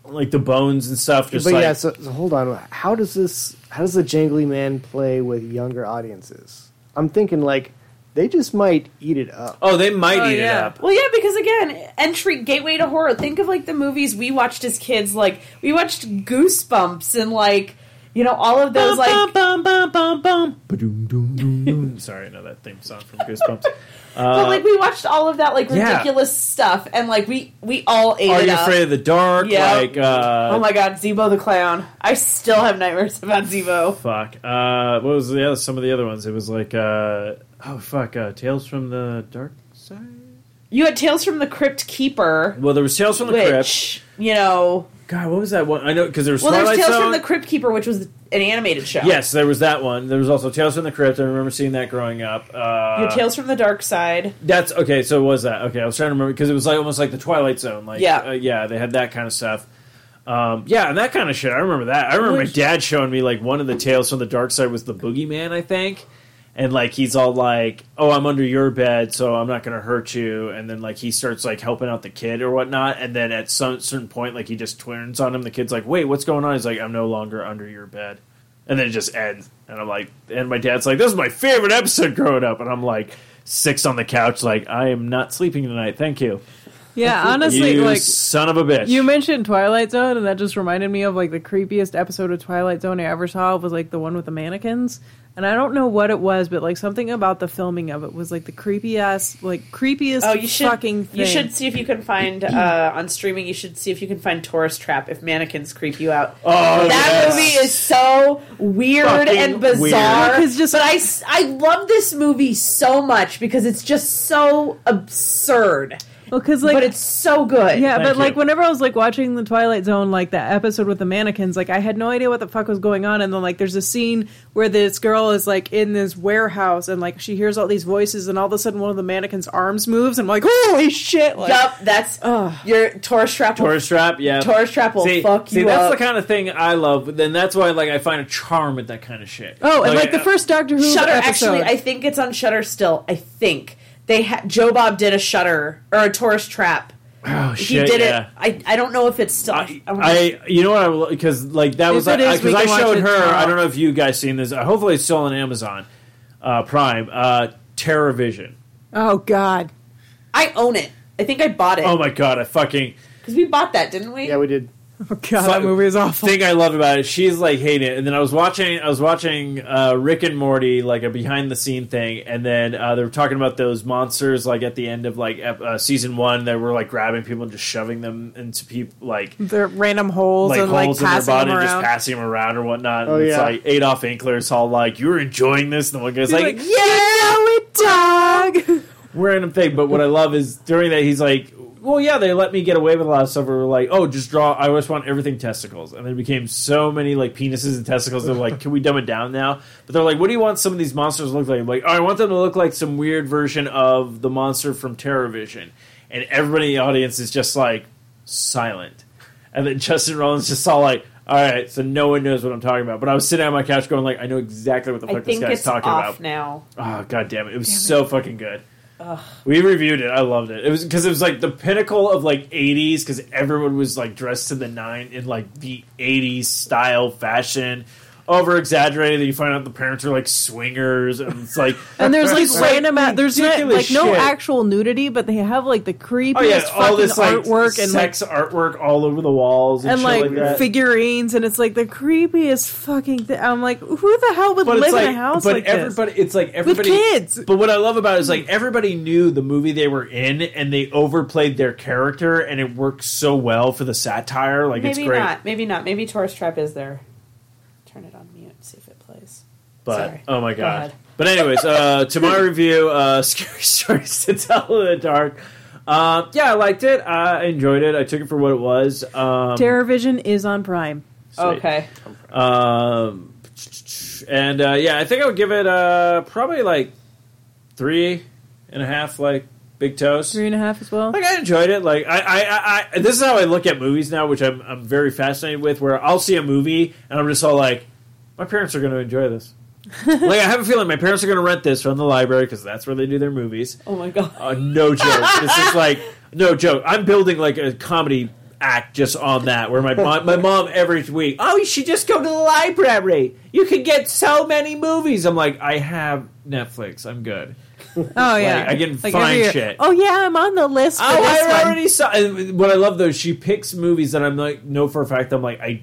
like the bones and stuff. Just
But
like
yeah, so, so hold on. How does this? How does the Jangly Man play with younger audiences? I'm thinking like they just might eat it up.
oh, they might
Oh,
eat it
yeah.
up.
Well, yeah, because again, entry gateway to horror. Think of like the movies we watched as kids. Like we watched Goosebumps and like you know all of those like
Bum, bum, bum, bum,
[laughs]
bum. Sorry, I know that theme song from Goosebumps.
but like we watched all of that like
yeah.
ridiculous stuff and like we we all ate
Uh, Are
it
you
up.
afraid of the dark?
Yeah.
Like uh,
Oh my god, Zebo the clown. I still have nightmares about Zebo.
Fuck. Uh, what was the other, some of the other ones? It was like uh, oh fuck, uh, Tales from the Dark Side.
You had Tales from the Crypt Keeper,
Well, there was Tales from the Crypt.
which you know.
God, what was that one? I know because there was
Well, there's
Twilight
Tales
Zone.
from the Crypt Keeper, which was an animated show.
yes, there was that one. There was also Tales from the Crypt. I remember seeing that growing up.
You
Uh,
had Tales from the Dark Side.
that's okay. So was that okay? I was trying to remember because it was like almost like the Twilight Zone. Like
Yeah.
uh, yeah, they had that kind of stuff. Um, yeah, and that kind of shit. I remember that. I remember my dad showing me like one of the Tales from the Dark Side was the Boogeyman, I think. And like he's all like, "Oh, I'm under your bed, so I'm not gonna hurt you." And then like he starts like helping out the kid or whatnot. And then at some certain point, like he just turns on him. The kid's like, "Wait, what's going on?" He's like, "I'm no longer under your bed." And then it just ends. And I'm like, and my dad's like, "This is my favorite episode growing up." And I'm like, six on the couch, like, "I am not sleeping tonight, thank you."
Yeah, honestly,
you
like
son of a bitch.
You mentioned Twilight Zone, and that just reminded me of like the creepiest episode of Twilight Zone I ever saw was like the one with the mannequins. And I don't know what it was, but like something about the filming of it was like the creepiest, like creepiest
Oh, you should
fucking thing.
you should see if you
[clears throat]
can find uh, on streaming. You should see if you can find Tourist Trap if mannequins creep you out.
oh,
that
yes.
movie is so weird
Fucking
and
weird.
bizarre.
Because just-
but I, s- I love this movie so much because it's just so absurd,
because like
but it's so good.
yeah,
Thank
but like
you.
whenever I was like watching the Twilight Zone, like that episode with the mannequins, like I had no idea what the fuck was going on. And then like there's a scene where this girl is like in this warehouse, and like she hears all these voices, and all of a sudden one of the mannequins' arms moves, and I'm like, holy shit! Like,
yup, that's your Taurus Trap. will-
Tourist trap, yeah.
Tourist trap will
see,
fuck
see,
you
that's
up.
the kind of thing I love. But then that's why, like, I find a charm with that kind of shit.
Oh, and like the
uh,
first Doctor Who
Shutter.
episode.
Actually, I think it's on Shutter still. I think they ha- Joe Bob did a Shutter or a Taurus Trap.
Oh
He
shit!
did
yeah.
it. I, I don't know if it's still.
I,
I'm-
I, you know what? I because like that was
it is,
because
we
I,
can watch
showed
it
her.
tomorrow.
I don't know if you guys seen this. Uh, hopefully, it's still on Amazon uh, Prime. Uh, TerraVision.
oh God.
I own it. I think I bought it
Oh
because
my god! I fucking
we bought that, didn't we?
Yeah, we did.
Oh god,
Fuck-
that movie is awful.
thing I love about it. She's like hating it. And then I was watching, I was watching uh, Rick and Morty, like a behind the scene thing. And then uh, they were talking about those monsters, like at the end of like ep- uh, season one, that were like grabbing people and just shoving them into people, like
They're random holes
like
and like
holes in their
passing
body
them
and just
around.
passing them around or whatnot. And
Oh,
it's
yeah.
like Adolf Inkler's all like, "You're enjoying this," and the one guy's
You're
like,
like, yeah, we dog.
we're in a thing. But what I love is during that he's like, well, yeah, they let me get away with a lot of stuff. We were like, oh, just draw. I always want everything testicles, and there became so many like penises and testicles. They're like, can we dumb it down now? But they're like, what do you want some of these monsters to look like? I'm like, oh, I want them to look like some weird version of the monster from TerrorVision, and everybody in the audience is just like silent. And then Justin Rollins just saw like, all right, so no one knows what I'm talking about. But I was sitting on my couch going like, I know exactly what the fuck
I
this
think
guy's
it's
talking
off
about.
now.
Oh god damn it! It was so fucking good. We reviewed it. I loved it. It was because it was like the pinnacle of like '80s because everyone was like dressed to the nine in like the '80s style fashion, over exaggerated. You find out the parents are like swingers, and it's
[laughs]
like
And there's like
Just,
random. Like, there's not,
ridiculous
like no
shit.
actual nudity, but they have like the creepiest
oh yeah,
fucking
all this like
artwork and like
sex artwork all over the walls and,
and
shit
like,
like, that.
figurines, and it's like the creepiest fucking. thing. I'm like, who the hell would
but
live
it's like,
in a house
but
like this?
everybody, it's like everybody
kids.
But what I love about it is like everybody knew the movie they were in, and they overplayed their character, and it worked so well for the satire. Like
Maybe
it's great,
not. Maybe not. Maybe Taurus Trap is there. Turn it on mute. See if it plays.
but
Sorry.
oh my
Go
god.
ahead.
but anyways,
[laughs]
uh, to my review, uh, [laughs] scary stories to tell in the dark. Uh, yeah, I liked it. I enjoyed it. I took it for what it was. Um,
TerraVision is on Prime.
sweet.
Okay.
Um, and uh, yeah, I think I would give it uh, probably like three and a half, like big toes.
Three and a half as well.
Like I enjoyed it. Like I, I, I, I this is how I look at movies now, which I'm, I'm very fascinated with. Where I'll see a movie and I'm just all like, my parents are going to enjoy this. like I have a feeling my parents are going to rent this from the library because that's where they do their movies.
Oh my god.
Uh, no joke. this is like no joke. I'm building like a comedy act just on that. Where my mom, my mom every week, oh, you should just go to the library. You can get so many movies. I'm like, I have Netflix. I'm good.
oh yeah,
I can
every
find
year.
shit.
Oh yeah, I'm on the list. For
Oh,
this
I
one.
already saw. And what I love though, she picks movies that I'm like, know for a fact, I'm like, I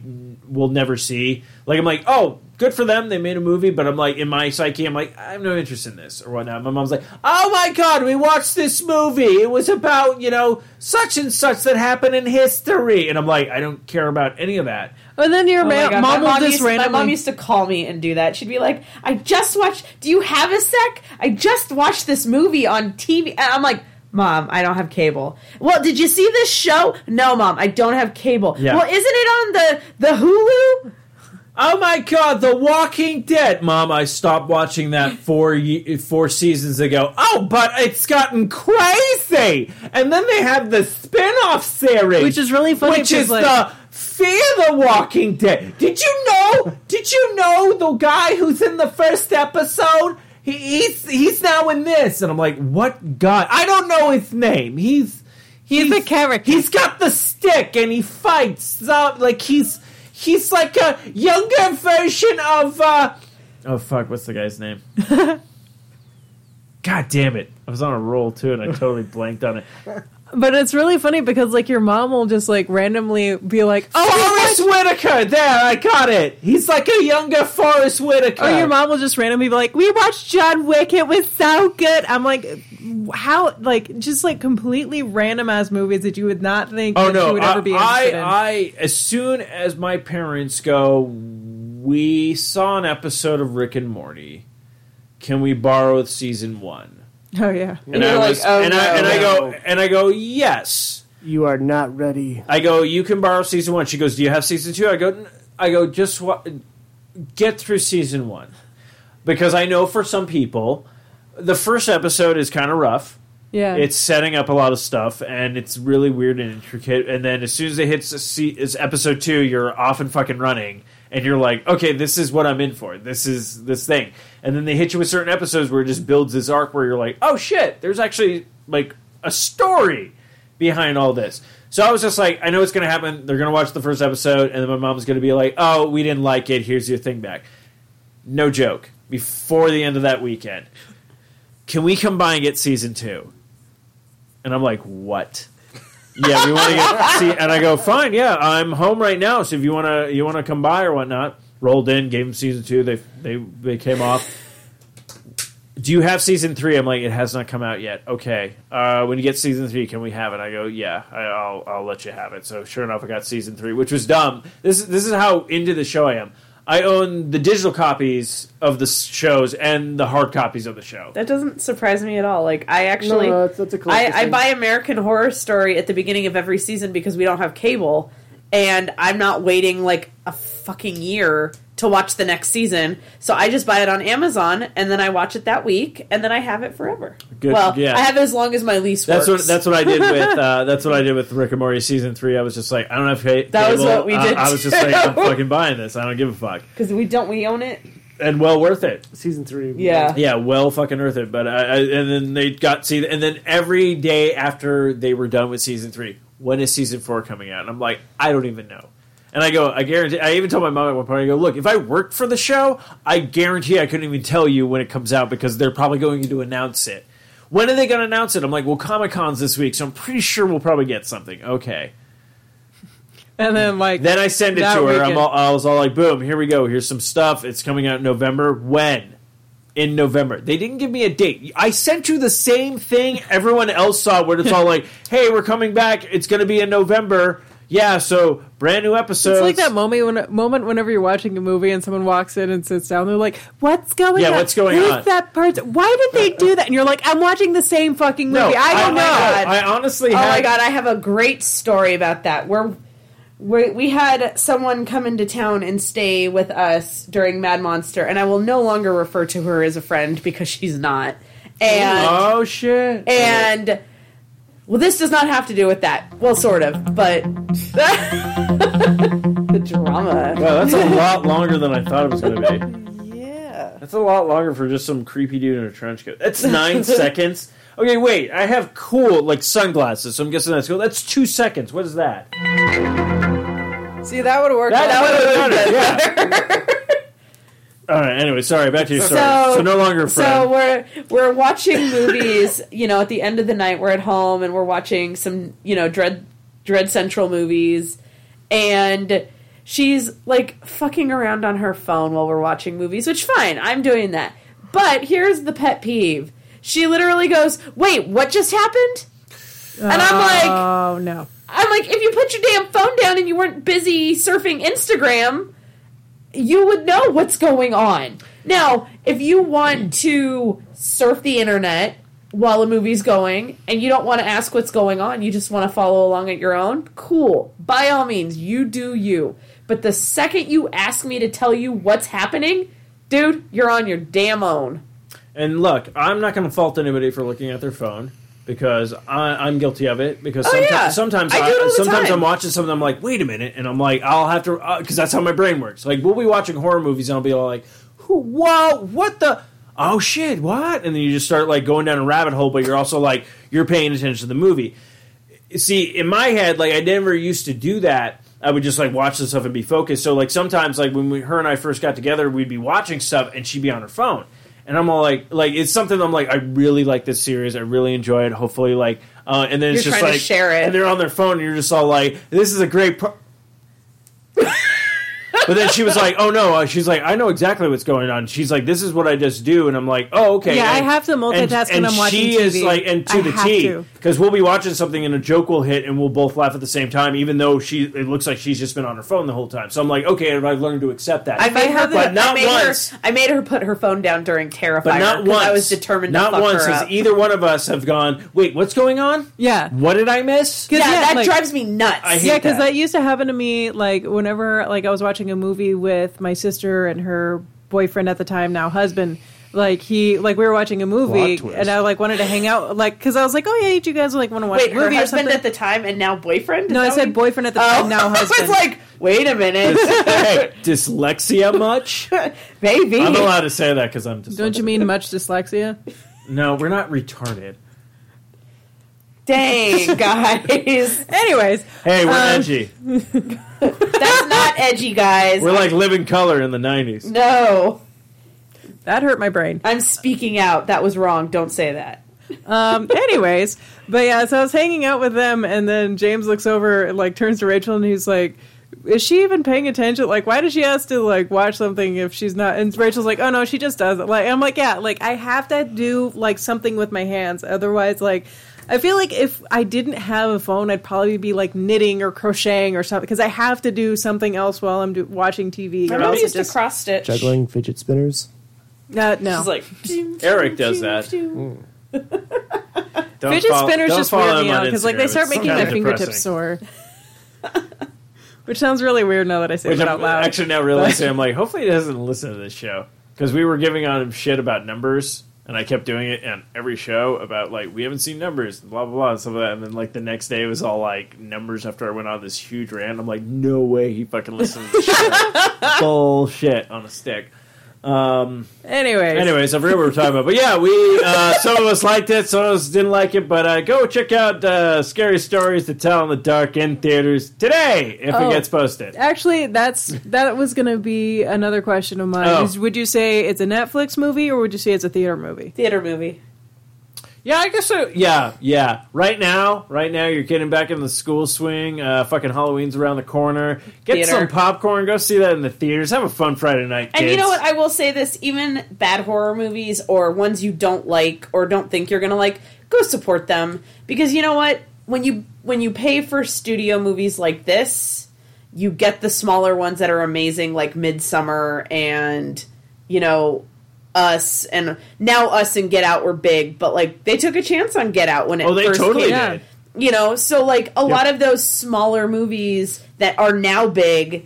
will never see. Like, I'm like, oh, good for them, they made a movie, but I'm like, in my psyche, I'm like, I have no interest in this or whatnot. My mom's like, oh my god, we watched this movie. It was about you know such and such that happened in history, and I'm like, I don't care about any of that.
And then your
Oh my
ma- mom
God. my,
will
mom
just
used, my
randomly.
mom used to call me and do that. She'd be like, "I just watched. Do you have a sec? I just watched this movie on TV." And I'm like, "Mom, I don't have cable." Well, did you see this show? No, mom, I don't have cable.
Yeah.
Well, isn't it on the the Hulu?
Oh my god, The Walking Dead, Mom! I stopped watching that four ye- four seasons ago. Oh, but it's gotten crazy, and then they have the spin-off series,
Which is really funny
which
'cause,
is
like-
the Fear the Walking Dead. Did you know? Did you know the guy who's in the first episode? He, he's he's now in this, and I'm like, what guy? I don't know his name. He's
He's a character.
He's got the stick and he fights. Uh, like he's he's like a younger version of. Uh, oh fuck! What's the guy's [laughs] name? God damn it! I was on a roll too, and I totally blanked on it.
But it's really funny because like your mom will just like randomly be like, "Oh,
Forrest Whitaker! There, I got it! He's like a younger Forrest Whitaker!
Or Oh, your mom will just randomly be like, "We watched John Wick. It was so good." I'm like, how? Like just like completely randomized movies that you would not think
Oh
that
no!
you would
I,
ever be
I,
interested in.
I, as soon as my parents go, we saw an episode of Rick and Morty. Can we borrow season one?
oh yeah.
And
you're
I
like,
was,
"Oh,
and I,
no."
and I go, and I go, yes.
You are not ready.
I go, you can borrow season one. She goes, do you have season two? I go, "N- I go, just wa- get through season one because I know for some people, the first episode is kind of rough.
Yeah.
It's setting up a lot of stuff, and it's really weird and intricate. And then as soon as it hits a se- it's episode two, you're off and fucking running, and you're like, okay, this is what I'm in for. This is this thing. And then they hit you with certain episodes where it just builds this arc where you're like, oh shit, there's actually like a story behind all this. So I was just like, I know it's going to happen. They're going to watch the first episode, and then my mom's going to be like, oh, we didn't like it. Here's your thing back. No joke. Before the end of that weekend, can we combine get season two? And I'm like, what? yeah, we want to get see. And I go, fine, yeah, I'm home right now. So if you wanna you wanna come by or whatnot, rolled in, gave them season two. They they they came off. Do you have season three? I'm like, it has not come out yet. Okay, uh, when you get season three, can we have it? I go, yeah, I, I'll I'll let you have it. So sure enough, I got season three, which was dumb. This is this is how into the show I am. I own the digital copies of the shows and the hard copies of the show.
That doesn't surprise me at all. Like I actually,
no, that's- that's a
I,
collector's
I
thing.
buy American Horror Story at the beginning of every season because we don't have cable, and I'm not waiting like a fucking year to watch the next season. So I just buy it on Amazon and then I watch it that week, and then I have it forever.
Good,
well,
yeah.
I have it as long as my lease
That's
works.
what that's what I did
[laughs]
with uh, that's what I did with Rick and Morty season three. I was just like, I don't have cable.
That was what we
I-
did
I, was just like, I'm
too.
fucking buying this. I don't give a fuck,
because we don't we own it.
and well worth it.
Season three.
Yeah.
Yeah, well fucking worth it. But I, I and then they got see, and then every day after they were done with season three, when is season four coming out? And I'm like, I don't even know. And I go, I guarantee. I even told my mom at one point, I go, look, if I worked for the show, I guarantee I couldn't even tell you when it comes out because they're probably going to announce it. When are they going to announce it? I'm like, well, Comic Con's this week, so I'm pretty sure we'll probably get something. Okay.
and then like
Then I send it
That
to her. I'm
weekend.
all, I was all like, boom, here we go. Here's some stuff. It's coming out in November. When? In November. They didn't give me a date. I sent you the same thing everyone else saw where it's all
[laughs]
like, hey, we're coming back. It's going to be in November. Yeah, so brand new episodes.
It's like that moment when moment whenever you're watching a movie and someone walks in and sits down. They're like, "What's going
Yeah,
on?
what's going
Who's
on?"
That person. Why did they do that?" And you're like, "I'm watching the same fucking movie.
No,
I don't know."
I, honestly
Oh
had,
my god, I have a great story about that. Where we we had someone come into town and stay with us during Mad Monster, and I will no longer refer to her as a friend because she's not. And
Oh, shit.
and well, this does not have to do with that. Well, sort of, but [laughs] the drama.
Wow, Oh, that's a lot longer than I thought it was going to be.
Yeah.
That's a lot longer for just some creepy dude in a trench coat. That's nine seconds. Okay, wait. I have cool like sunglasses, so I'm guessing that's cool. That's two seconds. What is that?
See, that would work.
That, that would have done it. Yeah. [laughs] All right. Anyway, sorry. Back to your story. So, no longer a friend.
So we're we're watching movies. you know, at the end of the night, we're at home and we're watching some you know dread dread central movies, and she's like fucking around on her phone while we're watching movies. Which fine, I'm doing that. But here's the pet peeve. She literally goes, "Wait, what just happened?" And I'm like,
"Oh no."
I'm like, if you put your damn phone down and you weren't busy surfing Instagram, you would know what's going on. Now, if you want to surf the internet while a movie's going and you don't want to ask what's going on, you just want to follow along at your own, cool. By all means, you do you. But the second you ask me to tell you what's happening, dude, you're on your damn own.
and look, I'm not going to fault anybody for looking at their phone because I, I'm guilty of it. Because
Oh,
sometimes,
yeah.
sometimes,
I do it all the
sometimes
time.
I'm watching something. I'm like, wait a minute, and I'm like, I'll have to because that's how my brain works. Like we'll be watching horror movies, and I'll be all like, who, whoa, what the. Oh shit! What? And then you just start like going down a rabbit hole, but you're also like you're paying attention to the movie. see in my head like i never used to do that i would just like watch the stuff and be focused so like sometimes like when we, her and i first got together we'd be watching stuff and she'd be on her phone and I'm all like, like it's something I'm like, I really like this series, I really enjoy it. Hopefully, like, uh, and then it's
You're
just
trying
like,
to share it.
and they're on their phone, and you're just all like, this is a great. Pro- [laughs] but then she was like, "Oh no!" uh, She's like, "I know exactly what's going on." She's like, "This is what I just do," and I'm like, "Oh, okay."
Yeah, I
And-
have to multitask
and,
when
and
I'm watching
She is
TV.
like, and to
I
the
have
T,
to.
because we'll be watching something and a joke will hit, and we'll both laugh at the same time, even though she it looks like she's just been on her phone the whole time. So I'm like, okay, and I've learned to accept that.
I made her.
have
Put,
it-
I
not
made
once.
Her, I made her put her phone down during Terrifier.
but not
'cause
once.
I was determined.
Not
to fuck
once
her
has
up.
either one of us have gone. Wait, what's going on?
Yeah.
What did I
[laughs]
miss?
Yeah,
yeah,
that
like-
drives me nuts.
I hate
yeah, because
that.
that used to happen to me. Like whenever, like I was watching a movie with my sister and her boyfriend at the time, now husband. Like he, like we were watching a
Plot
movie,
twist.
and I like wanted to hang out, like because I was like, oh yeah, you guys like want to watch
Wait,
a
her
movie or
husband
something.
at the time and now boyfriend. Is
no, I
that what
said
you-
boyfriend at the
Oh,
time, now husband.
[laughs] I was like, wait a minute,
hey, dyslexia much?
baby.
I'm allowed to say that because I'm. Dyslexic.
don't you mean much
[laughs]
dyslexia?
No, we're not retarded.
Dang, guys,
Anyways,
Hey, we're
Um,
edgy.
that's not edgy, guys.
We're like living color in the '90s.
no,
that hurt my brain.
I'm speaking out. That was wrong. Don't say that.
Um, [laughs] anyways, but yeah, so I was hanging out with them, and then James looks over, and, like, turns to Rachel, and he's like, "Is she even paying attention? Like, why does she ask to like watch something if she's not?" And Rachel's like, "Oh no, she just does it." Like, I'm like, "Yeah, like I have to do like something with my hands, otherwise, like." I feel like if I didn't have a phone, I'd probably be like knitting or crocheting or something because I have to do something else while I'm do- watching TV. Or else it just
cross stitch.
Juggling fidget spinners.
uh, no,
She's like,
Eric does that. Don't
Fidget
follow-
spinners
don't
just
follow
weird
him
me
on
out because like they
Instagram.
start
It's
making my
kinda depressing.
fingertips sore. Which sounds really weird now that I say
Which
that
I'm
out loud.
actually now realizing
[laughs]
I'm like, hopefully he doesn't listen to this show because we were giving on him shit about numbers, and I kept doing it on every show about like we haven't seen numbers, blah blah blah, and stuff like that. And then like the next day it was all like numbers after I went on this huge rant. I'm like, no way he fucking listens to this
[laughs]
show. bullshit on a stick. Um,
Anyways,
Anyways, I forget what we were talking about, but yeah, we uh, some of us liked it, some of us didn't like it. But uh, go check out uh, "Scary Stories to Tell in the Dark" in theaters today if
Oh.
it gets posted.
actually, that's that was going to be another question of mine.
Oh.
Is, would you say it's a Netflix movie or would you say it's a theater movie?
theater movie.
Yeah, I guess so. Yeah, yeah. Right now, right now, you're getting back in the school swing. Uh, fucking Halloween's around the corner. Get
Theater.
some popcorn. Go see that in the theaters. Have a fun Friday night.
And you
kids.
know what? I will say this: even bad horror movies or ones you don't like or don't think you're gonna like, go support them because you know what? When you when you pay for studio movies like this, you get the smaller ones that are amazing, like Midsummer and you know Us and now Us and Get Out were big, but like they took a chance on Get Out when it
Oh, they
first
totally
came
Yeah.
did.
you know so like a lot of those smaller movies that are now big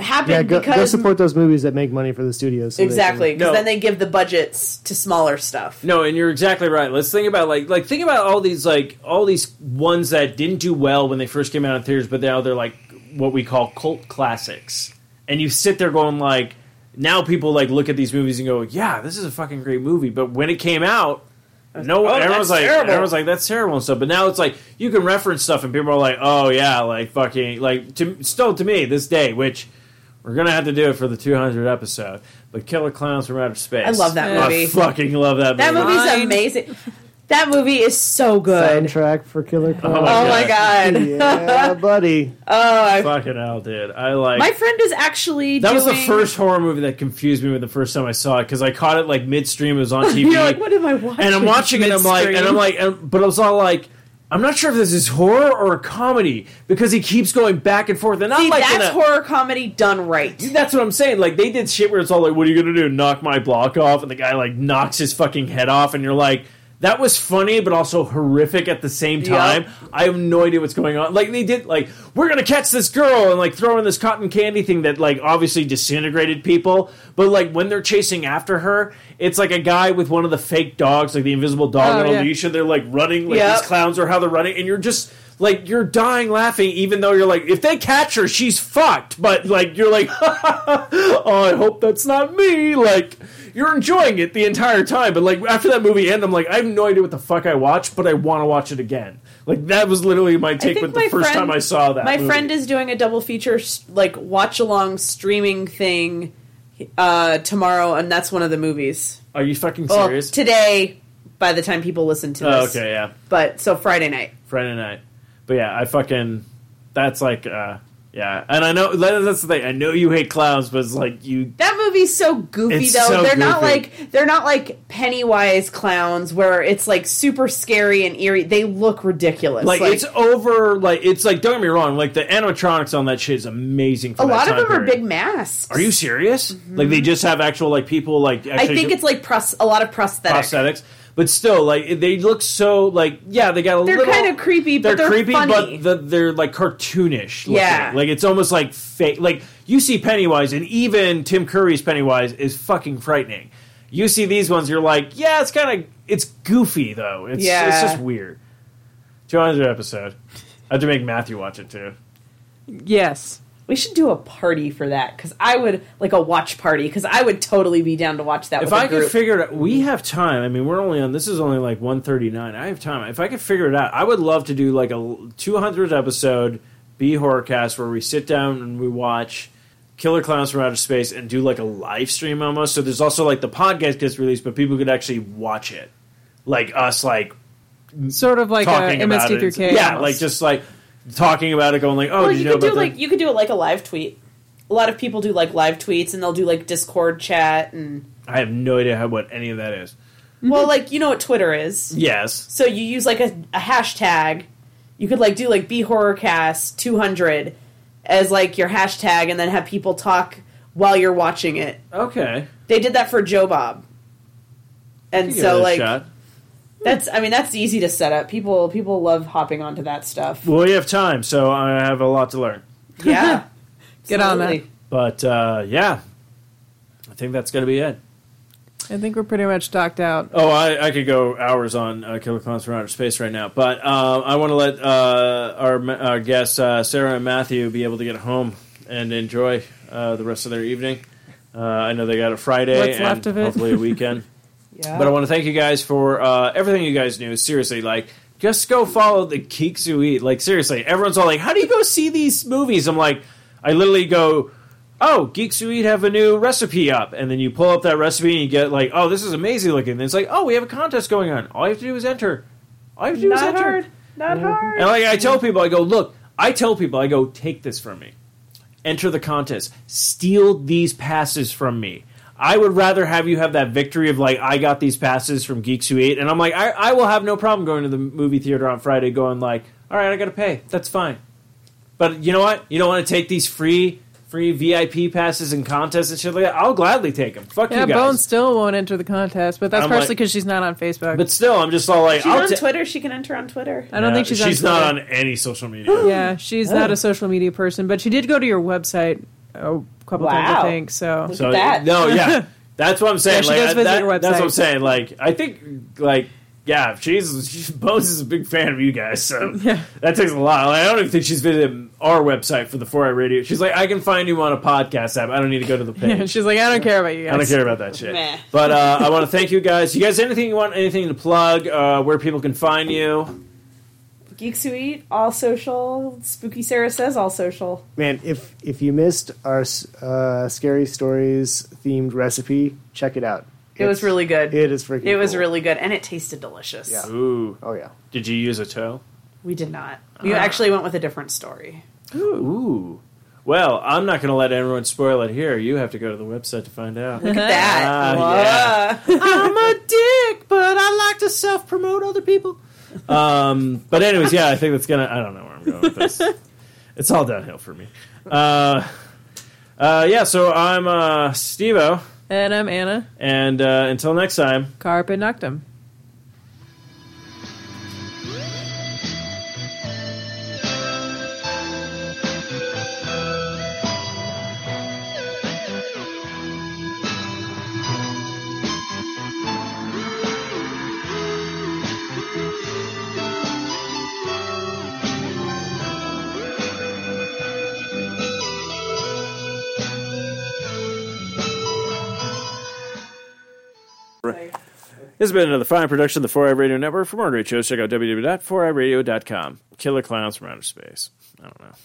happen
Yeah, go,
because
go support those movies that make money for the studios. so they can-
exactly because
No.
then they give the budgets to smaller stuff
No, and you're exactly right. Let's think about like like think about all these like all these ones that didn't do well when they first came out in theaters, but now they're like what we call cult classics. And you sit there going like, now people like look at these movies and go, yeah, this is a fucking great movie. But when it came out, no,
oh,
one everyone's
that's
like,
terrible.
everyone's like, that's terrible and stuff. But now it's like you can reference stuff, and people are like, oh yeah, like fucking like to still to me this day, which. We're gonna have to do it for the 200 episode, but Killer Clowns from Outer Space.
I love that
I
movie.
fucking love that movie.
that movie's
Mine.
amazing that movie is so good
Soundtrack for Killer
Oh
Clowns.
[laughs] oh my god
yeah, buddy.
Fucking hell, dude! I like
my friend is actually
that was the
doing-
first horror movie that confused me when the first time I saw it because I caught it like midstream. It was
[laughs]
on TV,
you're like what am i watching
and I'm watching it. I'm like, and I'm
Midstream.
like, and, but I was all like, I'm not sure if this is horror or a comedy because he keeps going back and forth, and I'm
See,
like, in
that's
a-
horror comedy done right
That's what I'm saying. Like they did shit where it's all like, "What are you gonna do? Knock my block off?" And the guy like knocks his fucking head off, and you're like, "That was funny, but also horrific at the same time." I have no idea what's going on. Like they did, like we're gonna catch this girl and like throw in this cotton candy thing that like obviously disintegrated people. But like when they're chasing after her, it's like a guy with one of the fake dogs, like the invisible dog
Oh,
on a
yeah.
leash, and they're like running like
Yep.
these clowns or how they're running, and you're just. Like you're dying laughing, even though you're like, if they catch her, she's fucked. But like you're like, oh, I hope that's not me. Like, you're enjoying it the entire time, but like after that movie ended, I'm like, I have no idea what the fuck I watched, but I want to watch it again. Like that was literally my take with the first time I saw that.
My
movie.
friend is doing a double feature s- like watch along streaming thing uh, tomorrow, and that's one of the movies.
Are you fucking
Well,
serious?
today, by the time people listen to
oh,
this.
okay, yeah.
But so Friday night.
Friday night. But yeah, I fucking that's like uh yeah. And I know that- that's the thing. I know you hate clowns, but it's like you
That movie's so goofy
It's
though.
so
they're not
goofy.
like they're not like Pennywise clowns where it's like super scary and eerie. They look ridiculous.
like, it's over like it's like don't get me wrong, like the animatronics on that shit is amazing for
a
that
lot of
time
them are
period.
big masks.
Are you serious? Like they just have actual like people like
I
actually
think
do
it's like pros- a lot of prosthetic.
prosthetics. But still, like they look so like yeah, they got a
They're
little
kind of creepy, but
they're,
they're,
creepy,
funny.
but the, they're like cartoonish. Looking.
Yeah.
like it's almost like fake. Like you see Pennywise, and even Tim Curry's Pennywise is fucking frightening. You see these ones, you're like, yeah, it's kind of it's goofy though. It's
Yeah.
it's just weird. Two hundred episode. I have to make Matthew watch it too.
Yes.
we should do a party for that because I would like a watch party because I would totally be down to watch that.
if
with a
I could
group.
figure it out, we have time. I mean, we're only on this is only like one thirty nine. I have time. If I could figure it out, I would love to do like a two hundredth episode B Horrorcast where we sit down and we watch Killer Clowns from Outer Space and do like a live stream almost. So there's also like the podcast gets released, but people could actually watch it, like us, like
Sort of like
uh,
a
talking about it.
MST3K.
yeah,
almost.
like just like talking about it, going like, oh,
well,
did you,
you,
know
could
about
do
that?
like you could do it like a live tweet. A lot of people do like live tweets and they'll do like Discord chat and
I have no idea how, what any of that is.
well,
Mm-hmm.
like you know what Twitter is.
Yes,
So you use like a, a hashtag. You could like do like B Horrorcast 200 as like your hashtag and then have people talk while you're watching it.
okay,
They did that for Joe Bob. And
Give it a
so like
shot.
that's I mean that's easy to set up. People people love hopping onto that
[laughs]
stuff.
well, we have time, so I have a lot to learn.
Yeah.
Get on that.
Absolutely.
But uh, yeah, I think that's going to be it.
I think we're pretty much stocked out.
Oh, I, I could go hours on uh, Killer Clowns from Outer Space right now, but uh, I want to let uh, our, ma- our guests, uh, Sarah and Matthew, be able to get home and enjoy uh, the rest of their evening. Uh, I know they got a Friday
What's
and
left of it.
hopefully a
[laughs]
weekend.
Yeah.
But I want to thank you guys for uh, everything you guys do. Seriously, like just go follow the geeks who eat. Like seriously, everyone's all like, "How do you go see these movies?" I'm like, I literally go, "Oh, geeks who eat have a new recipe up," and then you pull up that recipe and you get like, "Oh, this is amazing looking." And it's like, "Oh, we have a contest going on. All you have to do is enter. All you have to do is
Not
enter."
hard. Not hard.
And like I tell people, I go, look, I tell people, I go, take this from me. Enter the contest. Steal these passes from me. I would rather have you have that victory of like I got these passes from Geeks Who Ate, and I'm like, I, I will have no problem going to the movie theater on Friday, going like, all right, I gotta pay. That's fine. But you know what? You don't want to take these free free VIP passes and contests and shit like that. I'll gladly take them. Fuck
Yeah,
you guys.
Bone still won't enter the contest, but that's
I'm
partially
like-
because she's not on Facebook.
But still, I'm just all like,
She's
I'll
on
ta-
Twitter. She can enter on Twitter.
I don't
No,
think she's.
she's
on
not
Twitter.
on any social media.
Yeah, she's not a social media person, but she did go to your website a couple times,
Wow.
I think. So [laughs]
Look at that.
No,
[laughs]
yeah, that's what I'm saying.
she
like,
does
I-
visit
that-
your
That's what I'm
website.
saying. Like, I think, like, yeah, she's she, Bose is a big fan of you guys, so
[laughs] Yeah.
that takes a lot. Like, I don't even think she's visited our website for the Four Eye Radio. She's like, I can find you on a podcast app. I don't need to go to the page.
[laughs] yeah, she's like, I don't care about you guys.
I don't care about that shit.
Meh.
But uh, I want to thank you guys. You guys, anything you want, anything to plug, uh, where people can find you.
Geeks Who Eat, all social. Spooky Sarah says all social.
Man, if if you missed our uh, scary stories themed recipe, check it out.
It was
It's-
really good.
It is freaking.
It was
cool.
really good, and it tasted delicious.
Yeah.
Ooh,
Oh yeah.
did you use a toe?
We did not. We actually went with a different story.
Ooh. Well, I'm not going to let everyone spoil it here. You have to go to the website to find out.
Look at that.
Ah, [laughs] I'm a dick, but I like to self promote other people. Um, but anyways, yeah, I think that's gonna. I don't know where I'm going with [laughs] this. it's all downhill for me. Uh, uh, yeah, so I'm uh, Stevo,
And I'm Anna.
and uh, until next time.
Carpe Noctem.
This has been another fine production of the 4i Radio Network. For more great shows, check out www.4iradio.com. Killer Clowns from Outer Space. I don't know.